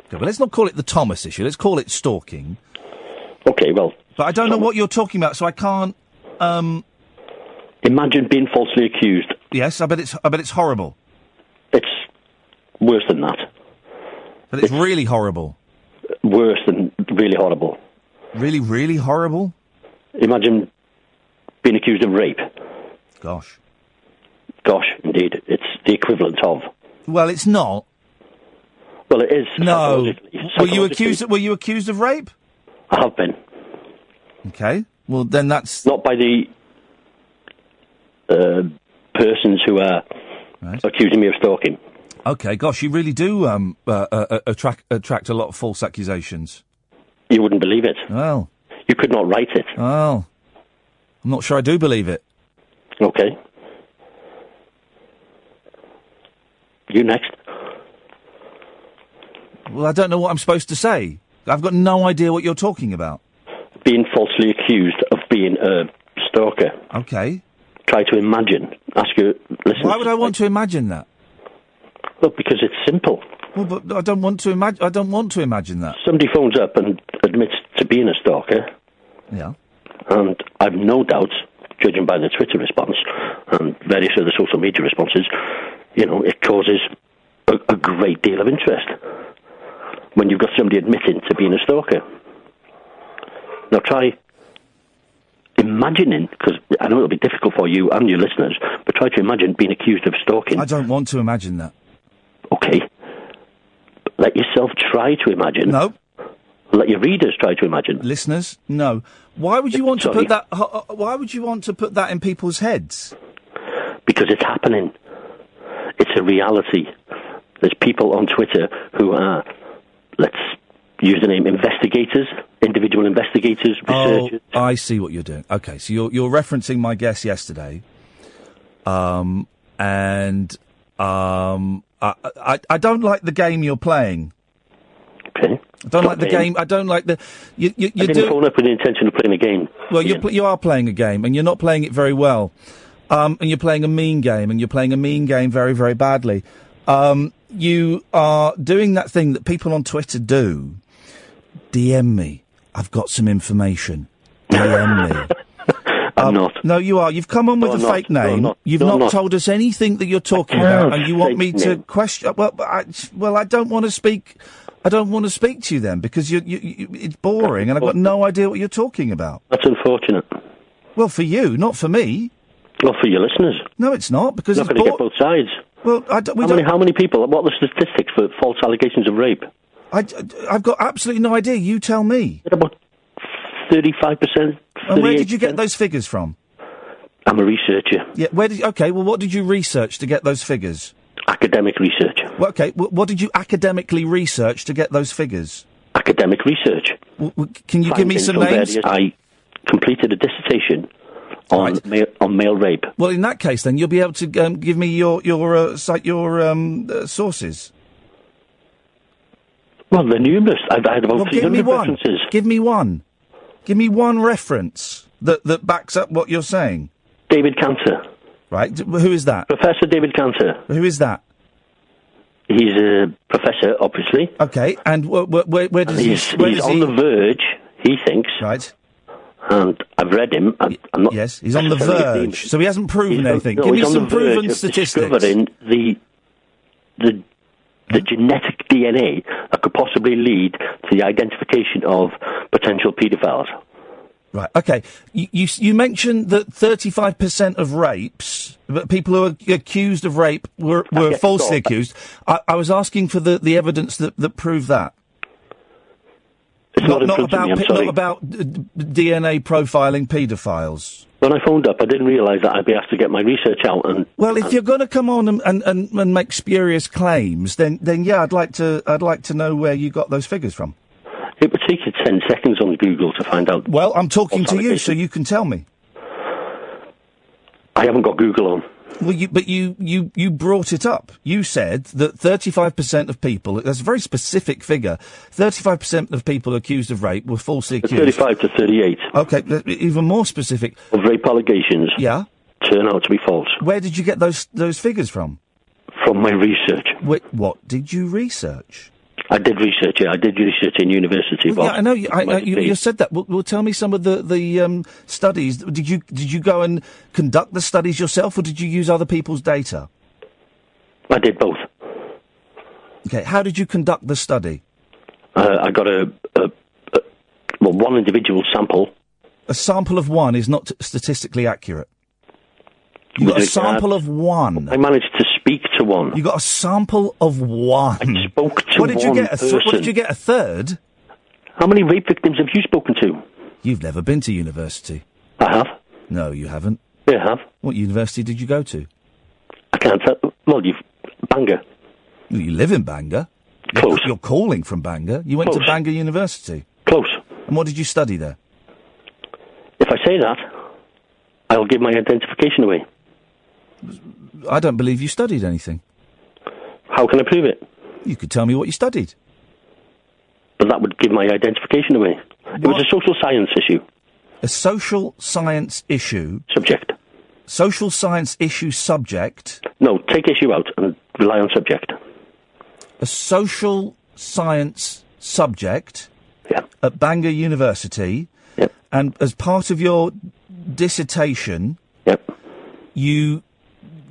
[SPEAKER 3] Okay, but let's not call it the Thomas issue. Let's call it stalking.
[SPEAKER 12] Okay, well.
[SPEAKER 3] But I don't know what you're talking about, so I can't. Um,
[SPEAKER 12] Imagine being falsely accused.
[SPEAKER 3] Yes, I bet it's I bet it's horrible.
[SPEAKER 12] It's worse than that.
[SPEAKER 3] But it's really horrible.
[SPEAKER 12] Worse than really horrible.
[SPEAKER 3] Really, really horrible?
[SPEAKER 12] Imagine being accused of rape.
[SPEAKER 3] Gosh.
[SPEAKER 12] Gosh, indeed. It's the equivalent of.
[SPEAKER 3] Well, it's not.
[SPEAKER 12] Well, it is.
[SPEAKER 3] No. Oh, Were you
[SPEAKER 12] psychologically-
[SPEAKER 3] accused? Were you accused of rape?
[SPEAKER 12] I have been.
[SPEAKER 3] Okay. Well, then that's
[SPEAKER 12] not by the uh, persons who are accusing me of stalking.
[SPEAKER 3] Okay. Gosh, you really do um, uh, uh, uh, attract attract a lot of false accusations.
[SPEAKER 12] You wouldn't believe it.
[SPEAKER 3] Well,
[SPEAKER 12] you could not write it.
[SPEAKER 3] Oh, I'm not sure I do believe it.
[SPEAKER 12] Okay. You next.
[SPEAKER 3] Well, I don't know what I'm supposed to say. I've got no idea what you're talking about.
[SPEAKER 12] Being falsely accused of being a stalker.
[SPEAKER 3] Okay.
[SPEAKER 12] Try to imagine. Ask you. Listen.
[SPEAKER 3] Why would I want to imagine that?
[SPEAKER 12] Well, because it's simple.
[SPEAKER 3] Well, but I don't want to imagine. I don't want to imagine that.
[SPEAKER 12] Somebody phones up and admits to being a stalker.
[SPEAKER 3] Yeah.
[SPEAKER 12] And I've no doubt, judging by the Twitter response and various other social media responses, you know, it causes a, a great deal of interest when you've got somebody admitting to being a stalker. Now try imagining, because I know it'll be difficult for you and your listeners, but try to imagine being accused of stalking.
[SPEAKER 3] I don't want to imagine that.
[SPEAKER 12] Okay. But Let yourself try to imagine.
[SPEAKER 3] No.
[SPEAKER 12] Let your readers try to imagine.
[SPEAKER 3] Listeners, no. Why would you want to
[SPEAKER 12] Sorry.
[SPEAKER 3] put that? ho- ho- Why would you want to put that in people's heads?
[SPEAKER 12] because it's happening. It's a reality. There's people on Twitter who are, let's use the name, investigators, individual investigators,
[SPEAKER 3] Oh,
[SPEAKER 12] researchers.
[SPEAKER 3] I see what you're doing. Okay, so you're you're referencing my guest yesterday, um, and um, I, I I don't like the game you're playing.
[SPEAKER 12] Okay.
[SPEAKER 3] I don't like the
[SPEAKER 12] game.
[SPEAKER 3] game. I don't like the you you,
[SPEAKER 12] I
[SPEAKER 3] you
[SPEAKER 12] didn't
[SPEAKER 3] do.
[SPEAKER 12] phone up with the intention of playing a game.
[SPEAKER 3] Well, you're, pl- you are playing a game, and you're not playing it very well. Um, and you're playing a mean game, and you're playing a mean game very, very badly. Um, you are doing that thing that people on Twitter do. DM me. I've got some information. DM me.
[SPEAKER 12] I'm not.
[SPEAKER 3] No, you are. You've come on with
[SPEAKER 12] No,
[SPEAKER 3] a
[SPEAKER 12] I'm not.
[SPEAKER 3] fake
[SPEAKER 12] No, I'm
[SPEAKER 3] name.
[SPEAKER 12] not.
[SPEAKER 3] You've
[SPEAKER 12] No, I'm
[SPEAKER 3] not,
[SPEAKER 12] not.
[SPEAKER 3] told us anything that you're talking
[SPEAKER 12] can't
[SPEAKER 3] about, and you want me
[SPEAKER 12] fake
[SPEAKER 3] to
[SPEAKER 12] name.
[SPEAKER 3] question? uh, Well, but I, well, I don't want to speak. I don't want to speak to you then because you, you, you it's boring, and I've got no idea what you're talking about.
[SPEAKER 12] That's unfortunate.
[SPEAKER 3] Well, for you, not for me.
[SPEAKER 12] Well, for your listeners.
[SPEAKER 3] No, it's not because
[SPEAKER 12] You're
[SPEAKER 3] it's
[SPEAKER 12] not going to
[SPEAKER 3] bo-
[SPEAKER 12] get both sides.
[SPEAKER 3] Well, I don't, we
[SPEAKER 12] how,
[SPEAKER 3] don't.
[SPEAKER 12] Many, how many people? What are the statistics for false allegations of rape?
[SPEAKER 3] I, have got absolutely no idea. You tell me.
[SPEAKER 12] About thirty-five percent.
[SPEAKER 3] And where did you get those figures from?
[SPEAKER 12] I'm a researcher,
[SPEAKER 3] Yeah, where did? Okay, well, what did you research to get those figures?
[SPEAKER 12] academic research,
[SPEAKER 3] Well, okay, wh- what did you academically research to get those figures?
[SPEAKER 12] academic research.
[SPEAKER 3] W- w- can you give me
[SPEAKER 12] Findings
[SPEAKER 3] some
[SPEAKER 12] from
[SPEAKER 3] names?
[SPEAKER 12] various- I completed a dissertation on male, on male rape.
[SPEAKER 3] Well, in that case, then you'll be able to um, give me your your uh, site your um, uh, sources.
[SPEAKER 12] Well, they're numerous. I've had about
[SPEAKER 3] Well,
[SPEAKER 12] three
[SPEAKER 3] give me
[SPEAKER 12] hundred
[SPEAKER 3] one.
[SPEAKER 12] references.
[SPEAKER 3] Give me one. Give me one reference that that backs up what you're saying.
[SPEAKER 12] David Cantor.
[SPEAKER 3] Right. d- Who is that?
[SPEAKER 12] Professor David Cantor.
[SPEAKER 3] Who is that?
[SPEAKER 12] He's a professor, obviously.
[SPEAKER 3] Okay. And wh- wh- where, where does
[SPEAKER 12] And he's
[SPEAKER 3] he? Where
[SPEAKER 12] he's
[SPEAKER 3] does
[SPEAKER 12] on
[SPEAKER 3] he...
[SPEAKER 12] the verge, he thinks.
[SPEAKER 3] Right.
[SPEAKER 12] And I've read him. I, I'm not yes,
[SPEAKER 3] He's on the verge, so he hasn't proven anything.
[SPEAKER 12] no,
[SPEAKER 3] Give me
[SPEAKER 12] he's on
[SPEAKER 3] some
[SPEAKER 12] the verge
[SPEAKER 3] proven
[SPEAKER 12] of
[SPEAKER 3] statistics.
[SPEAKER 12] Discovering the the the genetic DNA that could possibly lead to the identification of potential paedophiles.
[SPEAKER 3] Right. Okay. You, you you mentioned that 35% of rapes, that people who are accused of rape were, were
[SPEAKER 12] Yeah,
[SPEAKER 3] falsely
[SPEAKER 12] sure.
[SPEAKER 3] accused. I, I was asking for the, the evidence that, that proved that.
[SPEAKER 12] It's not, in front of
[SPEAKER 3] about
[SPEAKER 12] me, I'm
[SPEAKER 3] pe-
[SPEAKER 12] sorry.
[SPEAKER 3] not about d- d- DNA profiling paedophiles.
[SPEAKER 12] When I phoned up, I didn't realise that I'd be asked to get my research out. And
[SPEAKER 3] Well, if
[SPEAKER 12] and
[SPEAKER 3] you're going to come on and, and, and, and make spurious claims, then then yeah, I'd like to I'd like to know where you got those figures from.
[SPEAKER 12] it would take you ten seconds on Google to find out.
[SPEAKER 3] Well, I'm talking
[SPEAKER 12] False
[SPEAKER 3] to you, so you can tell me.
[SPEAKER 12] I haven't got Google on.
[SPEAKER 3] Well, you, but you, you, you brought it up. You said that 35% of people, that's a very specific figure, 35% of people accused of rape were falsely accused.
[SPEAKER 12] Thirty-five to thirty-eight
[SPEAKER 3] Okay, th- even more specific.
[SPEAKER 12] of rape allegations
[SPEAKER 3] Yeah?
[SPEAKER 12] turn out to be false
[SPEAKER 3] Where did you get those, those figures from?
[SPEAKER 12] from my research.
[SPEAKER 3] Wait, what did you research?
[SPEAKER 12] I did research. Yeah, I did research in university.
[SPEAKER 3] yeah,
[SPEAKER 12] Bob.
[SPEAKER 3] I know. You, I, I,
[SPEAKER 12] Might
[SPEAKER 3] you,
[SPEAKER 12] be.
[SPEAKER 3] you said that. Well, well, tell me some of the the um, studies. Did you did you go and conduct the studies yourself, or did you use other people's data?
[SPEAKER 12] I did both.
[SPEAKER 3] Okay, how did you conduct the study?
[SPEAKER 12] Uh, I got a, a, a well, one individual sample.
[SPEAKER 3] A sample of one is not statistically accurate. You
[SPEAKER 12] With
[SPEAKER 3] got a
[SPEAKER 12] regard-
[SPEAKER 3] sample of one.
[SPEAKER 12] I managed to speak to one.
[SPEAKER 3] You got a sample of one. I
[SPEAKER 12] spoke to
[SPEAKER 3] what did you
[SPEAKER 12] one
[SPEAKER 3] get? A th- what
[SPEAKER 12] person.
[SPEAKER 3] did you get? A third?
[SPEAKER 12] How many rape victims have you spoken to?
[SPEAKER 3] You've never been to university.
[SPEAKER 12] I have.
[SPEAKER 3] No, you haven't.
[SPEAKER 12] Yeah, I have.
[SPEAKER 3] What university did you go to?
[SPEAKER 12] I can't tell. Well, you've Bangor.
[SPEAKER 3] Well, You live in Bangor. You're-
[SPEAKER 12] Close.
[SPEAKER 3] You're, calling from Bangor. You went
[SPEAKER 12] Close.
[SPEAKER 3] to Bangor University.
[SPEAKER 12] Close.
[SPEAKER 3] And what did you study there?
[SPEAKER 12] If I say that, I'll give my identification away.
[SPEAKER 3] I don't believe you studied anything.
[SPEAKER 12] How can I prove it?
[SPEAKER 3] You could tell me what you studied.
[SPEAKER 12] But that would give my identification away. It was a social science issue.
[SPEAKER 3] A social science issue.
[SPEAKER 12] Subject.
[SPEAKER 3] Social science issue subject.
[SPEAKER 12] No, take issue out and rely on subject.
[SPEAKER 3] A social science subject. At Bangor University. And as part of your dissertation. You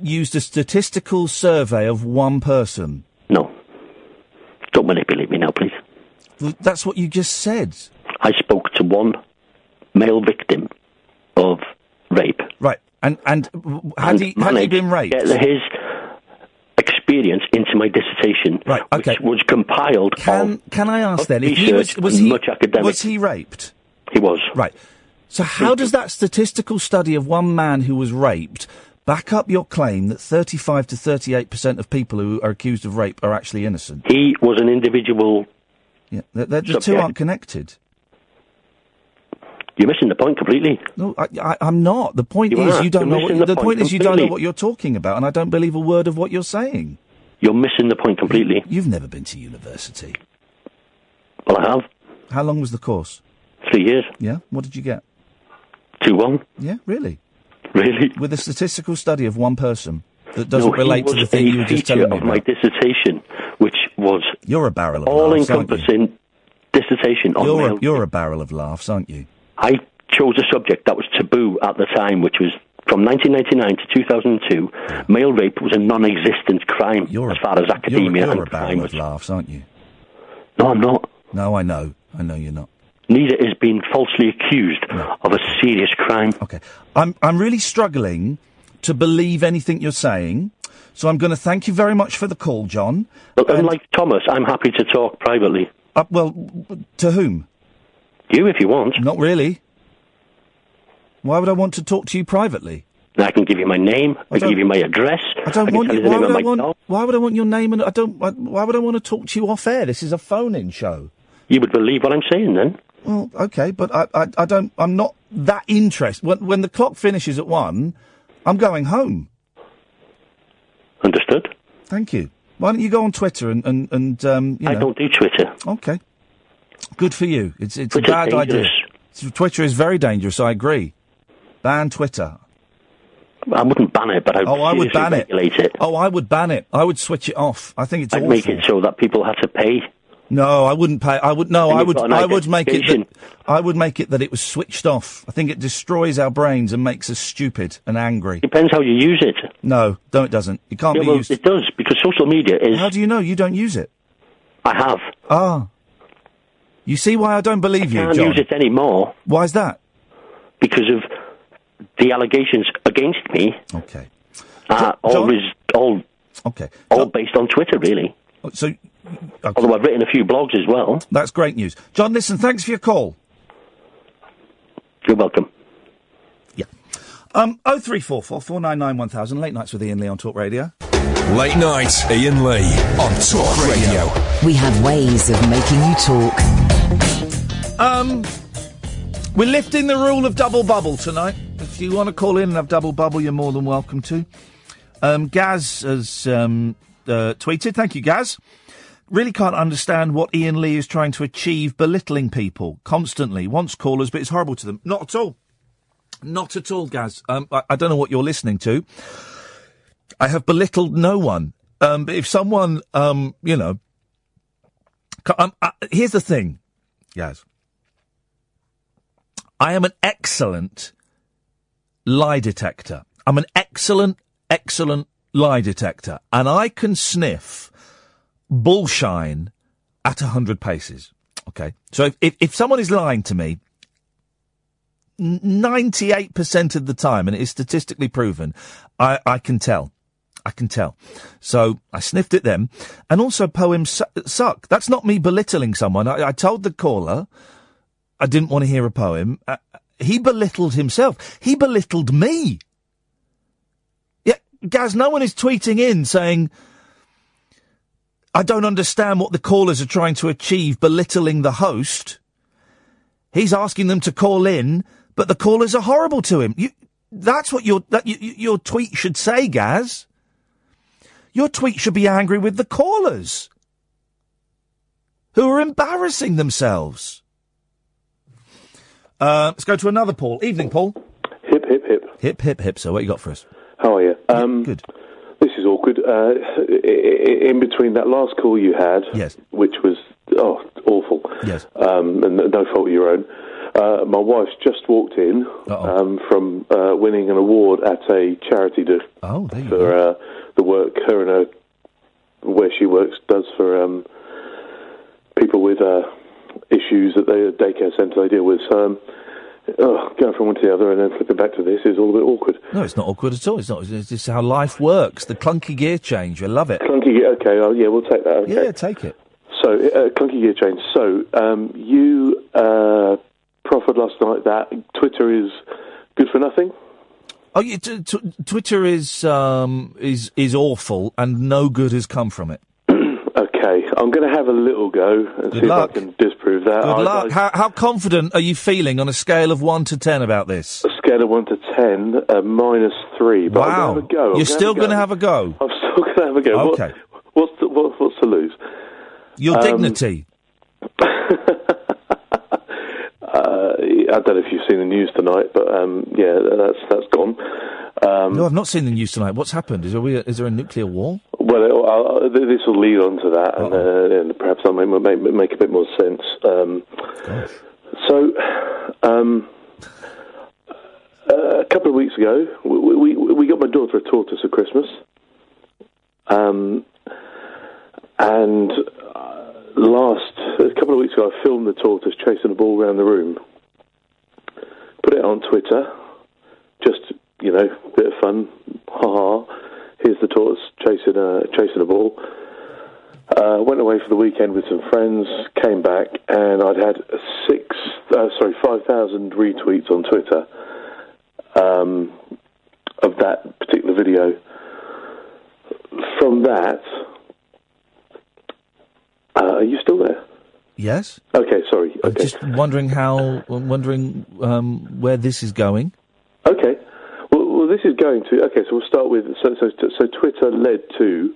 [SPEAKER 3] used a statistical survey of one person.
[SPEAKER 12] No. Don't manipulate me now, please.
[SPEAKER 3] Well, That's what you just said.
[SPEAKER 12] I spoke to one male victim of rape.
[SPEAKER 3] Right. And and w- had
[SPEAKER 12] and
[SPEAKER 3] he had he
[SPEAKER 12] managed
[SPEAKER 3] been
[SPEAKER 12] to
[SPEAKER 3] raped?
[SPEAKER 12] Get his experience into my dissertation, right, okay. which was compiled.
[SPEAKER 3] Can
[SPEAKER 12] of,
[SPEAKER 3] can I ask
[SPEAKER 12] of
[SPEAKER 3] then? If he
[SPEAKER 12] research
[SPEAKER 3] was, was
[SPEAKER 12] and
[SPEAKER 3] he
[SPEAKER 12] much academic?
[SPEAKER 3] was he raped?
[SPEAKER 12] He was.
[SPEAKER 3] Right. So how does that statistical study of one man who was raped back up your claim that 35 to 38 percent of people who are accused of rape are actually innocent?
[SPEAKER 12] He was an individual.
[SPEAKER 3] Yeah, the, the, the two
[SPEAKER 12] Subject.
[SPEAKER 3] aren't connected.
[SPEAKER 12] You're missing the point completely.
[SPEAKER 3] No, I, I, I'm not. The point
[SPEAKER 12] You
[SPEAKER 3] is
[SPEAKER 12] are.
[SPEAKER 3] you don't
[SPEAKER 12] You're
[SPEAKER 3] know. What,
[SPEAKER 12] missing the
[SPEAKER 3] point,
[SPEAKER 12] point
[SPEAKER 3] is you don't know
[SPEAKER 12] completely.
[SPEAKER 3] what you're talking about, and I don't believe a word of what you're saying.
[SPEAKER 12] You're missing the point completely.
[SPEAKER 3] You've never been to university.
[SPEAKER 12] Well, I have
[SPEAKER 3] How long was the course?
[SPEAKER 12] three years.
[SPEAKER 3] Yeah. What did you get?
[SPEAKER 12] Too long.
[SPEAKER 3] Yeah, really.
[SPEAKER 12] Really?
[SPEAKER 3] With a statistical study of one person that doesn't
[SPEAKER 12] no,
[SPEAKER 3] relate
[SPEAKER 12] he
[SPEAKER 3] to
[SPEAKER 12] was
[SPEAKER 3] the thing
[SPEAKER 12] a
[SPEAKER 3] you were just
[SPEAKER 12] feature
[SPEAKER 3] telling me
[SPEAKER 12] of my
[SPEAKER 3] about.
[SPEAKER 12] dissertation, which was
[SPEAKER 3] You're a barrel of laughs, aren't you?
[SPEAKER 12] all-encompassing dissertation on
[SPEAKER 3] You're
[SPEAKER 12] male
[SPEAKER 3] a, you're a barrel of laughs, aren't you?
[SPEAKER 12] I chose a subject that was taboo at the time, which was from 1999 to 2002. Male rape was a non-existent crime as far as
[SPEAKER 3] You're,
[SPEAKER 12] academia
[SPEAKER 3] you're a
[SPEAKER 12] and
[SPEAKER 3] barrel
[SPEAKER 12] crime.
[SPEAKER 3] of laughs, aren't you?
[SPEAKER 12] No, I'm not.
[SPEAKER 3] No, I know. I know you're not.
[SPEAKER 12] Neither is being falsely accused of a serious crime.
[SPEAKER 3] Okay. I'm I'm really struggling to believe anything you're saying. So I'm going to thank you very much for the call, John.
[SPEAKER 12] But unlike Thomas, I'm happy to talk privately.
[SPEAKER 3] Uh, well, w- w- to whom?
[SPEAKER 12] You, if you want.
[SPEAKER 3] Not really. Why would I want to talk to you privately?
[SPEAKER 12] I can give you my name. I, can give you my address.
[SPEAKER 3] I don't
[SPEAKER 12] can
[SPEAKER 3] want
[SPEAKER 12] tell
[SPEAKER 3] you.
[SPEAKER 12] you the
[SPEAKER 3] Why
[SPEAKER 12] name
[SPEAKER 3] would
[SPEAKER 12] of
[SPEAKER 3] I
[SPEAKER 12] my
[SPEAKER 3] want?
[SPEAKER 12] dog.
[SPEAKER 3] Why would I want your name? And I don't. Why, why would I want to talk to you off air? This is a phone-in show.
[SPEAKER 12] You would believe what I'm saying then.
[SPEAKER 3] Well, okay, but I, I, I don't. I'm not that interested. When, when the clock finishes at one, I'm going home.
[SPEAKER 12] Understood.
[SPEAKER 3] Thank you. Why don't you go on Twitter and and and um, you
[SPEAKER 12] I
[SPEAKER 3] know.
[SPEAKER 12] don't do Twitter.
[SPEAKER 3] Okay. Good for you. It's it's
[SPEAKER 12] Twitter's
[SPEAKER 3] a bad idea.
[SPEAKER 12] dangerous.
[SPEAKER 3] It's- Twitter is very dangerous. I agree. Ban Twitter.
[SPEAKER 12] I wouldn't ban it, but I would,
[SPEAKER 3] Oh, I would
[SPEAKER 12] seriously
[SPEAKER 3] ban it.
[SPEAKER 12] regulate it.
[SPEAKER 3] Oh, I would ban it. I would switch it off. I think it's
[SPEAKER 12] I'd
[SPEAKER 3] awful.
[SPEAKER 12] make it so that people had to pay.
[SPEAKER 3] No, I wouldn't pay. I would no.
[SPEAKER 12] Then
[SPEAKER 3] I
[SPEAKER 12] you've
[SPEAKER 3] would.
[SPEAKER 12] got an
[SPEAKER 3] I would make it. That,
[SPEAKER 12] identification.
[SPEAKER 3] I would make it that it was switched off. I think it destroys our brains and makes us stupid and angry.
[SPEAKER 12] Depends how you use it.
[SPEAKER 3] No, no, it doesn't. It can't
[SPEAKER 12] Yeah,
[SPEAKER 3] be
[SPEAKER 12] well,
[SPEAKER 3] used.
[SPEAKER 12] It does because social media is.
[SPEAKER 3] How do you know you don't use it?
[SPEAKER 12] I have.
[SPEAKER 3] Ah, you see why I don't believe you,
[SPEAKER 12] can't
[SPEAKER 3] John.
[SPEAKER 12] use it anymore
[SPEAKER 3] Why is that?
[SPEAKER 12] because of the allegations against me.
[SPEAKER 3] Okay.
[SPEAKER 12] Uh, all, res- all.
[SPEAKER 3] Okay. Oh,
[SPEAKER 12] All based on Twitter, really.
[SPEAKER 3] So.
[SPEAKER 12] Although I've written a few blogs as well.
[SPEAKER 3] That's great news, John. Listen, thanks for your call.
[SPEAKER 12] You're welcome.
[SPEAKER 3] Um, oh three four four four nine nine one thousand. Late nights with Ian Lee on Talk Radio.
[SPEAKER 2] Late night, Ian Lee on Talk Radio.
[SPEAKER 1] We have ways of making you talk.
[SPEAKER 3] Um, we're lifting the rule of double bubble tonight. If you want to call in and have double bubble, you're more than welcome to. Um, Gaz has um, uh, tweeted, thank you, Gaz. Really can't understand what Ian Lee is trying to achieve belittling people constantly, wants callers, but it's horrible to them. Not at all. Not at all, Gaz. Um, I, I don't know what you're listening to. I have belittled no one. Um, but if someone, um, you know, c- um, I, here's the thing, Gaz. I am an excellent lie detector. I'm an excellent, excellent lie detector. And I can sniff bullshine at 100 paces. Okay. So if, if, if someone is lying to me, n- 98% of the time, and it is statistically proven, I, I can tell. I can tell. So I sniffed at them. And also, poems su- suck. That's not me belittling someone. I, I told the caller I didn't want to hear a poem. Uh, he belittled himself. He belittled me. Yeah, Gaz, no one is tweeting in saying, I don't understand what the callers are trying to achieve belittling the host. He's asking them to call in, but the callers are horrible to him. You, That's what your that, y- y- your tweet should say, Gaz. Your tweet should be angry with the callers who are embarrassing themselves. Uh, let's go to another Paul. Evening, Paul.
[SPEAKER 13] Hip, hip, hip.
[SPEAKER 3] Hip, hip, hip. So, what you got for us?
[SPEAKER 13] How are you? Um,
[SPEAKER 3] Good.
[SPEAKER 13] This is awkward. Uh, i- i- in between that last call you had,
[SPEAKER 3] yes.
[SPEAKER 13] which was oh awful,
[SPEAKER 3] yes,
[SPEAKER 13] um, and no fault of your own. Uh, my wife's just walked in um, from uh, winning an award at a charity do
[SPEAKER 3] Oh, there you
[SPEAKER 13] for uh, the work her and her where she works does for um, people with uh, issues that the daycare centre they deal with. So, um, oh, going from one to the other and then flipping back to this is all a bit awkward.
[SPEAKER 3] No, it's not awkward at all. It's not. It's just how life works. The clunky gear change. I love it.
[SPEAKER 13] Clunky, okay, oh, yeah, we'll take that. Okay.
[SPEAKER 3] Yeah, take it.
[SPEAKER 13] So, uh, clunky gear change. So, um, you uh, proffered last night that Twitter is good for nothing.
[SPEAKER 3] Oh, yeah, t- t- Twitter is um, is is awful, and no good has come from it.
[SPEAKER 13] Okay, I'm going to have a little go and see
[SPEAKER 3] luck.
[SPEAKER 13] if I can disprove that.
[SPEAKER 3] Good
[SPEAKER 13] Uh, I-
[SPEAKER 3] luck.
[SPEAKER 13] I-
[SPEAKER 3] How, how confident are you feeling on a scale of one to ten about this?
[SPEAKER 13] a scale of one to ten, a minus three. But
[SPEAKER 3] Wow.
[SPEAKER 13] I'm gonna have a go. I'm
[SPEAKER 3] You're still
[SPEAKER 13] going to
[SPEAKER 3] have a go.
[SPEAKER 13] I'm still going to have a go. What-
[SPEAKER 3] Okay.
[SPEAKER 13] what's to, what, what's to lose?
[SPEAKER 3] Your
[SPEAKER 13] Um,
[SPEAKER 3] dignity.
[SPEAKER 13] Uh, I don't know if you've seen the news tonight, but um, yeah, that's that's gone. Um,
[SPEAKER 3] no, I've not seen the news tonight. What's happened? Is there, we- is there a nuclear war?
[SPEAKER 13] Well, it, I'll, I'll- th- this will lead on to that, and, uh, and perhaps that will make, make, make a bit more sense. Um, so, um, a couple of weeks ago, we, we, we got my daughter a tortoise for Christmas, um, and uh, last a couple of weeks ago, I filmed the tortoise chasing the ball around the room, put it on Twitter, just you know, bit of fun, ha ha here's the tortoise chasing a chasing a ball. Uh, went away for the weekend with some friends, came back, and I'd had six, uh, sorry, five thousand retweets on Twitter um, of that particular video. From that, uh, are you still there?
[SPEAKER 3] Yes.
[SPEAKER 13] Okay, sorry.
[SPEAKER 3] I'm just wondering how. I'm wondering um, where this is going.
[SPEAKER 13] Okay. Well, well, this is going to. Okay, so we'll start with. So, so, so Twitter led to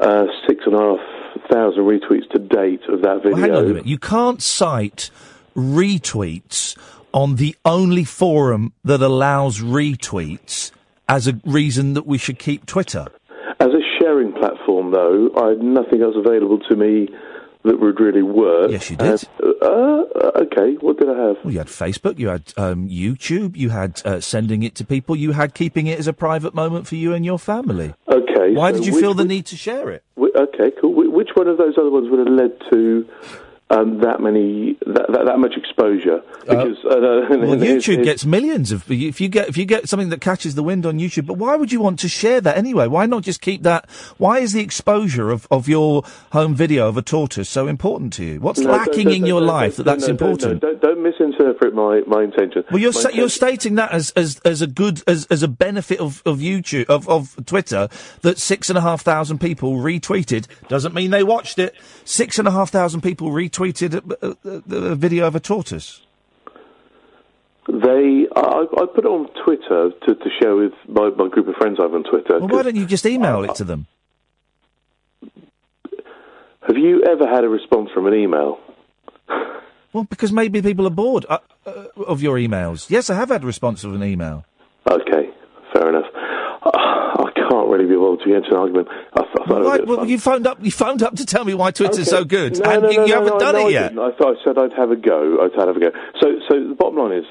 [SPEAKER 13] uh, six and a half thousand retweets to date of that video.
[SPEAKER 3] Well, hang on a minute. You can't cite retweets on the only forum that allows retweets as a reason that we should keep Twitter.
[SPEAKER 13] As a sharing platform, though, I had nothing else available to me that would really work. Yes, you did. uh, uh, okay, what did I have?
[SPEAKER 3] Well, you had Facebook, you had um, YouTube, you had uh, sending it to people, you had keeping it as a private moment for you and
[SPEAKER 13] <laughs>
[SPEAKER 3] your family.
[SPEAKER 13] Okay.
[SPEAKER 3] Why
[SPEAKER 13] so
[SPEAKER 3] did you
[SPEAKER 13] which-
[SPEAKER 3] feel the
[SPEAKER 13] which-
[SPEAKER 3] need to share it?
[SPEAKER 13] Wh- Okay, cool. Wh- Which one of those other ones would have led to um, that many, that, that, that much exposure? Because uh, <laughs>
[SPEAKER 3] Well,
[SPEAKER 13] here's-
[SPEAKER 3] YouTube
[SPEAKER 13] here's-
[SPEAKER 3] gets millions of if you get if you get something that catches the wind on YouTube. But why would you want to share that anyway? Why not just keep that? Why is the exposure of, of your home video of a tortoise so important to you? What's
[SPEAKER 13] No, don't-
[SPEAKER 3] lacking
[SPEAKER 13] don't-
[SPEAKER 3] in
[SPEAKER 13] don't-
[SPEAKER 3] your
[SPEAKER 13] don't-
[SPEAKER 3] life
[SPEAKER 13] don't-
[SPEAKER 3] that that's
[SPEAKER 13] no, no, no,
[SPEAKER 3] important?
[SPEAKER 13] Don't, don't misinterpret my, my intention.
[SPEAKER 3] Well, you're
[SPEAKER 13] My
[SPEAKER 3] sa- you're
[SPEAKER 13] intention-
[SPEAKER 3] stating that as, as, as a good as, as a benefit of, of YouTube of, of Twitter that six and a half thousand people retweeted doesn't mean they watched it. Six and a half thousand people retweeted a, a, a- a video of a tortoise.
[SPEAKER 13] They, I, I I put it on Twitter to, to share with my, my group of friends I have on Twitter.
[SPEAKER 3] Well, why don't you just email it to them?
[SPEAKER 13] Have you ever had a response from an email?
[SPEAKER 3] Well, because maybe people are bored uh, uh, of your emails. Yes, I have had a response of an email.
[SPEAKER 13] Okay, fair enough. <sighs> I can't really be bothered to get into an argument. I, th- I thought it was a
[SPEAKER 3] Why-
[SPEAKER 13] bit
[SPEAKER 3] well,
[SPEAKER 13] fun.
[SPEAKER 3] you phoned up. You phoned up to tell me why Twitter's
[SPEAKER 13] Okay.
[SPEAKER 3] so good,
[SPEAKER 13] No,
[SPEAKER 3] and
[SPEAKER 13] no,
[SPEAKER 3] you,
[SPEAKER 13] no,
[SPEAKER 3] you
[SPEAKER 13] no,
[SPEAKER 3] haven't
[SPEAKER 13] no,
[SPEAKER 3] done
[SPEAKER 13] no,
[SPEAKER 3] it
[SPEAKER 13] I
[SPEAKER 3] yet.
[SPEAKER 13] didn't. I, thought I said I'd have a go. I'd have a go. So, so the bottom line is,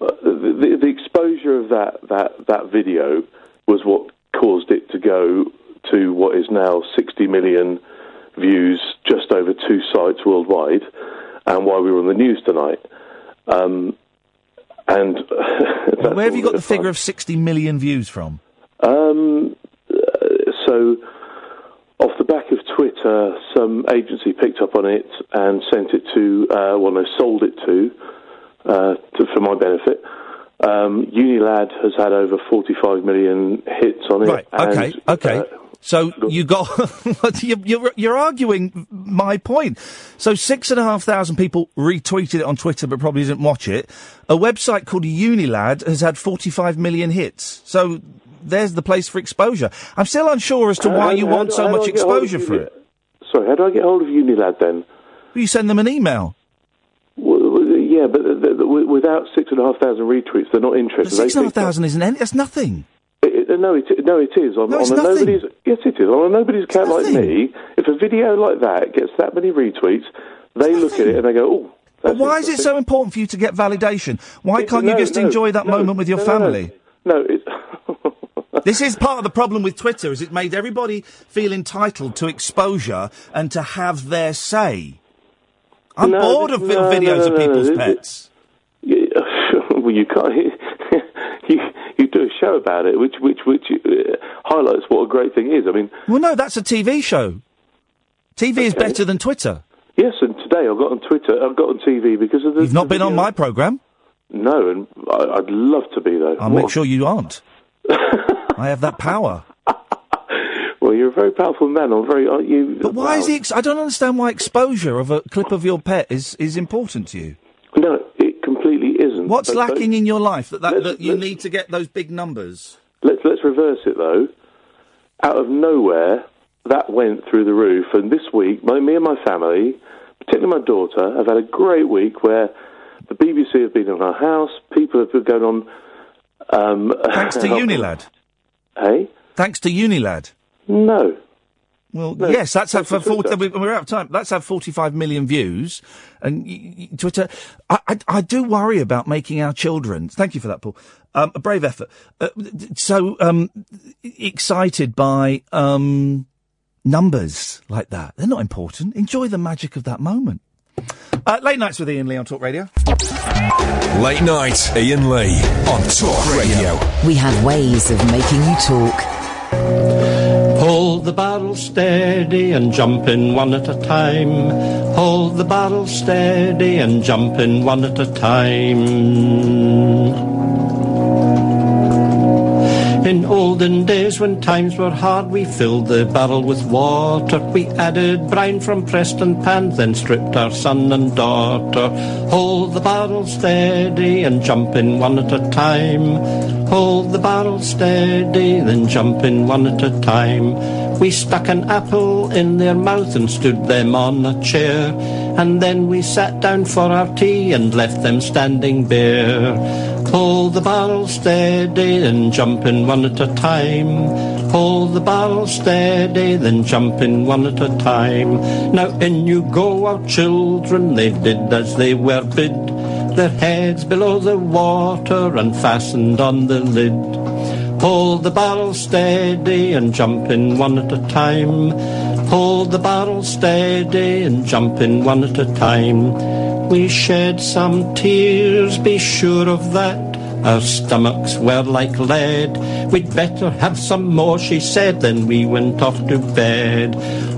[SPEAKER 13] uh, the, the, the exposure of that, that, that video was what caused it to go to what is now 60 million views, just over two sites worldwide, and why we were on the news tonight. Um, and <laughs>
[SPEAKER 3] Well, where have you got the figure of sixty million views from?
[SPEAKER 13] um, uh, so, off the back of Twitter, some agency picked up on it and sent it to, uh, well, no, sold it to, uh, to for my benefit. Um, Unilad has had over 45 million hits on it.
[SPEAKER 3] Right.
[SPEAKER 13] and,
[SPEAKER 3] <laughs> Okay. Okay. so you got you're, you're you're arguing my point. So six and a half thousand people retweeted it on Twitter, but probably didn't watch it. A website called Unilad has had 45 million hits. So there's the place for exposure. I'm still unsure as to
[SPEAKER 13] How-
[SPEAKER 3] why
[SPEAKER 13] how
[SPEAKER 3] you
[SPEAKER 13] do-
[SPEAKER 3] want
[SPEAKER 13] how
[SPEAKER 3] so
[SPEAKER 13] do Uh, I
[SPEAKER 3] much
[SPEAKER 13] get hold of
[SPEAKER 3] exposure for
[SPEAKER 13] Uni-
[SPEAKER 3] it.
[SPEAKER 13] Sorry, how do I get hold of Unilad then?
[SPEAKER 3] You send them an email.
[SPEAKER 13] W- w- Yeah, but th- th- w- without six and a half thousand retweets, they're not interested. They
[SPEAKER 3] Six and a
[SPEAKER 13] think
[SPEAKER 3] half
[SPEAKER 13] that-
[SPEAKER 3] thousand isn't any, that's nothing.
[SPEAKER 13] It, it- no, it, no, it is. On,
[SPEAKER 3] No, it's
[SPEAKER 13] on a
[SPEAKER 3] nothing.
[SPEAKER 13] nobody's, yes, it is. On a nobody's account like me, if a video like that gets that many retweets, they look at it and they go, oh.
[SPEAKER 3] But why is it so important for you to get validation? Why can't you
[SPEAKER 13] no,
[SPEAKER 3] just
[SPEAKER 13] no,
[SPEAKER 3] enjoy that
[SPEAKER 13] no,
[SPEAKER 3] moment with your
[SPEAKER 13] no, no, no.
[SPEAKER 3] family?
[SPEAKER 13] No, it, <laughs>
[SPEAKER 3] this is part of the problem with Twitter is it made everybody feel entitled to exposure and to have their say. I'm
[SPEAKER 13] No,
[SPEAKER 3] bored
[SPEAKER 13] this-
[SPEAKER 3] of vi-
[SPEAKER 13] no,
[SPEAKER 3] videos
[SPEAKER 13] no, no,
[SPEAKER 3] of
[SPEAKER 13] no,
[SPEAKER 3] people's
[SPEAKER 13] this-
[SPEAKER 3] pets.
[SPEAKER 13] <laughs> well, you can't. you, you do a show about it, which which which uh, highlights what a great thing is. I mean,
[SPEAKER 3] Well, no, that's a TV show. TV is better than Twitter.
[SPEAKER 13] yes, and today I got on Twitter, I got on TV because of the.
[SPEAKER 3] You've not been on my program.
[SPEAKER 13] No, and I, I'd love to be though.
[SPEAKER 3] I'll
[SPEAKER 13] What
[SPEAKER 3] make sure you
[SPEAKER 13] <laughs>
[SPEAKER 3] aren't. I have that power.
[SPEAKER 13] Well, you're a very powerful man. I'm very. Aren't you?
[SPEAKER 3] But why is the ex- I don't understand why exposure of a clip of your pet is, is important to you.
[SPEAKER 13] No, it completely isn't.
[SPEAKER 3] What's
[SPEAKER 13] But- but
[SPEAKER 3] lacking in your life that, that,
[SPEAKER 13] Let's-
[SPEAKER 3] that you
[SPEAKER 13] let's-
[SPEAKER 3] need to get those big numbers?
[SPEAKER 13] Let's let's reverse it though. Out of nowhere, that went through the roof, and this week, my, me and my family, particularly my daughter, have had a great week where the BBC have been on our house. People have been going on. Um, <laughs>
[SPEAKER 3] Thanks to Unilad.
[SPEAKER 13] Hey.
[SPEAKER 3] Thanks to Unilad.
[SPEAKER 13] No.
[SPEAKER 3] Well,
[SPEAKER 13] No,
[SPEAKER 3] yes, that's had
[SPEAKER 13] that's
[SPEAKER 3] for
[SPEAKER 13] the Twitter.
[SPEAKER 3] 40, we- we're out of time. That's had 45 million views. And y- y- Twitter, I, I, I do worry about making our children, thank you for that, Paul, um, a brave effort, uh, d- so um, excited by um, numbers like that. They're not important. Enjoy the magic of that moment. Uh, late nights with Ian Lee on Talk Radio.
[SPEAKER 2] Late night, Ian Lee on Talk Radio.
[SPEAKER 1] We have ways of making you talk.
[SPEAKER 14] Hold the barrel steady and jump in one at a time. Hold the barrel steady and jump in one at a time. In olden days when times were hard, we filled the barrel with water. We added brine from Preston Pan, then stripped our son and daughter. Hold the barrel steady and jump in one at a time. Hold the barrel steady, then jump in one at a time. We stuck an apple in their mouth and stood them on a chair. And then we sat down for our tea and left them standing bare. Hold the barrel steady, then jump in one at a time. Hold the barrel steady, then jump in one at a time. Now in you go, our children, they did as they were bid. Their heads below the water and fastened on the lid. Hold the barrel steady and jump in one at a time. Hold the barrel steady and jump in one at a time. We shed some tears, be sure of that. Our stomachs were like lead. We'd better have some more, she said. Then we went off to bed.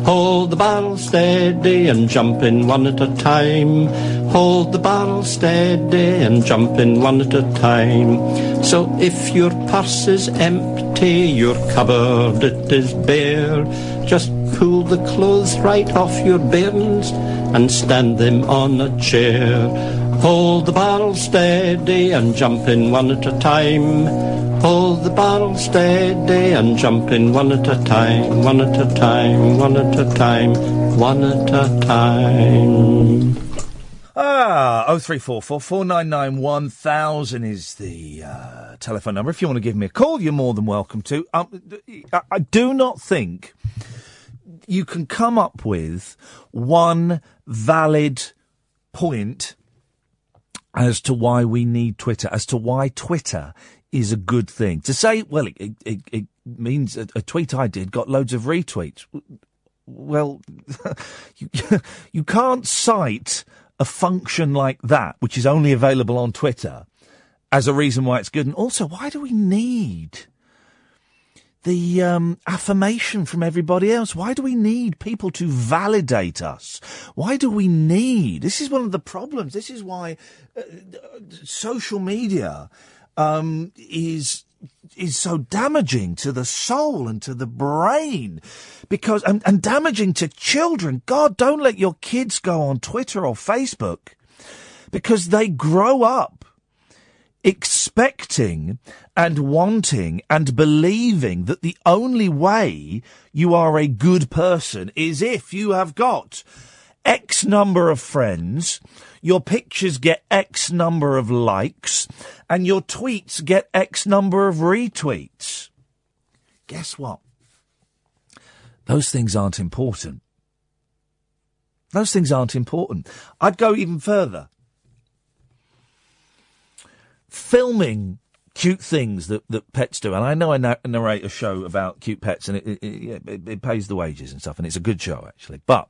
[SPEAKER 14] Hold the barrel steady and jump in one at a time. Hold the barrel steady and jump in one at a time. So if your purse is empty, your cupboard it is bare. Just pull the clothes right off your bairns and stand them on a chair. Hold the barrel steady and jump in one at a time. Hold the barrel steady and jump in one at a time, one at a time, one at a time, one at a time.
[SPEAKER 3] Ah, 0344 499 1000 is the uh, telephone number. If you want to give me a call, you're more than welcome to. Um, I, I do not think you can come up with one valid point as to why we need Twitter, as to why Twitter is a good thing. To say, well, it, it- it, it means a, a tweet I did got loads of retweets. Well, <laughs> you, you can't cite a function like that, which is only available on Twitter, as a reason why it's good. And also, why do we need the um, affirmation from everybody else. Why do we need people to validate us? Why do we need? This is one of the problems. This is why uh, uh, social media um, is is so damaging to the soul and to the brain because and, and damaging to children. God, don't let your kids go on Twitter or Facebook because they grow up expecting and wanting and believing that the only way you are a good person is if you have got X number of friends, your pictures get X number of likes, and your tweets get X number of retweets. Guess what? Those things aren't important. Those things aren't important. I'd go even further filming cute things that, that pets do. And I know I na- narrate a show about cute pets and it, it, it, it, it pays the wages and stuff. And it's a good show, actually. But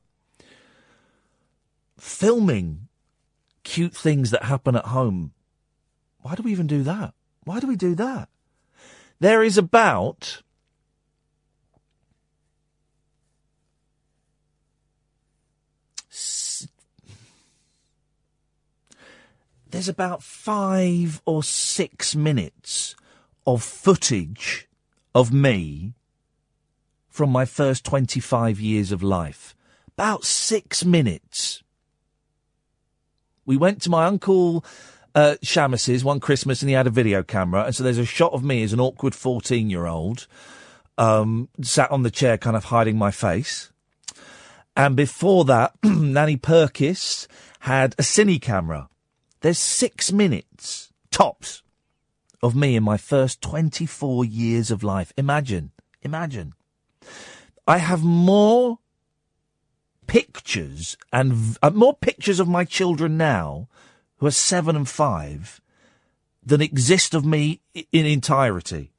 [SPEAKER 3] filming cute things that happen at home, why do we even do that? Why do we do that? There is about. s- there's about five or six minutes of footage of me from my first 25 years of life. About six minutes. We went to my uncle uh, Shamus's one Christmas and he had a video camera. And so there's a shot of me as an awkward 14 year old, um, sat on the chair, kind of hiding my face. And before that, <clears throat> Nanny Perkis had a cine camera. There's six minutes, tops, of me in my first 24 years of life. Imagine, imagine. I have more pictures and v- uh, more pictures of my children now, who are seven and five, than exist of me i- in entirety.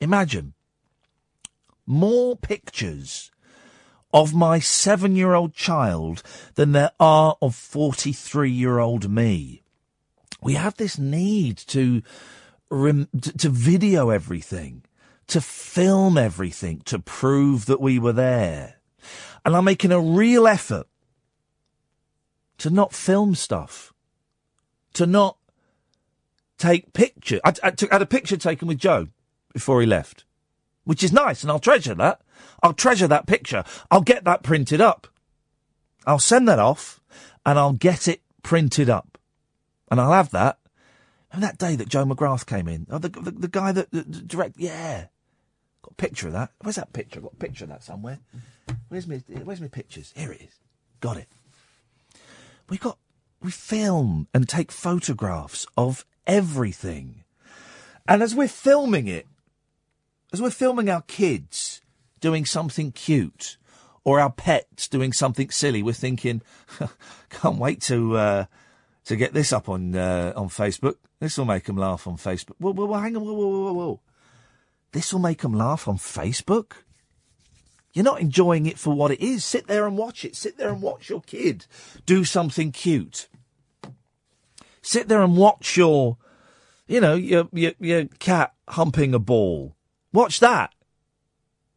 [SPEAKER 3] Imagine more pictures of my seven year old child than there are of 43 year old me. We have this need to, rem- t- to video everything, to film everything, to prove that we were there. And I'm making a real effort to not film stuff, to not take picture. I, I took, had a picture taken with Joe before he left, which is nice, and I'll treasure that. I'll treasure that picture. I'll get that printed up. I'll send that off, and I'll get it printed up, and I'll have that. Remember that day that Joe McGrath came in? Oh, the, the, the guy that, that that direct, yeah. Got a picture of that. Where's that picture? I've got a picture of that somewhere. Where's me? Where's my pictures? Here it is. Got it. We got we film and take photographs of everything, and as we're filming it, as we're filming our kids doing something cute or our pets doing something silly, we're thinking, <laughs> can't wait to uh, to get this up on uh, on Facebook. This will make them laugh on Facebook. Whoa, whoa, whoa, hang on, whoa, whoa, whoa, whoa, whoa. This will make them laugh on Facebook. You're not enjoying it for what it is. Sit there and watch it. Sit there and watch your kid do something cute. Sit there and watch your, you know, your your, your cat humping a ball. Watch that.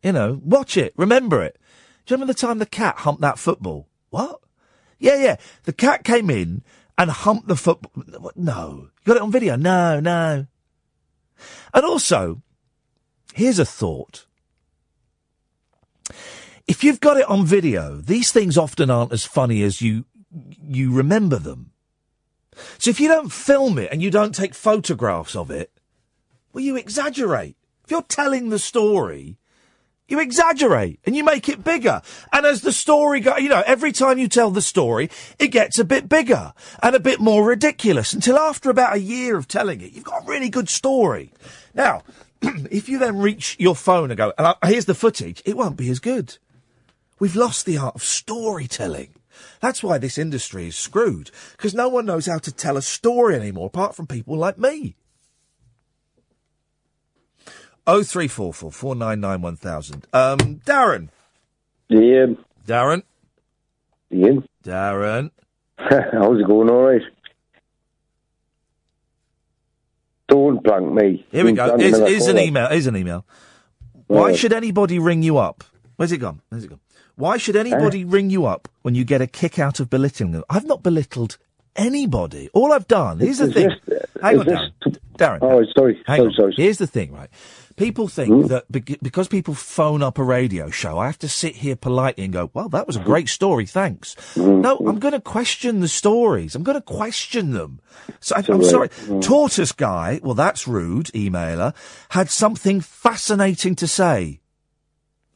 [SPEAKER 3] You know, watch it. Remember it. Do you remember the time the cat humped that football? What? Yeah, yeah. The cat came in and humped the football. What? No. You got it on video? No, no. And also, here's a thought. If you've got it on video, these things often aren't as funny as you, you remember them. So if you don't film it and you don't take photographs of it, well, you exaggerate. If you're telling the story, you exaggerate and you make it bigger. And as the story goes, you know, every time you tell the story, it gets a bit bigger and a bit more ridiculous until after about a year of telling it, you've got a really good story. Now, <clears throat> if you then reach your phone and go, and I, here's the footage, it won't be as good. We've lost the art of storytelling. That's why this industry is screwed because no one knows how to tell a story anymore apart from people like me. Oh three four four four nine nine one thousand. Um, Darren.
[SPEAKER 15] Yeah.
[SPEAKER 3] Darren.
[SPEAKER 15] Ian.
[SPEAKER 3] Darren.
[SPEAKER 15] <laughs> How's it going? All right. Don't blank me.
[SPEAKER 3] Here we
[SPEAKER 15] You've
[SPEAKER 3] go.
[SPEAKER 15] done
[SPEAKER 3] Here's,
[SPEAKER 15] another
[SPEAKER 3] here's an
[SPEAKER 15] call.
[SPEAKER 3] email. Here's an email. Why
[SPEAKER 15] Right.
[SPEAKER 3] should anybody ring you up? Where's it gone? Where's it gone? Why
[SPEAKER 15] Eh?
[SPEAKER 3] should anybody ring you up when you get a kick out of belittling them? I've not belittled anybody. All I've done. Here's the
[SPEAKER 15] Is uh,
[SPEAKER 3] thing.
[SPEAKER 15] this-
[SPEAKER 3] Hang
[SPEAKER 15] is
[SPEAKER 3] on,
[SPEAKER 15] this
[SPEAKER 3] Darren. Darren.
[SPEAKER 15] Oh, sorry.
[SPEAKER 3] Hang
[SPEAKER 15] sorry,
[SPEAKER 3] on.
[SPEAKER 15] sorry.
[SPEAKER 3] Here's the thing, right? People think that bec- because people phone up a radio show, I have to sit here politely and go, well, that was a great story, thanks. No, I'm going to question the stories. I'm going to question them. So I, I'm
[SPEAKER 15] Right.
[SPEAKER 3] sorry.
[SPEAKER 15] Mm.
[SPEAKER 3] Tortoise guy, well, that's rude, emailer, had something fascinating to say.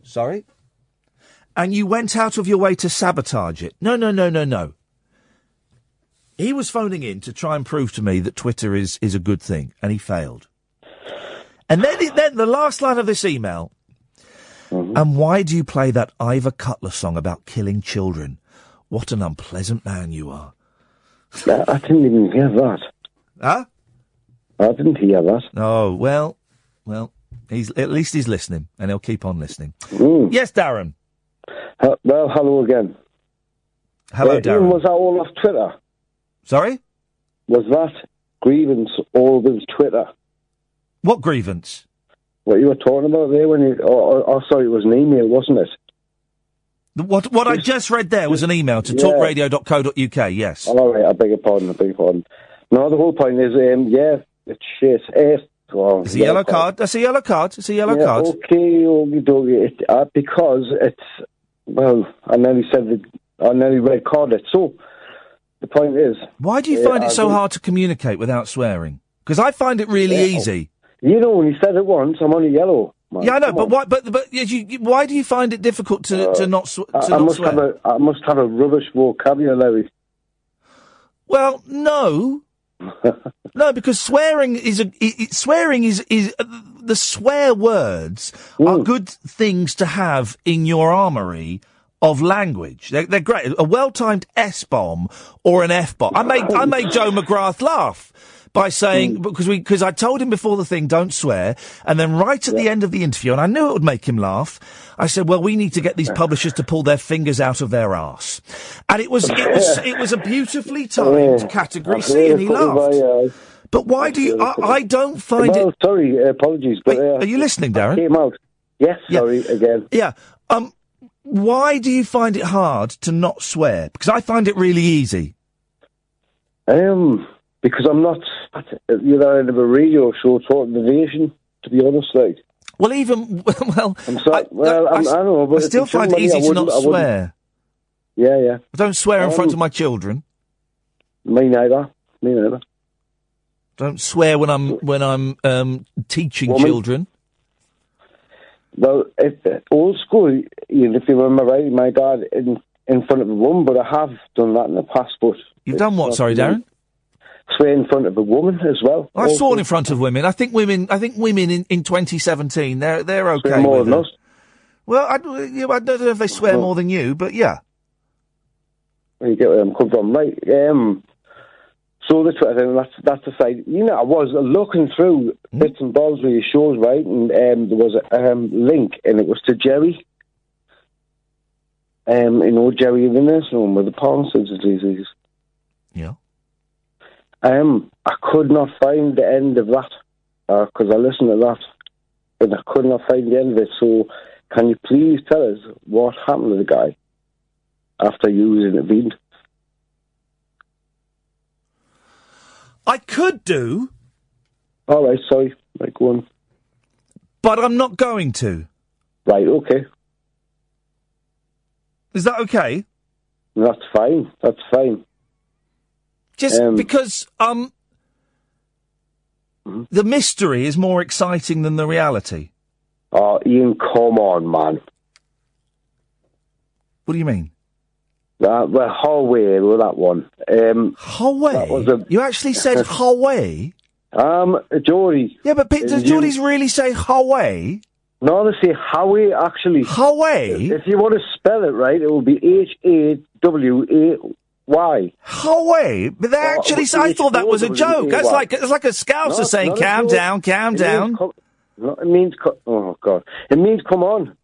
[SPEAKER 3] Sorry? And you went out of your way to sabotage it. No, no, no, no, no. He was phoning in to try and prove to me that Twitter is, is a good thing, and he failed. And then, it- then the last line of this email.
[SPEAKER 15] Mm-hmm.
[SPEAKER 3] And why do you play that Ivor Cutler song about killing children? What an unpleasant man you are.
[SPEAKER 15] I, I didn't even hear that.
[SPEAKER 3] Huh?
[SPEAKER 15] I didn't hear that.
[SPEAKER 3] Oh, well, well, he's, at least he's listening, and he'll keep on listening.
[SPEAKER 15] Mm.
[SPEAKER 3] Yes, Darren.
[SPEAKER 15] Uh, well, hello again.
[SPEAKER 3] Hello,
[SPEAKER 15] Uh,
[SPEAKER 3] Darren.
[SPEAKER 15] Ian, was that all off Twitter?
[SPEAKER 3] Sorry?
[SPEAKER 15] Was that grievance all off Twitter?
[SPEAKER 3] What grievance?
[SPEAKER 15] What you were talking about there when you. Oh, oh, oh sorry, it was an email, wasn't it?
[SPEAKER 3] The- What, what I just read there was an email to
[SPEAKER 15] Yeah.
[SPEAKER 3] talkradio.co.uk, yes.
[SPEAKER 15] All right, I beg your pardon, I beg your pardon. No, the whole point is, um, yeah, it's shit. Eh, oh,
[SPEAKER 3] It's a yellow card. That's a yellow card. It's a yellow
[SPEAKER 15] yeah, oh.
[SPEAKER 3] card.
[SPEAKER 15] Okay, okie dokie. It, uh, because it's, well, I nearly said that, I nearly red carded. So, the point is. uh,
[SPEAKER 3] Why do you find it so hard to communicate without swearing? Because I find it really
[SPEAKER 15] Yeah.
[SPEAKER 3] easy.
[SPEAKER 15] You know, when you said it once, I'm only yellow. man.
[SPEAKER 3] yeah, I know,
[SPEAKER 15] Come
[SPEAKER 3] but
[SPEAKER 15] on. Uh,
[SPEAKER 3] why? But but you, you, why do you find it difficult to to not sw- to
[SPEAKER 15] I, I
[SPEAKER 3] not
[SPEAKER 15] must
[SPEAKER 3] swear?
[SPEAKER 15] have a, I must have a rubbish vocabulary.
[SPEAKER 3] Well, no, no, because swearing is a i- i- swearing is is uh, the swear words are good things to have in your armory of language. They're, they're great. A well timed s bomb or an f bomb. I made I made Joe McGrath laugh. By saying because we because I told him before the thing don't swear, and then right at the end of the interview, and I knew it would make him laugh. I said, "Well, we need to get these publishers to pull their fingers out of their arse," and it was it was it was a beautifully timed
[SPEAKER 15] Yeah.
[SPEAKER 3] category
[SPEAKER 15] I've
[SPEAKER 3] C, and he
[SPEAKER 15] really put
[SPEAKER 3] laughed.
[SPEAKER 15] my, uh,
[SPEAKER 3] But why do you? I, I don't find
[SPEAKER 15] well,
[SPEAKER 3] it.
[SPEAKER 15] sorry, apologies, but uh,
[SPEAKER 3] Are you listening, Darren?
[SPEAKER 15] came out. Yes, sorry again.
[SPEAKER 3] Yeah. Um. Why do you find it hard to not swear? Because I find it really easy.
[SPEAKER 15] Um, because I'm not, you know, in a radio show talking the nation. To be honest, like.
[SPEAKER 3] Well, even <laughs> well,
[SPEAKER 15] I'm sorry. well,
[SPEAKER 3] I
[SPEAKER 15] I'm, I,
[SPEAKER 3] s-
[SPEAKER 15] don't know,
[SPEAKER 3] I
[SPEAKER 15] but
[SPEAKER 3] still
[SPEAKER 15] it's
[SPEAKER 3] find it
[SPEAKER 15] somebody
[SPEAKER 3] easy
[SPEAKER 15] I
[SPEAKER 3] to
[SPEAKER 15] wouldn't-
[SPEAKER 3] not
[SPEAKER 15] I wouldn't-
[SPEAKER 3] swear.
[SPEAKER 15] Yeah, yeah.
[SPEAKER 3] I don't swear in front of
[SPEAKER 15] Um,
[SPEAKER 3] my children.
[SPEAKER 15] Me neither. Me neither.
[SPEAKER 3] Don't swear when I'm when I'm um, teaching
[SPEAKER 15] Woman.
[SPEAKER 3] children.
[SPEAKER 15] Well, if, old school, you know, if you remember right, my dad in in front of a woman, but I have done that in the past. But
[SPEAKER 3] You've done what? Sorry, Darren. Oh,
[SPEAKER 15] Swear in front of a woman as well.
[SPEAKER 3] I have sworn in front of women. I think women. I think women in, in 2017. They're they're okay.
[SPEAKER 15] more
[SPEAKER 3] with
[SPEAKER 15] than
[SPEAKER 3] it.
[SPEAKER 15] us.
[SPEAKER 3] Well, I, you know, I don't know if they swear more than you, but yeah.
[SPEAKER 15] You get where I'm coming from, right? Um, so the Twitter thing, that's that's the side. You know, I was looking through bits and bobs with your shows, right? And um, there was a um, link, and it was to Jerry. Um, you know, Jerry the nursing home with the Parkinson's disease.
[SPEAKER 3] Yeah.
[SPEAKER 15] Um, I could not find the end of that because I listened to that, and I could not find the end of it. So, can you please tell us what happened to the guy after you was intervened?
[SPEAKER 3] I could do.
[SPEAKER 15] All right, sorry, like one.
[SPEAKER 3] But I'm not going to.
[SPEAKER 15] Right, okay.
[SPEAKER 3] Is that okay?
[SPEAKER 15] That's fine. That's fine.
[SPEAKER 3] Just
[SPEAKER 15] Um,
[SPEAKER 3] because um,
[SPEAKER 15] mm-hmm.
[SPEAKER 3] the mystery is more exciting than the reality.
[SPEAKER 15] Oh, Ian, come on, man.
[SPEAKER 3] What do you mean?
[SPEAKER 15] That Uh, well, Hallway with that one. Um,
[SPEAKER 3] Hallway.
[SPEAKER 15] That was a,
[SPEAKER 3] you
[SPEAKER 15] <laughs>
[SPEAKER 3] actually said Hallway.
[SPEAKER 15] Um, Geordie.
[SPEAKER 3] Yeah, but Pete, does
[SPEAKER 15] You-
[SPEAKER 3] Geordies really say Hallway?
[SPEAKER 15] No, they say Howie actually.
[SPEAKER 3] Howie.
[SPEAKER 15] If you want to spell it right, it will be H A W A Y. Oh,
[SPEAKER 3] Howie, but they actually. say- I thought that was a joke. That's like it's like a scouser saying, "Calm down, calm down."
[SPEAKER 15] no, it means co- oh god, it means come on.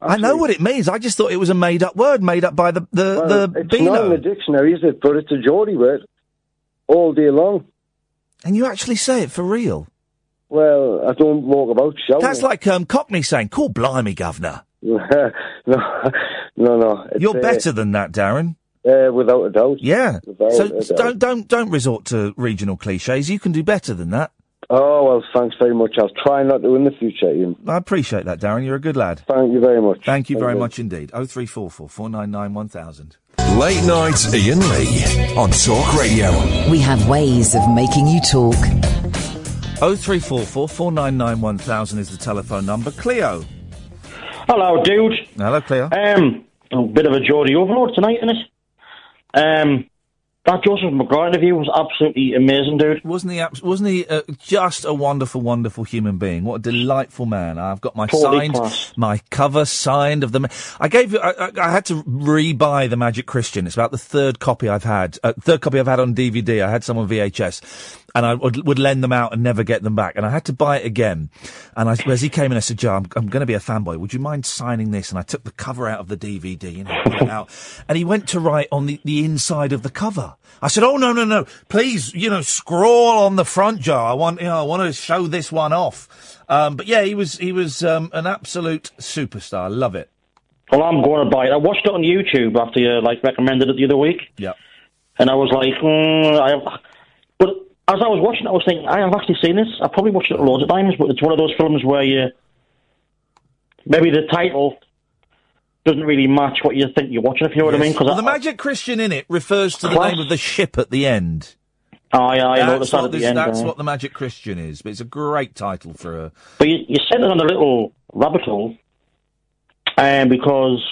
[SPEAKER 3] I know what it means. I just thought it was a made-up word made up by the the
[SPEAKER 15] Well,
[SPEAKER 3] the
[SPEAKER 15] it's not in the
[SPEAKER 3] Beano.
[SPEAKER 15] dictionary, is it? But it's a Geordie word all day long.
[SPEAKER 3] And you actually say it for real.
[SPEAKER 15] Well, I don't walk about shouting.
[SPEAKER 3] That's like um, Cockney saying, "Call blimey, governor."
[SPEAKER 15] <laughs> no, no, no. it's,
[SPEAKER 3] You're
[SPEAKER 15] uh,
[SPEAKER 3] better than that, Darren.
[SPEAKER 15] Uh, without a doubt.
[SPEAKER 3] Yeah.
[SPEAKER 15] Without
[SPEAKER 3] so
[SPEAKER 15] a doubt.
[SPEAKER 3] don't don't don't resort to regional cliches. You can do better than that.
[SPEAKER 15] Oh, well, thanks very much. I'll try not to in the future, Ian.
[SPEAKER 3] I appreciate that, Darren. You're a good lad.
[SPEAKER 15] Thank you very much.
[SPEAKER 3] Thank you
[SPEAKER 15] Thank
[SPEAKER 3] very
[SPEAKER 15] you.
[SPEAKER 3] much indeed. 0344 499 1000.
[SPEAKER 2] Late night Ian Lee on Talk Radio.
[SPEAKER 1] We have ways of making you talk.
[SPEAKER 3] 0344 499 1000 is the telephone number. Cleo.
[SPEAKER 16] Hello, dude.
[SPEAKER 3] Hello, Cleo.
[SPEAKER 16] Um, a bit of a Geordie overlord tonight, isn't it? Um, that Joseph McGraw interview was absolutely amazing, dude.
[SPEAKER 3] Wasn't he, abs- wasn't he uh, just a wonderful, wonderful human being? What a delightful man. I've got my
[SPEAKER 16] Totally
[SPEAKER 3] signed,
[SPEAKER 16] class.
[SPEAKER 3] my cover signed of the. Ma- I gave you, I, I, I had to re-buy The Magic Christian. It's about the third copy I've had, uh, third copy I've had on DVD. I had some on VHS and I would, would lend them out and never get them back. And I had to buy it again. And I, as he came in, I said, Joe, I'm, I'm going to be a fanboy. Would you mind signing this? And I took the cover out of the DVD, you know, pulled it out. And he went to write on the, the inside of the cover. I said, Oh, no, no, no. Please, you know, scrawl on the front, Joe. I want, you know, I want to show this one off. Um, but yeah, he was, he was, um, an absolute superstar. Love it.
[SPEAKER 16] Well, I'm going to buy it. I watched it on YouTube after you like recommended it the other week.
[SPEAKER 3] Yeah.
[SPEAKER 16] And I was like, mm, I have... but as I was watching, it, I was thinking, I have actually seen this. I've probably watched it loads of times, but it's one of those films where you maybe the title doesn't really match what you think you're watching. If you know what I mean?
[SPEAKER 3] Well, the
[SPEAKER 16] Because
[SPEAKER 3] magic Christian in it refers to the
[SPEAKER 16] Class.
[SPEAKER 3] name of the ship at the end.
[SPEAKER 16] I, I
[SPEAKER 3] that's
[SPEAKER 16] noticed that
[SPEAKER 3] what
[SPEAKER 16] at the
[SPEAKER 3] this-
[SPEAKER 16] end, uh,
[SPEAKER 3] That's
[SPEAKER 16] yeah.
[SPEAKER 3] what the magic Christian is. But it's a great title for a.
[SPEAKER 16] But you, you sent it on a little rabbit hole, um, because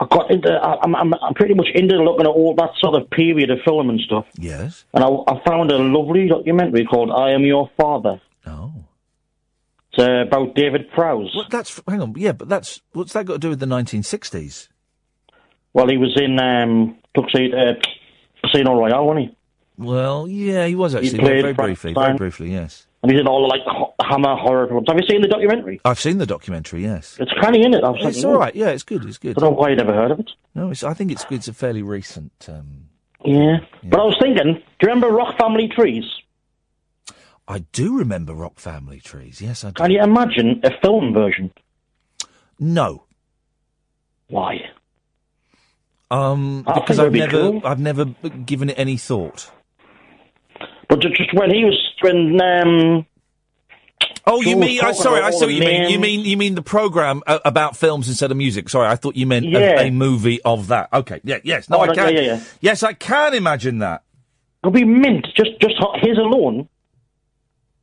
[SPEAKER 16] I got into. I, I'm, I'm, I'm pretty much into looking at all that sort of period of film and stuff.
[SPEAKER 3] Yes.
[SPEAKER 16] And I, I found a lovely documentary called "I Am Your Father."
[SPEAKER 3] Oh.
[SPEAKER 16] It's uh, about David Prowse.
[SPEAKER 3] Well, that's hang on, yeah, but that's what's that got to do with the 1960s?
[SPEAKER 16] Well, he was in um, Tuxedo, uh, Casino Royale, wasn't he?
[SPEAKER 3] Well, yeah, he was
[SPEAKER 16] He
[SPEAKER 3] actually
[SPEAKER 16] played
[SPEAKER 3] very
[SPEAKER 16] Frank
[SPEAKER 3] briefly,
[SPEAKER 16] Stein.
[SPEAKER 3] very briefly, yes.
[SPEAKER 16] And he did all like ho- Hammer horror films. Have you seen the documentary?
[SPEAKER 3] I've seen the documentary, yes.
[SPEAKER 16] It's kind of in it. I was
[SPEAKER 3] It's
[SPEAKER 16] thinking,
[SPEAKER 3] all
[SPEAKER 16] "Oh."
[SPEAKER 3] right, yeah, it's good, it's good.
[SPEAKER 16] I don't know why you'd never heard of it.
[SPEAKER 3] No, it's, I think it's good. It's a fairly recent. Um,
[SPEAKER 16] Yeah. But I was thinking, do you remember Rock Family Trees?
[SPEAKER 3] I do remember Rock Family Trees. Yes, I do.
[SPEAKER 16] Can you imagine a film version?
[SPEAKER 3] No.
[SPEAKER 16] Why?
[SPEAKER 3] Um,
[SPEAKER 16] I think
[SPEAKER 3] because
[SPEAKER 16] that'd
[SPEAKER 3] I've
[SPEAKER 16] be
[SPEAKER 3] never,
[SPEAKER 16] cool.
[SPEAKER 3] I've never b- given it any thought.
[SPEAKER 16] But ju- just when he was when um.
[SPEAKER 3] Oh, you
[SPEAKER 16] George
[SPEAKER 3] mean? I,
[SPEAKER 16] Cotton
[SPEAKER 3] sorry,
[SPEAKER 16] and
[SPEAKER 3] I
[SPEAKER 16] all
[SPEAKER 3] see what
[SPEAKER 16] the
[SPEAKER 3] you mean. You
[SPEAKER 16] men-
[SPEAKER 3] mean you mean the program uh, about films instead of music? Sorry, I thought you meant
[SPEAKER 16] Yeah.
[SPEAKER 3] a, a movie of that. Okay, yeah, yes, no,
[SPEAKER 16] Oh,
[SPEAKER 3] I
[SPEAKER 16] right,
[SPEAKER 3] can.
[SPEAKER 16] yeah, yeah, yeah.
[SPEAKER 3] Yes, I can imagine that.
[SPEAKER 16] It'll be mint. Just just ho- his alone.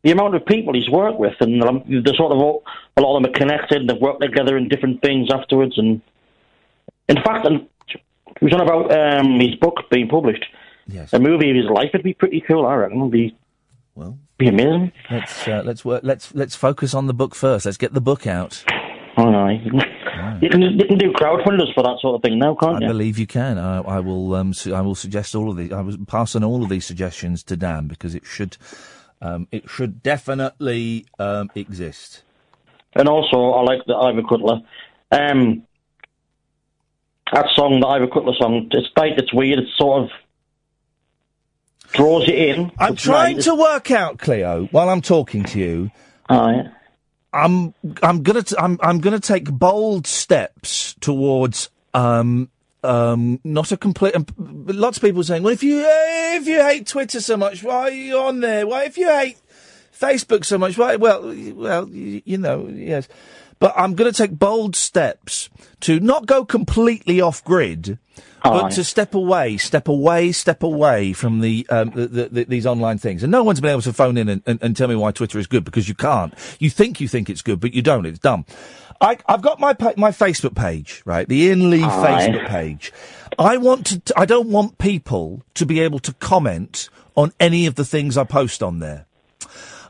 [SPEAKER 16] The amount of people he's worked with, and um, the sort of all, a lot of them are connected. They've worked together in different things afterwards, and in fact, and he was on about um, his book being published.
[SPEAKER 3] Yes.
[SPEAKER 16] A movie of his life would be pretty cool, I reckon. It'd be
[SPEAKER 3] well,
[SPEAKER 16] be amazing.
[SPEAKER 3] Let's uh, let's work. Let's let's focus on the book first. Let's get the book out.
[SPEAKER 16] Oh no, you can, you can, you can do crowdfunders for that sort of thing now, can't
[SPEAKER 3] I
[SPEAKER 16] you?
[SPEAKER 3] believe you can. I, I will. Um, su- I will suggest all of these. I will pass on all of these suggestions to Dan because it should. Um, it should definitely um, exist.
[SPEAKER 16] And also, I like the Ivor Cutler. Um, that song, the Ivor Cutler song, it's tight, it's weird, it's sort of draws you in.
[SPEAKER 3] I'm
[SPEAKER 16] It's
[SPEAKER 3] trying
[SPEAKER 16] nice.
[SPEAKER 3] to work out, Cleo, while I'm talking to you. I'm I'm gonna t- I'm I'm gonna take bold steps towards um um not a complete. Um, but lots of people saying, well, if you eh, if you hate Twitter so much, why are you on there? Why if you hate Facebook so much? Why? Well, y- well, y- you know, yes. But I'm going to take bold steps to not go completely off grid, but
[SPEAKER 16] Aye.
[SPEAKER 3] to step away, step away, step away from the, um, the, the, the these online things. And no one's been able to phone in and, and, and tell me why Twitter is good because you can't. You think you think it's good, but you don't. It's dumb. I, I've got my pa- my Facebook page, right? The Ian Lee
[SPEAKER 16] Aye.
[SPEAKER 3] Facebook page. I want to. T- I don't want people to be able to comment on any of the things I post on there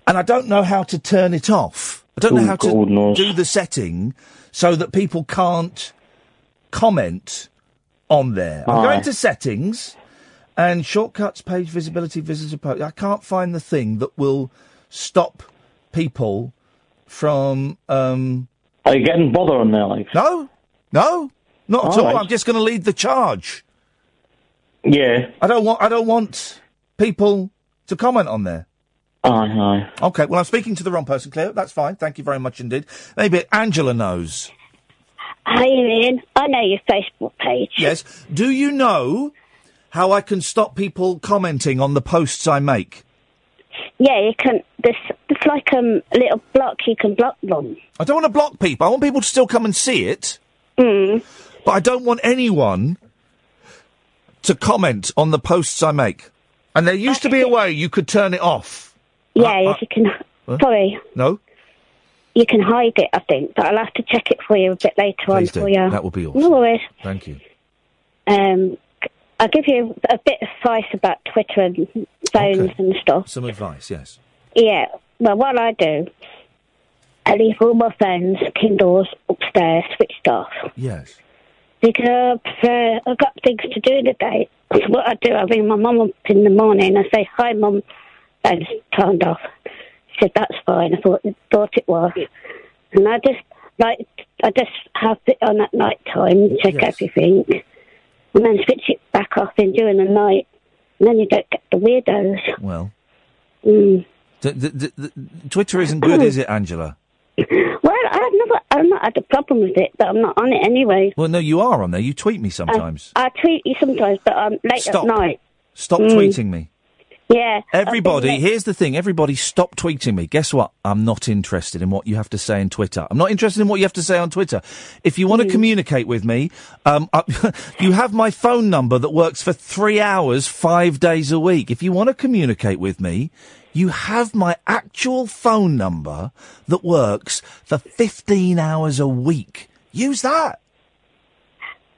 [SPEAKER 3] and I don't know how to turn it off. I don't know
[SPEAKER 16] Oh,
[SPEAKER 3] how to
[SPEAKER 16] God knows.
[SPEAKER 3] do the setting so that people can't comment on there. I'm
[SPEAKER 16] Aye.
[SPEAKER 3] going to settings and shortcuts, page visibility, visitor post. I can't find the thing that will stop people from. Um,
[SPEAKER 16] Are you getting bother on there, like?
[SPEAKER 3] No, no, not at
[SPEAKER 16] All
[SPEAKER 3] all.
[SPEAKER 16] right.
[SPEAKER 3] I'm just going to lead the charge.
[SPEAKER 16] Yeah.
[SPEAKER 3] I don't want. I don't want people to comment on there.
[SPEAKER 16] Aye, aye.
[SPEAKER 3] Okay, well, I'm speaking to the wrong person, Cleo. That's fine. Thank you very much indeed. Maybe Angela knows.
[SPEAKER 17] Hi, Ian. I know your Facebook page.
[SPEAKER 3] Yes. Do you know how I can stop people commenting on the posts I make?
[SPEAKER 17] Yeah, you can. There's it's like um, a little block you can block them.
[SPEAKER 3] I don't want to block people. I want people to still come and see it.
[SPEAKER 17] Mm.
[SPEAKER 3] But I don't want anyone to comment on the posts I make. And there used to be a way you could turn it off.
[SPEAKER 17] Yeah, you can. Sorry,
[SPEAKER 3] No?
[SPEAKER 17] you can hide it. I think, but I'll have to check it for you a bit later on
[SPEAKER 3] Please do.
[SPEAKER 17] for you.
[SPEAKER 3] That would be awesome.
[SPEAKER 17] No worries.
[SPEAKER 3] Thank you.
[SPEAKER 17] Um, I'll give you a bit of advice about Twitter and phones and stuff.
[SPEAKER 3] Some advice, yes.
[SPEAKER 17] Yeah. Well, what I do, I leave all my phones, Kindles upstairs, switched off.
[SPEAKER 3] Yes.
[SPEAKER 17] Because I prefer, I've got things to do today. So what I do, I ring my mum up in the morning. I say, hi, mum. And it's turned off. She said, that's fine. I thought, thought it was. And I just, like, I just have it on at night time, check
[SPEAKER 18] Yes.
[SPEAKER 17] everything. And then switch it back off in during the night. And then you don't get the weirdos.
[SPEAKER 3] Well,
[SPEAKER 17] Mm.
[SPEAKER 3] th- th- th- th- Twitter isn't good, is it, Angela?
[SPEAKER 17] Well, I've never, I've not had a problem with it, but I'm not on it anyway.
[SPEAKER 3] Well, no, you are on there. You tweet
[SPEAKER 17] Uh,
[SPEAKER 3] me sometimes.
[SPEAKER 17] I, I tweet you sometimes, but um, late
[SPEAKER 3] Stop.
[SPEAKER 17] at night.
[SPEAKER 3] Stop
[SPEAKER 17] Mm.
[SPEAKER 3] tweeting me.
[SPEAKER 17] Yeah. I've been
[SPEAKER 3] Everybody,
[SPEAKER 17] late-
[SPEAKER 3] here's the thing. Everybody, stop tweeting me. Guess what? I'm not interested in what you have to say on Twitter. I'm not interested in what you have to say on Twitter. If you
[SPEAKER 17] Mm.
[SPEAKER 3] want to communicate with me, um, <laughs> I, you have my phone number that works for three hours, five days a week. If you want to communicate with me, you have my actual phone number that works for 15 hours a week. Use that.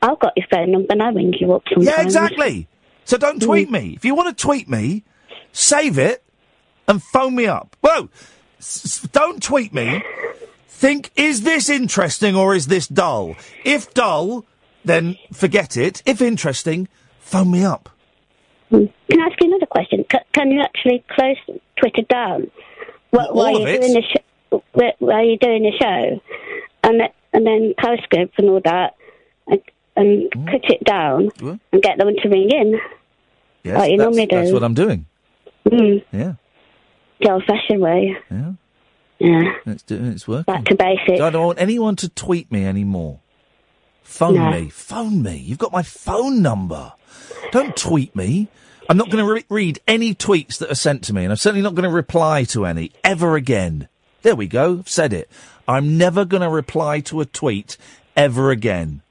[SPEAKER 17] I've got your phone number and I ring you up sometimes.
[SPEAKER 3] Yeah, exactly. So don't tweet
[SPEAKER 17] Mm.
[SPEAKER 3] me. If you want to tweet me, save it and phone me up. Whoa! S- s- don't tweet me. Think, is this interesting or is this dull? If dull, then forget it. If interesting, phone me up.
[SPEAKER 17] Can I ask you another question? C- can you actually close Twitter down? Wh-
[SPEAKER 3] all
[SPEAKER 17] while
[SPEAKER 3] of
[SPEAKER 17] you're
[SPEAKER 3] it?
[SPEAKER 17] Doing the sh- wh- while you're doing the show, and th- and then Periscope and all that, and, and cut it down
[SPEAKER 3] Hmm? What?
[SPEAKER 17] and get them to ring in.
[SPEAKER 3] Yes,
[SPEAKER 17] Like you
[SPEAKER 3] that's,
[SPEAKER 17] normally do.
[SPEAKER 3] that's what I'm doing.
[SPEAKER 17] Mm,
[SPEAKER 3] Yeah,
[SPEAKER 17] the old-fashioned way.
[SPEAKER 3] yeah.
[SPEAKER 17] Yeah.
[SPEAKER 3] It's, doing, it's working.
[SPEAKER 17] Back to basics.
[SPEAKER 3] So I don't want anyone to tweet me anymore. Phone
[SPEAKER 17] No.
[SPEAKER 3] me. Phone me. You've got my phone number. Don't tweet me. I'm not going to re- read any tweets that are sent to me, and I'm certainly not going to reply to any ever again. There we go. I've said it. I'm never going to reply to a tweet ever again.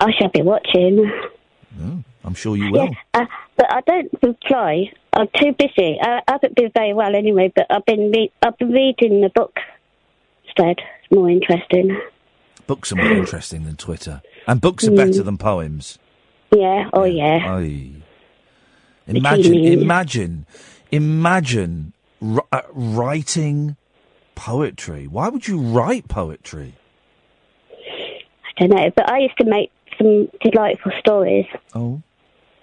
[SPEAKER 17] I shall be watching.
[SPEAKER 3] I'm sure you will.
[SPEAKER 17] Uh, but I don't reply. I'm too busy. I, I haven't been very well anyway. But I've been re- I've been reading the book instead. It's more interesting.
[SPEAKER 3] Books are more interesting than Twitter, and books are better than poems.
[SPEAKER 17] Yeah. Oh Mm. yeah.
[SPEAKER 3] Aye.
[SPEAKER 17] Bikini. <laughs>
[SPEAKER 3] Imagine,
[SPEAKER 17] Mm.
[SPEAKER 3] imagine, imagine ri- uh, writing poetry. Why would you write poetry?
[SPEAKER 17] I don't know. But I used to make some delightful stories.
[SPEAKER 3] Oh.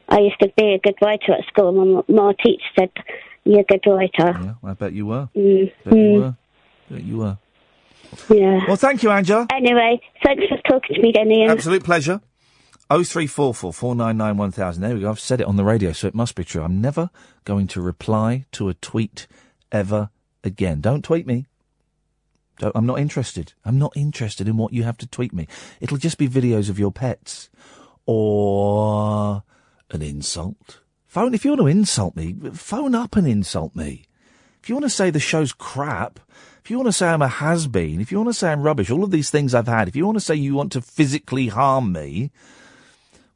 [SPEAKER 17] I used to be a good writer at school. My, m- my teacher said, "You're a good writer."
[SPEAKER 3] I bet you were.
[SPEAKER 17] Mm,
[SPEAKER 3] Bet you
[SPEAKER 17] mm.
[SPEAKER 3] were. Bet you were.
[SPEAKER 17] Yeah.
[SPEAKER 3] Well, thank you, Angela.
[SPEAKER 17] Anyway, thanks for talking to me, then, Ian.
[SPEAKER 3] Absolute pleasure. 0344 499 1000. There we go. I've said it on the radio, so it must be true. I'm never going to reply to a tweet ever again. Don't tweet me. Don't, I'm not interested. I'm not interested in what you have to tweet me. It'll just be videos of your pets or an insult. Phone, if you want to insult me, phone up and insult me. If you want to say the show's crap, if you want to say I'm a has been, if you want to say I'm rubbish, all of these things I've had, if you want to say you want to physically harm me,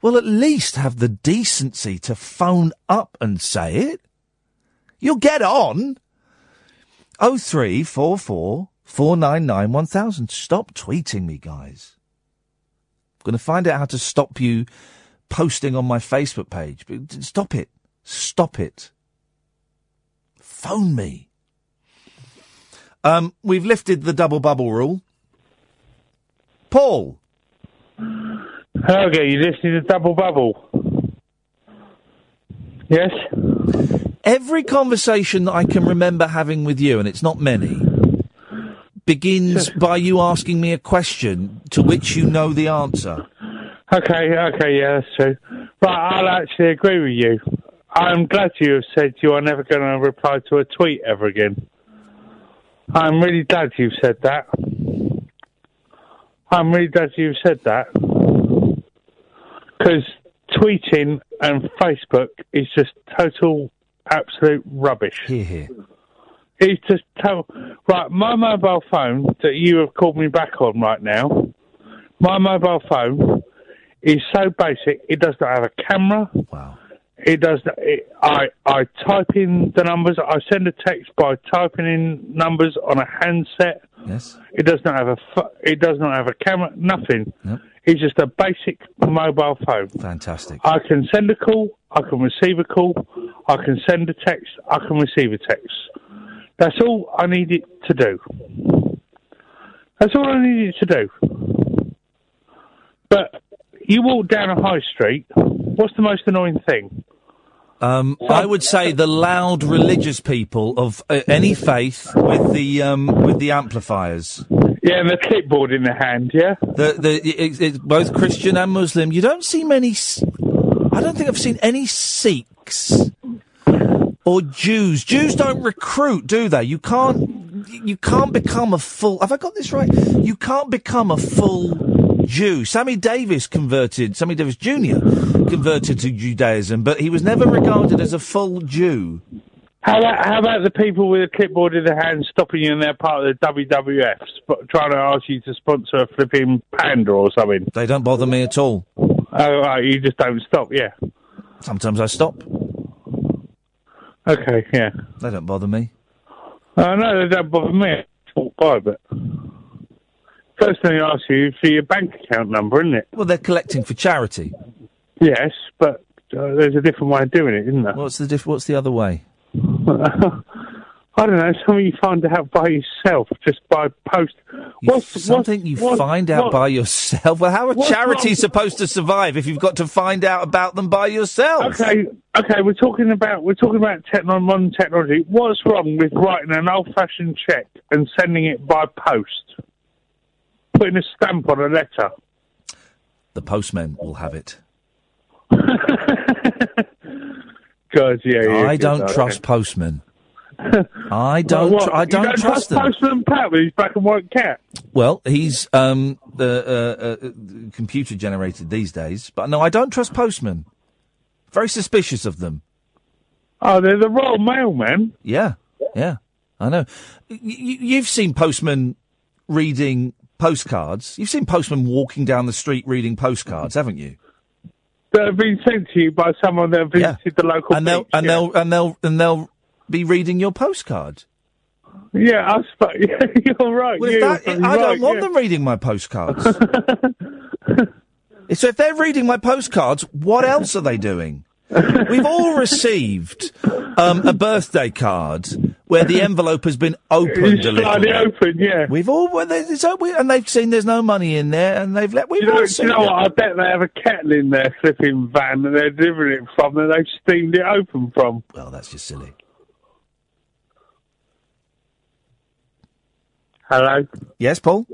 [SPEAKER 3] well, at least have the decency to phone up and say it. You'll get on. 0344 499 1000. Stop tweeting me, guys. I'm going to find out how to stop you posting on my Facebook page. But Stop it. Stop it. Phone me. Um, we've lifted the double bubble rule. Paul.
[SPEAKER 11] Okay, you lifted the double bubble. Yes?
[SPEAKER 3] Every conversation that I can remember having with you, and it's not many, begins by you asking me a question to which you know the answer.
[SPEAKER 11] Okay, okay, yeah, that's true. Right, I'll actually agree with you. I'm glad you have said you are never going to reply to a tweet ever again. I'm really glad you've said that. I'm really glad you've said that. Because tweeting and Facebook is just total, absolute rubbish.
[SPEAKER 3] Here, here.
[SPEAKER 11] is to tell right my mobile phone that you have called me back on right now. My mobile phone is so basic; it does not have a camera. Wow. It does. not- It, I I type in the numbers. I send a text by typing in numbers on a handset.
[SPEAKER 3] Yes.
[SPEAKER 11] It does not have a. pho- It does not have a camera. Nothing. It's just a basic mobile phone.
[SPEAKER 3] Fantastic.
[SPEAKER 11] I can send a call. I can receive a call. I can send a text. I can receive a text. That's all I need it to do. That's all I need it to do. But you walk down a high street. What's the most annoying thing?
[SPEAKER 3] Um, I would say the loud religious people of uh, any faith with the um, with the amplifiers.
[SPEAKER 11] Yeah, and the clipboard in the hand. Yeah,
[SPEAKER 3] the the it's, it's both Christian and Muslim. You don't see many. S- I don't think I've seen any Sikhs or Jews. Jews don't recruit, do they? You can't you can't become a full. Have I got this right? You can't become a full Jew. Sammy Davis converted. Sammy Davis Jr. converted to Judaism, but he was never regarded as a full Jew.
[SPEAKER 11] How about, how about the people with a clipboard in their hand stopping you and they're part of the WWF, sp- trying to ask you to sponsor a flipping panda or something?
[SPEAKER 3] They don't bother me at all.
[SPEAKER 11] Oh, right, you just don't stop, yeah.
[SPEAKER 3] Sometimes I stop.
[SPEAKER 11] Okay, yeah.
[SPEAKER 3] They don't bother me.
[SPEAKER 11] Oh, no, they don't bother me. I walk by, but first thing they ask you for your bank account number, isn't it?
[SPEAKER 3] Well, they're collecting for charity.
[SPEAKER 11] Yes, but uh, there's a different way of doing it, isn't there?
[SPEAKER 3] What's the diff- What's the other way?
[SPEAKER 11] <laughs> I don't know. Something you find out by yourself, just by post. What's,
[SPEAKER 3] Something you find out by yourself. Well, how are
[SPEAKER 11] What's
[SPEAKER 3] charities
[SPEAKER 11] wrong-
[SPEAKER 3] supposed to survive if you've got to find out about them by yourself?
[SPEAKER 11] Okay, okay, we're talking about we're talking about techno- modern technology. What's wrong with writing an old-fashioned check and sending it by post, putting a stamp on a letter?
[SPEAKER 3] The postmen will have it.
[SPEAKER 11] God, yeah, yeah,
[SPEAKER 3] I
[SPEAKER 11] good,
[SPEAKER 3] don't
[SPEAKER 11] okay. <laughs>
[SPEAKER 3] trust postmen. I don't.
[SPEAKER 11] Like what?
[SPEAKER 3] tr- I
[SPEAKER 11] You
[SPEAKER 3] don't, trust, them.
[SPEAKER 11] Postman Pat with his black and white cat.
[SPEAKER 3] Well, he's um, the uh, uh, uh, computer generated these days, but no, I don't trust postmen. Very suspicious of them.
[SPEAKER 11] Oh, they're the Royal Mailman.
[SPEAKER 3] Yeah, yeah, I know. Y- y- you've seen postmen reading postcards. You've seen postmen walking down the street reading postcards, haven't you?
[SPEAKER 11] That have been sent to you by someone that visited the local.
[SPEAKER 3] and they'll and they'll and they'll and they'll be reading your postcard.
[SPEAKER 11] Yeah, I suppose. <laughs> Yeah, you're right.
[SPEAKER 3] Well, if
[SPEAKER 11] you're
[SPEAKER 3] that-
[SPEAKER 11] fucking
[SPEAKER 3] I don't
[SPEAKER 11] right,
[SPEAKER 3] want
[SPEAKER 11] yeah.
[SPEAKER 3] them reading my
[SPEAKER 11] <laughs>
[SPEAKER 3] postcards. so if they're reading my postcards, what else are they doing?
[SPEAKER 11] <laughs>
[SPEAKER 3] We've all received um, a birthday card where the envelope has been opened
[SPEAKER 11] It's
[SPEAKER 3] a little.
[SPEAKER 11] slightly
[SPEAKER 3] bit.
[SPEAKER 11] open, yeah.
[SPEAKER 3] We've all well, they- it's, open, and they've seen there's no money in there, and they've let. We've
[SPEAKER 11] Do you, know,
[SPEAKER 3] all
[SPEAKER 11] do
[SPEAKER 3] seen
[SPEAKER 11] you know
[SPEAKER 3] it.
[SPEAKER 11] what? I bet they have a kettle in their flipping van that they're delivering it from, that they've steamed it open from.
[SPEAKER 3] Well, that's just silly.
[SPEAKER 11] Hello.
[SPEAKER 3] Yes, Paul.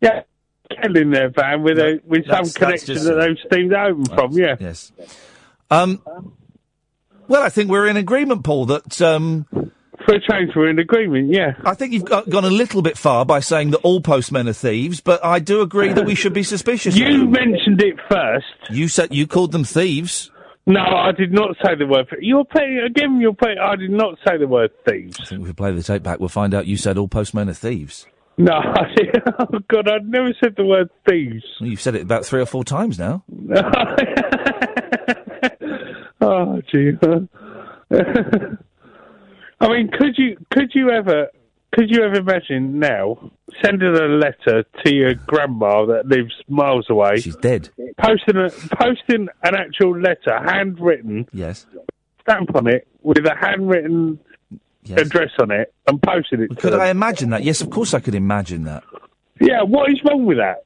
[SPEAKER 11] Yeah, kettle in their van with a with some
[SPEAKER 3] that's- that's
[SPEAKER 11] connection
[SPEAKER 3] just
[SPEAKER 11] that
[SPEAKER 3] silly.
[SPEAKER 11] they've steamed it open from. Yeah.
[SPEAKER 3] Yes. Um. Well, I think we're in agreement, Paul. That um.
[SPEAKER 11] For a change, we're in agreement. Yeah.
[SPEAKER 3] I think you've got, gone a little bit far by saying that all postmen are thieves, but I do agree that we should be suspicious.
[SPEAKER 11] You mentioned it first.
[SPEAKER 3] You said you called them thieves.
[SPEAKER 11] No, I did not say the word. You're playing again. You're playing. I did not say the word thieves. <laughs>
[SPEAKER 3] I think if we play the tape back, we'll find out you said all postmen are thieves.
[SPEAKER 11] No, I did, <laughs> oh God, I'd never said the word thieves.
[SPEAKER 3] Well, You've said it about three or four times now.
[SPEAKER 11] <laughs> Oh, gee.
[SPEAKER 19] <laughs>
[SPEAKER 11] I mean, could you could you ever could you ever imagine now sending a letter to your grandma that lives miles away? She's
[SPEAKER 3] dead.
[SPEAKER 11] Posting a, posting an actual letter, handwritten,
[SPEAKER 3] Yes.
[SPEAKER 11] stamp on it with a handwritten address on it, and posting it.
[SPEAKER 3] Could
[SPEAKER 11] to
[SPEAKER 3] I
[SPEAKER 11] them.
[SPEAKER 3] imagine that? Yes, of course I could imagine that.
[SPEAKER 11] Yeah, what is wrong with that?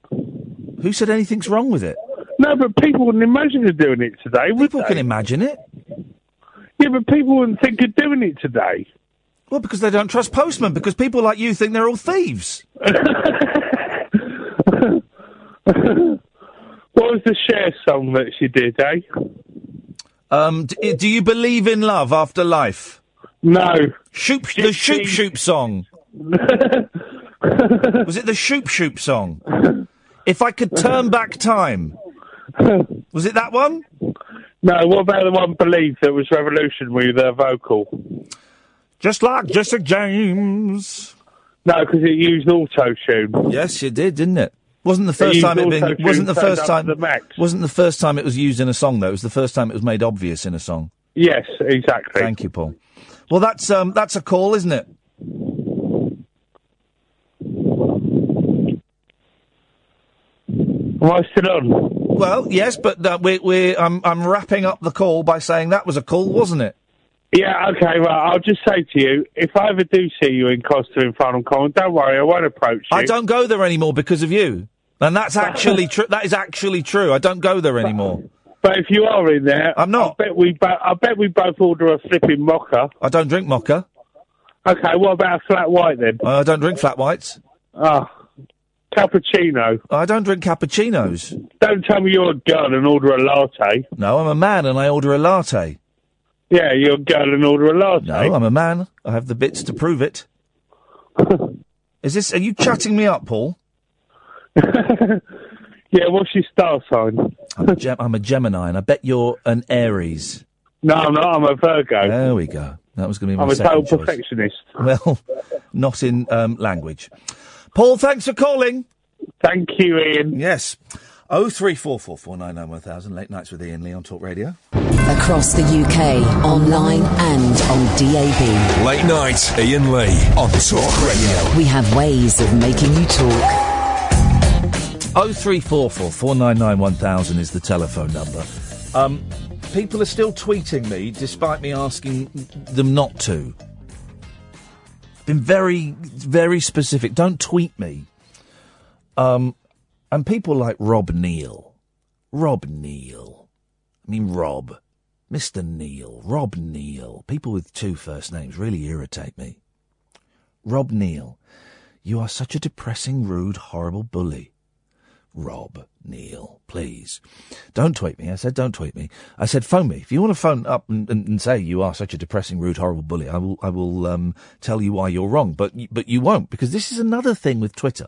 [SPEAKER 3] Who said anything's wrong with it?
[SPEAKER 11] No, but people wouldn't imagine of doing it today. Would people can
[SPEAKER 3] imagine it.
[SPEAKER 11] Yeah, but people wouldn't think of doing it today.
[SPEAKER 3] Well, because they don't trust postmen, because people like you think they're
[SPEAKER 11] <laughs>
[SPEAKER 3] all thieves.
[SPEAKER 11] What was the share song that she did, eh?
[SPEAKER 3] Um, d- do you believe in love after life?
[SPEAKER 11] No.
[SPEAKER 3] Shoop, the Shoop
[SPEAKER 11] <laughs>
[SPEAKER 3] Shoop song. was it the Shoop Shoop song? If I could turn back time. Was it that one?
[SPEAKER 11] No, what about the one Believe that was revolutionary with her uh, vocal?
[SPEAKER 3] Do
[SPEAKER 18] Just like Jessica James.
[SPEAKER 11] No, because it used auto tune.
[SPEAKER 3] Yes, you did, didn't it? Wasn't the first
[SPEAKER 11] used
[SPEAKER 3] time it been,
[SPEAKER 11] auto-tune
[SPEAKER 3] wasn't the
[SPEAKER 11] turned
[SPEAKER 3] first
[SPEAKER 11] up
[SPEAKER 3] time
[SPEAKER 11] to the max.
[SPEAKER 3] wasn't the first time it was used in a song though. It was the first time it was made obvious in a song.
[SPEAKER 11] Yes, exactly.
[SPEAKER 3] Thank you, Paul. Well, that's um that's a call, isn't it?
[SPEAKER 11] Am I still on?
[SPEAKER 3] Well, yes, but uh, we we I'm I'm wrapping up the call by saying that was a call, wasn't it?
[SPEAKER 11] Yeah, okay, well, I'll just say to you, if I ever do see you in Costa in Final Con, don't worry, I won't approach you.
[SPEAKER 3] I don't go there anymore because of you, and
[SPEAKER 11] <laughs>
[SPEAKER 3] that's actually true. That is actually true. I don't go there anymore.
[SPEAKER 11] But if you are in there, I'm not. I bet we, bo- I bet we both order a flipping mocha.
[SPEAKER 3] I don't drink mocha.
[SPEAKER 11] Okay, what about a flat white then?
[SPEAKER 3] I don't drink flat whites.
[SPEAKER 11] Oh, cappuccino.
[SPEAKER 3] I don't drink cappuccinos.
[SPEAKER 11] Don't tell me you're a girl and order a latte.
[SPEAKER 3] No, I'm a man and I order a latte.
[SPEAKER 11] Yeah, you're a girl and order a latte.
[SPEAKER 3] No, I'm a man. I have the bits to
[SPEAKER 11] <laughs>
[SPEAKER 3] prove it. Is this? Are you chatting me up, Paul?
[SPEAKER 11] <laughs> yeah. What's your star sign?
[SPEAKER 3] I'm a, Gem- I'm a Gemini, and I bet you're an Aries.
[SPEAKER 11] No, I'm not. I'm a Virgo.
[SPEAKER 3] There we go. That was going to be my
[SPEAKER 11] I'm a total
[SPEAKER 3] second choice.
[SPEAKER 11] perfectionist.
[SPEAKER 3] Well, <laughs> not in um, language. Paul, thanks for calling.
[SPEAKER 11] Thank you, Ian.
[SPEAKER 3] Yes. Oh three four four four nine nine one thousand. Late nights with Ian Lee on Talk Radio.
[SPEAKER 1] Across the UK, online and on DAB.
[SPEAKER 2] Late night, Ian Lee on Talk Radio.
[SPEAKER 1] We have ways of making you talk.
[SPEAKER 3] Oh three four four four nine nine one thousand is the telephone number. Um, people are still tweeting me despite me asking them not to. Been very very specific. Don't tweet me. Um, and people like Rob Neal, Rob Neal. I mean Rob, Mister Neal, Rob Neal. People with two first names really irritate me. Rob Neal, you are such a depressing, rude, horrible bully. Rob Neil, please. Don't tweet me. I said, don't tweet me. I said, phone me. If you want to phone up and, and, and say you are such a depressing, rude, horrible bully, I will, I will um, tell you why you're wrong. But, y- but you won't, because this is another thing with Twitter.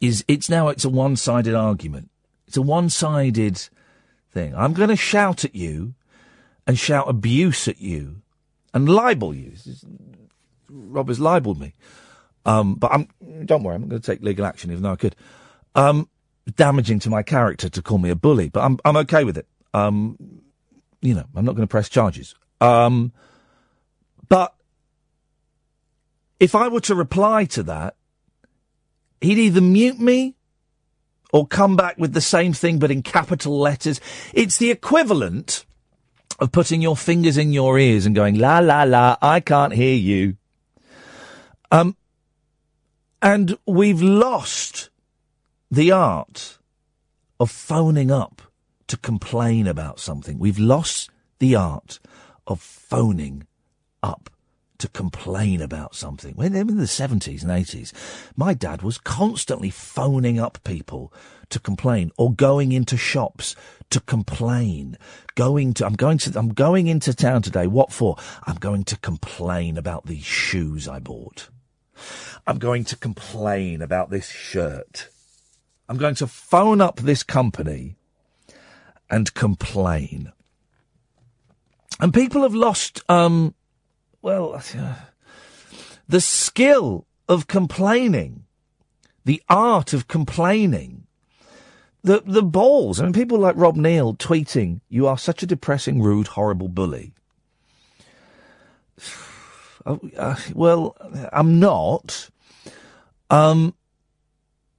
[SPEAKER 3] Is it's now it's a one-sided argument. It's a one-sided thing. I'm going to shout at you, and shout abuse at you, and libel you. This is- Rob has libelled me. Um, but I'm, don't worry, I'm not going to take legal action, even though I could. Um, damaging to my character to call me a bully, but I'm, I'm okay with it. Um, you know, I'm not going to press charges. Um, but if I were to reply to that, he'd either mute me or come back with the same thing, but in capital letters. It's the equivalent of putting your fingers in your ears and going, la, la, la, I can't hear you. Um, and we've lost the art of phoning up to complain about something. We've lost the art of phoning up to complain about something. When in the 70s and 80s, my dad was constantly phoning up people to complain or going into shops to complain. Going to I'm going to I'm going into town today. What for? I'm going to complain about these shoes I bought. I'm going to complain about this shirt. I'm going to phone up this company and complain. And people have lost, um, well, <sighs> the skill of complaining, the art of complaining, the, the balls. I mean, people like Rob Neal tweeting, you are such a depressing, rude, horrible bully. Oh, uh, well, I'm not. Um,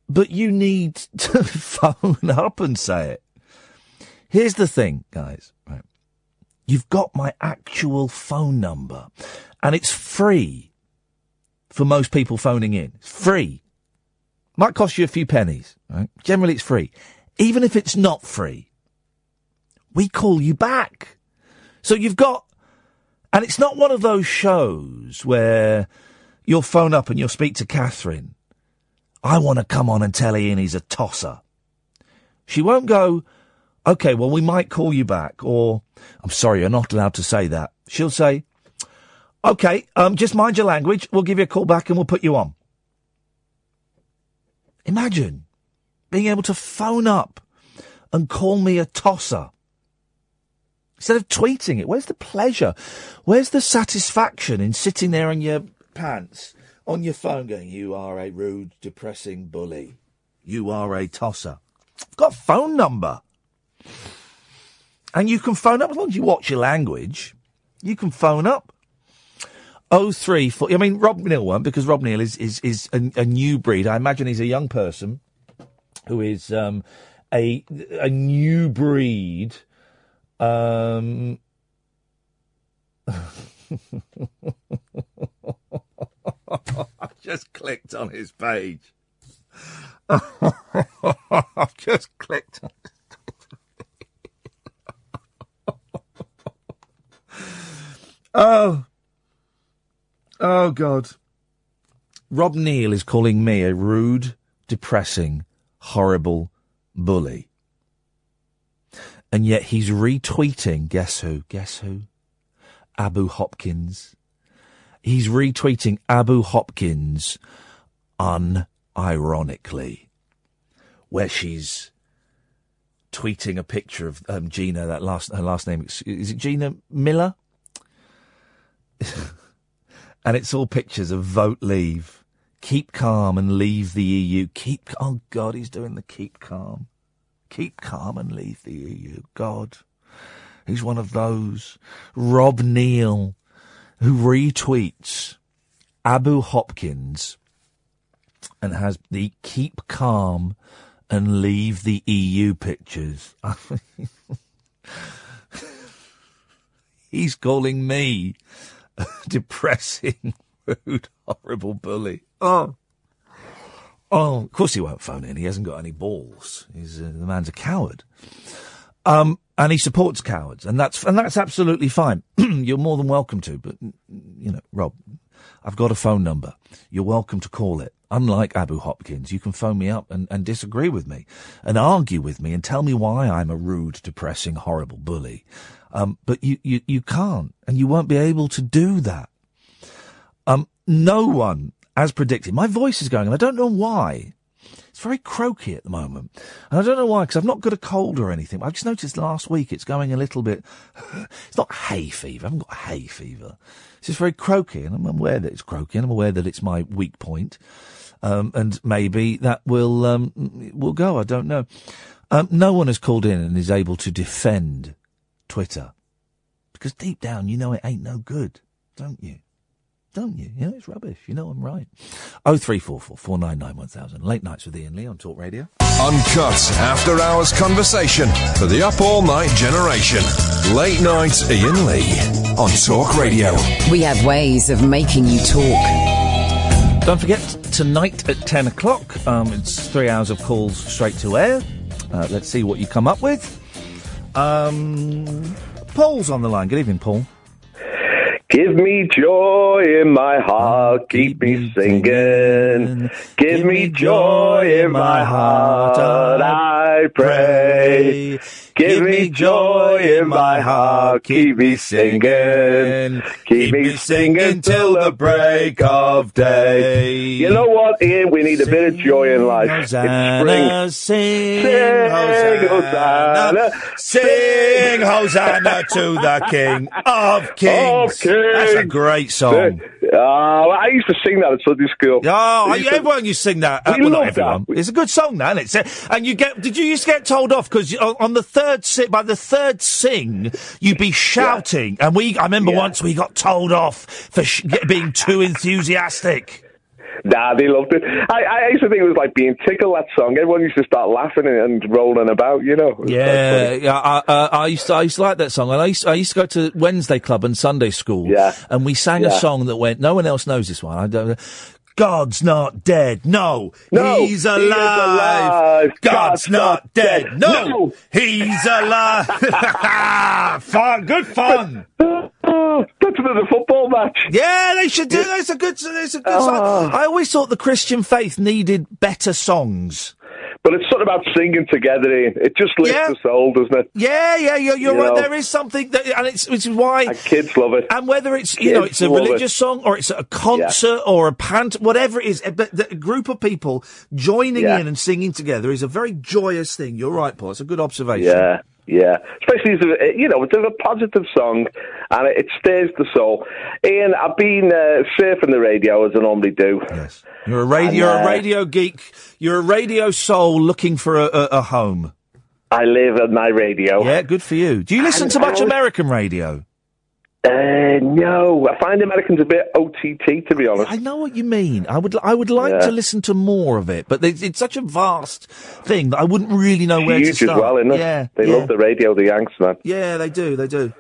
[SPEAKER 3] but you need <laughs> to phone up and say it. Here's the thing, guys. Right. You've got my actual phone number and it's free for most people phoning in. It's free. Might cost you a few pennies, right? Generally it's free. Even if it's not free, we call you back. So you've got and it's not one of those shows where you'll phone up and you'll speak to Catherine. I want to come on and tell Ian he's a tosser. She won't go, okay, well, we might call you back, or I'm sorry, you're not allowed to say that. She'll say, okay, um, just mind your language. We'll give you a call back and we'll put you on. Imagine being able to phone up and call me a tosser. Instead of tweeting it, where's the pleasure? Where's the satisfaction in sitting there in your pants on your phone going, you are a rude, depressing bully. You are a tosser. I've got a phone number. And you can phone up as long as you watch your language. You can phone up. Oh three four. I mean, Rob Neal won because Rob Neal is is is a, a new breed. I imagine he's a young person who is um, a a new breed. Um, <laughs> I just clicked on his page. <laughs> I've just clicked on. <laughs> Oh. Oh, God. Rob Neal is calling me a rude, depressing, horrible bully. And yet he's retweeting, guess who? Guess who? Abu Hopkins. He's retweeting Abu Hopkins unironically, where she's tweeting a picture of um, Gina, that last, her last name. Is it Gina Miller? and it's all pictures of vote leave, keep calm and leave the EU. Keep oh God, he's doing the keep calm, keep calm and leave the EU. God, he's one of those Rob Neal who retweets Abu Hopkins and has the keep calm and leave the EU pictures. <laughs> he's calling me a <laughs> depressing, <laughs> rude, horrible bully. Oh. Oh, of course he won't phone in. He hasn't got any balls. He's uh, the man's a coward, um, and he supports cowards, and that's and that's absolutely fine. <clears throat> You're more than welcome to, but you know, Rob, I've got a phone number. You're welcome to call it. Unlike Abu Hopkins, you can phone me up and, and disagree with me and argue with me and tell me why I'm a rude, depressing, horrible bully. Um, but you, you, you can't and you won't be able to do that. Um, no one, as predicted, my voice is going and I don't know why. It's very croaky at the moment. And I don't know why, because I've not got a cold or anything. I've just noticed last week it's going a little bit. <sighs> It's not hay fever. I haven't got hay fever. It's just very croaky, and I'm aware that it's croaky, and I'm aware that it's my weak point. Um, and maybe that will um, will go. I don't know. Um, no one has called in and is able to defend Twitter because deep down you know it ain't no good, don't you? Don't you? You know it's rubbish. You know I'm right. Oh three four four four nine nine one thousand. Late nights with Ian Lee on Talk Radio.
[SPEAKER 2] Uncut after hours conversation for the up all night generation. Late night Ian Lee on Talk Radio.
[SPEAKER 1] We have ways of making you talk.
[SPEAKER 3] Don't forget, tonight at 10 o'clock, um, it's three hours of calls straight to air. Uh, let's see what you come up with. Um, Paul's on the line. Good evening, Paul.
[SPEAKER 19] Give me joy in my heart, keep me singing. Give me joy in my heart, I pray. Give me joy in my heart, keep me singing. Keep me singing till the break of day. You know what, Ian? We need a bit of joy in life. It's spring.
[SPEAKER 3] Sing,
[SPEAKER 19] Sing, Hosanna.
[SPEAKER 3] Sing, Hosanna to the King of Kings.
[SPEAKER 19] Of Kings.
[SPEAKER 3] That's a great song.
[SPEAKER 19] Uh, I used to sing that at Sunday school.
[SPEAKER 3] Oh, I- everyone used to sing that. Uh, well, not everyone. It's a good song, man. It's a, and you get. Did you used to get told off because on, on the third si- by the third sing you'd be shouting, and we. I remember once we got told off for sh- being too enthusiastic.
[SPEAKER 19] Nah, they loved it. I, I used to think it was like being tickled that song. Everyone used to start laughing and, and rolling about, you know. It was
[SPEAKER 3] Yeah, yeah. I, I, I used to, I used to like that song, and I used, I used to go to Wednesday club and Sunday school. Yeah, and we sang a
[SPEAKER 19] Yeah.
[SPEAKER 3] song that went. No one else knows this one. I don't. God's not dead. No,
[SPEAKER 19] No,
[SPEAKER 3] he's
[SPEAKER 19] he is
[SPEAKER 3] alive.
[SPEAKER 19] alive.
[SPEAKER 3] God's, not dead. <laughs> No, he's
[SPEAKER 19] <laughs>
[SPEAKER 3] alive. <laughs> Ah, fun, good fun.
[SPEAKER 19] That's another football match. Ah.
[SPEAKER 3] Yeah, they should do. That's a good. That's a good song. I always thought the Christian faith needed better songs.
[SPEAKER 19] <laughs> But it's something about singing together, Ian. It just lifts
[SPEAKER 3] Yeah.
[SPEAKER 19] the soul, doesn't it?
[SPEAKER 3] Yeah, yeah, you're, you're
[SPEAKER 19] You
[SPEAKER 3] right.
[SPEAKER 19] know.
[SPEAKER 3] There is something, that, and it's which is why
[SPEAKER 19] kids love it.
[SPEAKER 3] And whether it's you know
[SPEAKER 19] Kids
[SPEAKER 3] it's a
[SPEAKER 19] love
[SPEAKER 3] religious
[SPEAKER 19] it.
[SPEAKER 3] song or it's a concert or a pant, whatever it is, eh, but the- a group of people joining
[SPEAKER 19] Yeah.
[SPEAKER 3] in and singing together is a very joyous thing. You're right, Paul. It's a good observation.
[SPEAKER 19] Yeah. Yeah, especially as a, you know, it's a positive song, and it, it stirs the soul. Ian, I've been uh, surfing the radio as I normally do. Yes,
[SPEAKER 3] You're a radio,
[SPEAKER 19] And,
[SPEAKER 3] you're a
[SPEAKER 19] uh,
[SPEAKER 3] radio geek. You're a radio soul looking for a, a, a home.
[SPEAKER 19] I live on my radio.
[SPEAKER 3] Yeah, good for you. Do you listen
[SPEAKER 19] And
[SPEAKER 3] to much
[SPEAKER 19] I-
[SPEAKER 3] American radio?
[SPEAKER 19] Uh, no, I find Americans a bit OTT, to be honest.
[SPEAKER 3] I know what you mean. I would, I would like
[SPEAKER 19] Yeah.
[SPEAKER 3] to listen to more of it, but it's, it's such a vast thing that I wouldn't really know where
[SPEAKER 19] Huge
[SPEAKER 3] to start.
[SPEAKER 19] as well, isn't it?
[SPEAKER 3] Yeah,
[SPEAKER 19] they
[SPEAKER 3] yeah.
[SPEAKER 19] love the radio, the Yanks, man.
[SPEAKER 3] Yeah, they do. They do.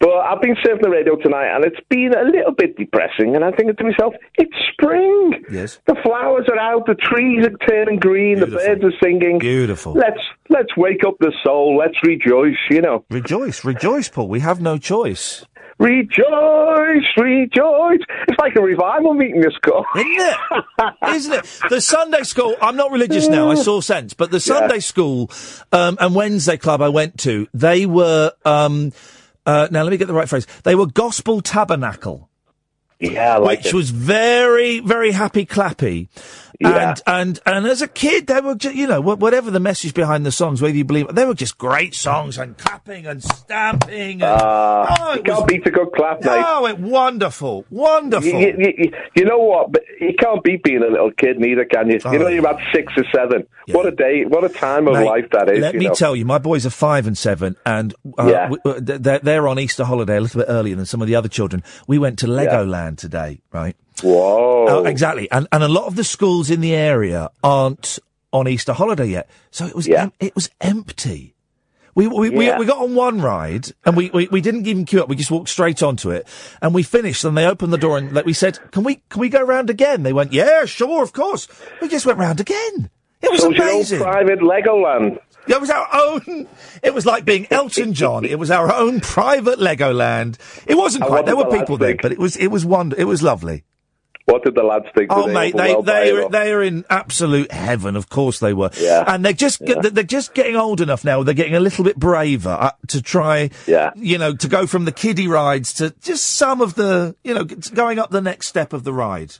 [SPEAKER 19] But I've been surfing the radio tonight, and it's been a little bit depressing. And I'm thinking to myself, it's spring.
[SPEAKER 3] Yes.
[SPEAKER 19] The flowers are out, the trees are turning green, the birds are singing.
[SPEAKER 3] Beautiful.
[SPEAKER 19] Let's let's wake up the soul. Let's rejoice. You know.
[SPEAKER 3] Rejoice, rejoice, Paul. We have no choice.
[SPEAKER 19] Rejoice, rejoice. It's like a revival meeting this call.
[SPEAKER 3] Isn't it? Isn't it? The Sunday school, I'm not religious now, I saw sense, but the Sunday school um, and Wednesday club I went to, they were, um, uh, now let me get the right phrase, they were gospel tabernacle.
[SPEAKER 19] Yeah, I like
[SPEAKER 3] which
[SPEAKER 19] it.
[SPEAKER 3] was very, very happy clappy.
[SPEAKER 19] Yeah.
[SPEAKER 3] And, and, and as a kid, they were, just, you know, wh- whatever the message behind the songs, whether you believe, they were just great songs and clapping and stamping. And,
[SPEAKER 19] Ah,
[SPEAKER 3] oh,
[SPEAKER 19] you
[SPEAKER 3] it
[SPEAKER 19] can't
[SPEAKER 3] was,
[SPEAKER 19] beat a good clap, mate.
[SPEAKER 3] oh, it wonderful, wonderful.
[SPEAKER 19] You, you- you- you know what? But you can't beat being a little kid, neither can you. You know, you're about six or seven. What a day! What a time of
[SPEAKER 3] Oh. Mate,
[SPEAKER 19] life that is.
[SPEAKER 3] Let
[SPEAKER 19] you
[SPEAKER 3] me
[SPEAKER 19] know.
[SPEAKER 3] tell you, my boys are five and seven, and uh,
[SPEAKER 19] Yeah.
[SPEAKER 3] w- w- they're, they're on Easter holiday a little bit earlier than some of the other children. We went to Legoland today, right?
[SPEAKER 19] Whoa!
[SPEAKER 3] Uh, exactly, and and a lot of the schools in the area aren't on Easter holiday yet, so it was em- it was empty. We we,
[SPEAKER 19] Yeah.
[SPEAKER 3] we we got on one ride and we, we, we didn't even queue up. We just walked straight onto it and we finished. And they opened the door and like, we said, "Can we can we go round again?" They went, "Yeah, sure, of course." We just went round again. It was
[SPEAKER 19] So it's your own
[SPEAKER 3] amazing.
[SPEAKER 19] private Legoland.
[SPEAKER 3] It was our own. It was like being Elton John. It was our own private Legoland. It wasn't
[SPEAKER 19] And
[SPEAKER 3] quite.
[SPEAKER 19] what
[SPEAKER 3] There
[SPEAKER 19] did
[SPEAKER 3] were
[SPEAKER 19] the lads
[SPEAKER 3] people there, but it was it was wonder. It was lovely.
[SPEAKER 19] What did the lads think? Were
[SPEAKER 3] Oh mate, they
[SPEAKER 19] overwhelmed by
[SPEAKER 3] they
[SPEAKER 19] it
[SPEAKER 3] are,
[SPEAKER 19] all?
[SPEAKER 3] they are in absolute heaven. Of course they were.
[SPEAKER 19] Yeah.
[SPEAKER 3] And they're just get-
[SPEAKER 19] Yeah.
[SPEAKER 3] they're just getting old enough now. They're getting a little bit braver uh, to try.
[SPEAKER 19] Yeah.
[SPEAKER 3] You know, to go from the kiddie rides to just some of the you know g- going up the next step of the ride.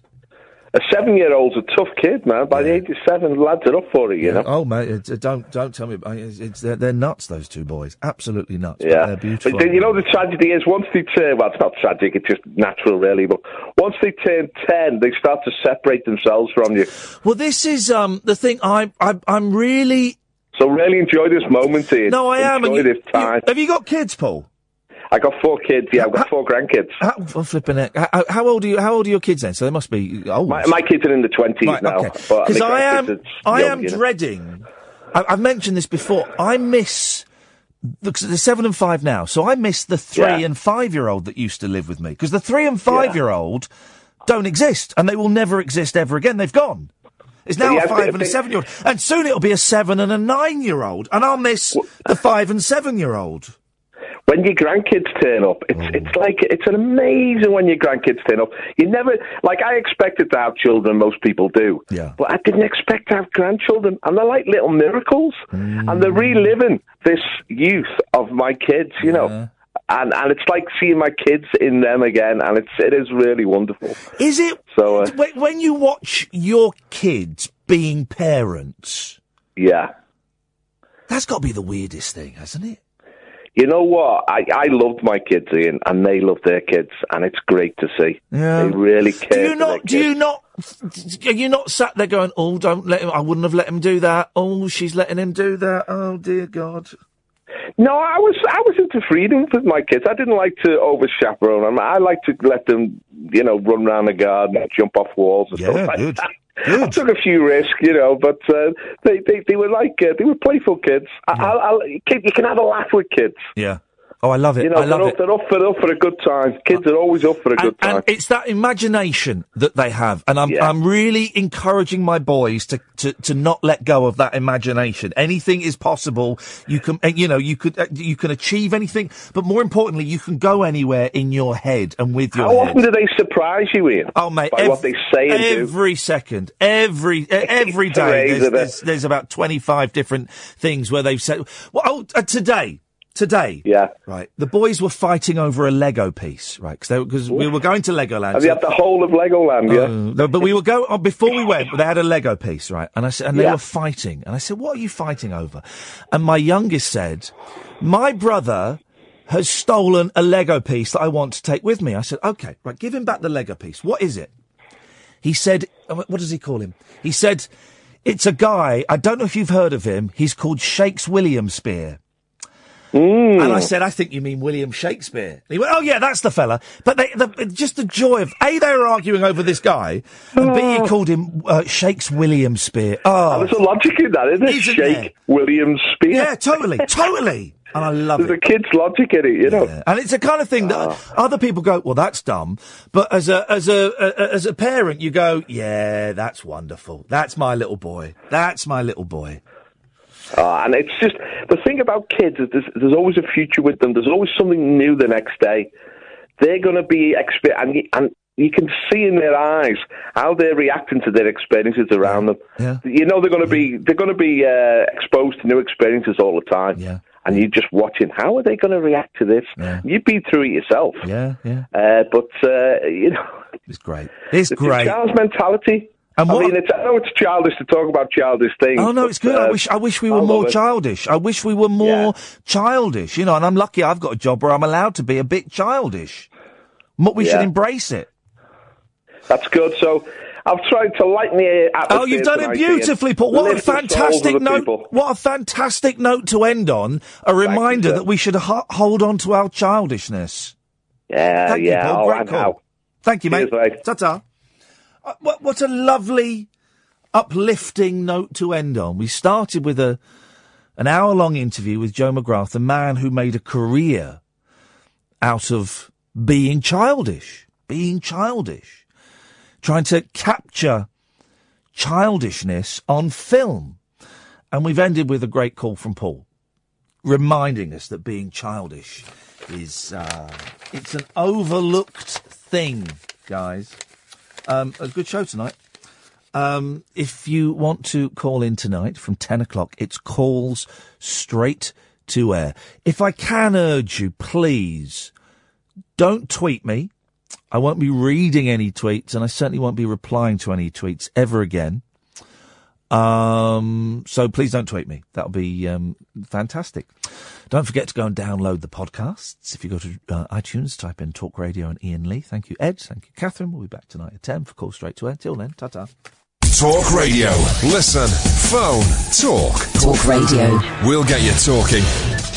[SPEAKER 19] A seven-year-old's a tough kid, man. By the age of seven, lads are up for it. You know.
[SPEAKER 3] Oh mate, it's, uh, don't don't tell me. about- It's, it's, they're, they're nuts. Those two boys, absolutely nuts. but
[SPEAKER 19] Yeah,
[SPEAKER 3] they're beautiful.
[SPEAKER 19] But then, you know the tragedy is once they turn well, it's not tragic, it's just natural, really. But once they turn ten, they start to separate themselves from you.
[SPEAKER 3] Well, this is um, the thing. I, I I'm really
[SPEAKER 19] So really enjoy this moment, Ian.
[SPEAKER 3] No, I am,
[SPEAKER 19] Enjoy
[SPEAKER 3] and you-
[SPEAKER 19] this time.
[SPEAKER 3] have you got kids, Paul?
[SPEAKER 19] I got four kids. Yeah, I've got four grandkids.
[SPEAKER 3] how, well, flipping it. How, how old are you? How old are your kids then? So they must be old.
[SPEAKER 19] My, my kids are in the twenties
[SPEAKER 3] Right,
[SPEAKER 19] now.
[SPEAKER 3] okay.
[SPEAKER 19] but
[SPEAKER 3] Because
[SPEAKER 19] my
[SPEAKER 3] I
[SPEAKER 19] grandkids
[SPEAKER 3] am,
[SPEAKER 19] are
[SPEAKER 3] I
[SPEAKER 19] young,
[SPEAKER 3] am
[SPEAKER 19] you know.
[SPEAKER 3] dreading. I, I've mentioned this before. I miss the, 'cause they're seven and five now, so I miss the three
[SPEAKER 19] Yeah.
[SPEAKER 3] and five year old that used to live with me because the three and five year old don't exist and they will never exist ever again. They've gone. It's
[SPEAKER 19] But
[SPEAKER 3] now
[SPEAKER 19] you
[SPEAKER 3] a
[SPEAKER 19] have to-
[SPEAKER 3] five and a
[SPEAKER 19] think-
[SPEAKER 3] seven year old, and soon it'll be a seven and a nine year old, and I'll miss the five and seven year old.
[SPEAKER 19] When your grandkids turn up, it's
[SPEAKER 3] Oh.
[SPEAKER 19] it's like it's an amazing when your grandkids turn up. You never like I expected to have children, most people do.
[SPEAKER 3] Yeah.
[SPEAKER 19] But I didn't expect to have grandchildren, and they're like little miracles, and
[SPEAKER 3] Mm.
[SPEAKER 19] they're reliving this youth of my kids. You know. And and it's like seeing my kids in them again, and it's it is really wonderful.
[SPEAKER 3] Is it
[SPEAKER 19] so? Uh,
[SPEAKER 3] when, when you watch your kids being parents?
[SPEAKER 19] Yeah.
[SPEAKER 3] That's got to be the weirdest thing, hasn't it?
[SPEAKER 19] You know what? I, I loved my kids, Ian, and they loved their kids, and it's great to see.
[SPEAKER 3] Yeah.
[SPEAKER 19] They really care.
[SPEAKER 3] Do you
[SPEAKER 19] for
[SPEAKER 3] not? Do
[SPEAKER 19] their
[SPEAKER 3] you
[SPEAKER 19] kids.
[SPEAKER 3] not? Are you not sat there going, "Oh, don't let him. I wouldn't have let him do that. Oh, she's letting him do that. Oh, dear God."
[SPEAKER 19] No, I was I was into freedom with my kids. I didn't like to over chaperone them. I like to let them, you know, run around the garden, and jump off walls, and stuff like that. <laughs> I took a few risks, you know, but uh, they, they they were like uh, they were playful kids. I, I'll, I'll, kid, you can have a laugh with kids.
[SPEAKER 3] Yeah. Oh, I love it.
[SPEAKER 19] You know,
[SPEAKER 3] I love
[SPEAKER 19] they're,
[SPEAKER 3] it.
[SPEAKER 19] Up, they're up for up for a good time. Kids are always up for a good time.
[SPEAKER 3] And it's that imagination that they have, and I'm I'm really encouraging my boys to, to, to not let go of that imagination. Anything is possible. You can uh, you know you could uh, you can achieve anything, but more importantly, you can go anywhere in your head and with your
[SPEAKER 19] How
[SPEAKER 3] head.
[SPEAKER 19] often do they surprise you, Ian?
[SPEAKER 3] Oh, mate,
[SPEAKER 19] by
[SPEAKER 3] ev-
[SPEAKER 19] what they say and do.
[SPEAKER 3] every second,
[SPEAKER 19] <laughs>
[SPEAKER 3] every e- every
[SPEAKER 19] Parade
[SPEAKER 3] day,
[SPEAKER 19] of it.
[SPEAKER 3] there's, there's, there's about twenty five different things where they've said. Well, oh, uh, today Today.
[SPEAKER 19] Yeah.
[SPEAKER 3] Right. The boys were fighting over a Lego piece, right? Because we were going to Legoland.
[SPEAKER 19] Have you had the whole of Legoland,
[SPEAKER 3] Uh,
[SPEAKER 19] yeah?
[SPEAKER 3] No, but we were go oh, before we went. They had a Lego piece, right? And I said, and they
[SPEAKER 19] Yeah.
[SPEAKER 3] were fighting. And I said, "What are you fighting over?" And my youngest said, "My brother has stolen a Lego piece that I want to take with me." I said, "Okay, right, give him back the Lego piece. What is it?" He said, uh, "What does he call him?" He said, "It's a guy. I don't know if you've heard of him. He's called Shakes William Spear."
[SPEAKER 19] Mm.
[SPEAKER 3] And I said, I think you mean William Shakespeare. And he went, Oh yeah, that's the fella. But they, the, just the joy of a they were arguing over this guy, and b he called him uh, Shakes William Spear. Oh,
[SPEAKER 19] There's a logic in Oh. that, isn't there?
[SPEAKER 3] Isn't
[SPEAKER 19] Shake
[SPEAKER 3] there?
[SPEAKER 19] William Spear.
[SPEAKER 3] Yeah, totally, totally. And I love
[SPEAKER 19] There's
[SPEAKER 3] it.
[SPEAKER 19] a kid's logic in it, you know. Ah.
[SPEAKER 3] And it's a kind of thing that other people go, well, that's dumb. But as a, as a, a, as a parent, you go, yeah, that's wonderful. That's my little boy. That's my little boy.
[SPEAKER 19] Uh, and it's just the thing about kids is there's, there's always a future with them. There's always something new the next day. They're going to be expert, and, y- and you can see in their eyes how they're reacting to their experiences around them. You know they're going to be they're going to be uh, exposed to new experiences all the time. Yeah. And you're just watching. How are they going to react to this? You've been through it yourself.
[SPEAKER 3] Yeah, yeah.
[SPEAKER 19] Uh, but uh, you know,
[SPEAKER 3] It's great. It's
[SPEAKER 19] a
[SPEAKER 3] great.
[SPEAKER 19] child's mentality.
[SPEAKER 3] And
[SPEAKER 19] I
[SPEAKER 3] what-
[SPEAKER 19] mean, it's, I know it's childish to talk about childish things.
[SPEAKER 3] Oh no,
[SPEAKER 19] but,
[SPEAKER 3] it's good. I
[SPEAKER 19] uh,
[SPEAKER 3] wish I wish we
[SPEAKER 19] I
[SPEAKER 3] were
[SPEAKER 19] love
[SPEAKER 3] more
[SPEAKER 19] it.
[SPEAKER 3] childish. I wish we were more childish. You know, and I'm lucky. I've got a job where I'm allowed to be a bit childish. M- We should
[SPEAKER 19] Yeah.
[SPEAKER 3] embrace it.
[SPEAKER 19] That's good. So I've tried to lighten the atmosphere.
[SPEAKER 3] Oh, you've done it
[SPEAKER 19] tonight, Ian.
[SPEAKER 3] beautifully, Paul. What a
[SPEAKER 19] Lift the souls of
[SPEAKER 3] fantastic
[SPEAKER 19] the
[SPEAKER 3] note!
[SPEAKER 19] people.
[SPEAKER 3] What a fantastic note to end on. A reminder that we should ho- hold on to our childishness.
[SPEAKER 19] Yeah,
[SPEAKER 3] Thank
[SPEAKER 19] Uh, yeah, oh,
[SPEAKER 3] You, Paul.
[SPEAKER 19] all
[SPEAKER 3] Great
[SPEAKER 19] right
[SPEAKER 3] call.
[SPEAKER 19] now.
[SPEAKER 3] Thank you, mate. Ta ta. Uh, what, what a lovely, uplifting note to end on. We started with a an hour long interview with Joe McGrath, the man who made a career out of being childish, being childish, trying to capture childishness on film. And we've ended with a great call from Paul, reminding us that being childish is uh, it's an overlooked thing, guys. Um, a good show tonight. Um, if you want to call in tonight from 10 o'clock, it's calls straight to air. If I can urge you, please don't tweet me. I won't be reading any tweets, and I certainly won't be replying to any tweets ever again. Um, so please don't tweet me. That'll be um, fantastic. Don't forget to go and download the podcasts. If you go to uh, iTunes, type in Talk Radio and Ian Lee. Thank you, Ed. Thank you, Catherine. We'll be back tonight at 10 for Call Straight to Air. Till then, ta ta.
[SPEAKER 2] Talk radio. Listen, phone, talk. Talk radio. We'll get you talking.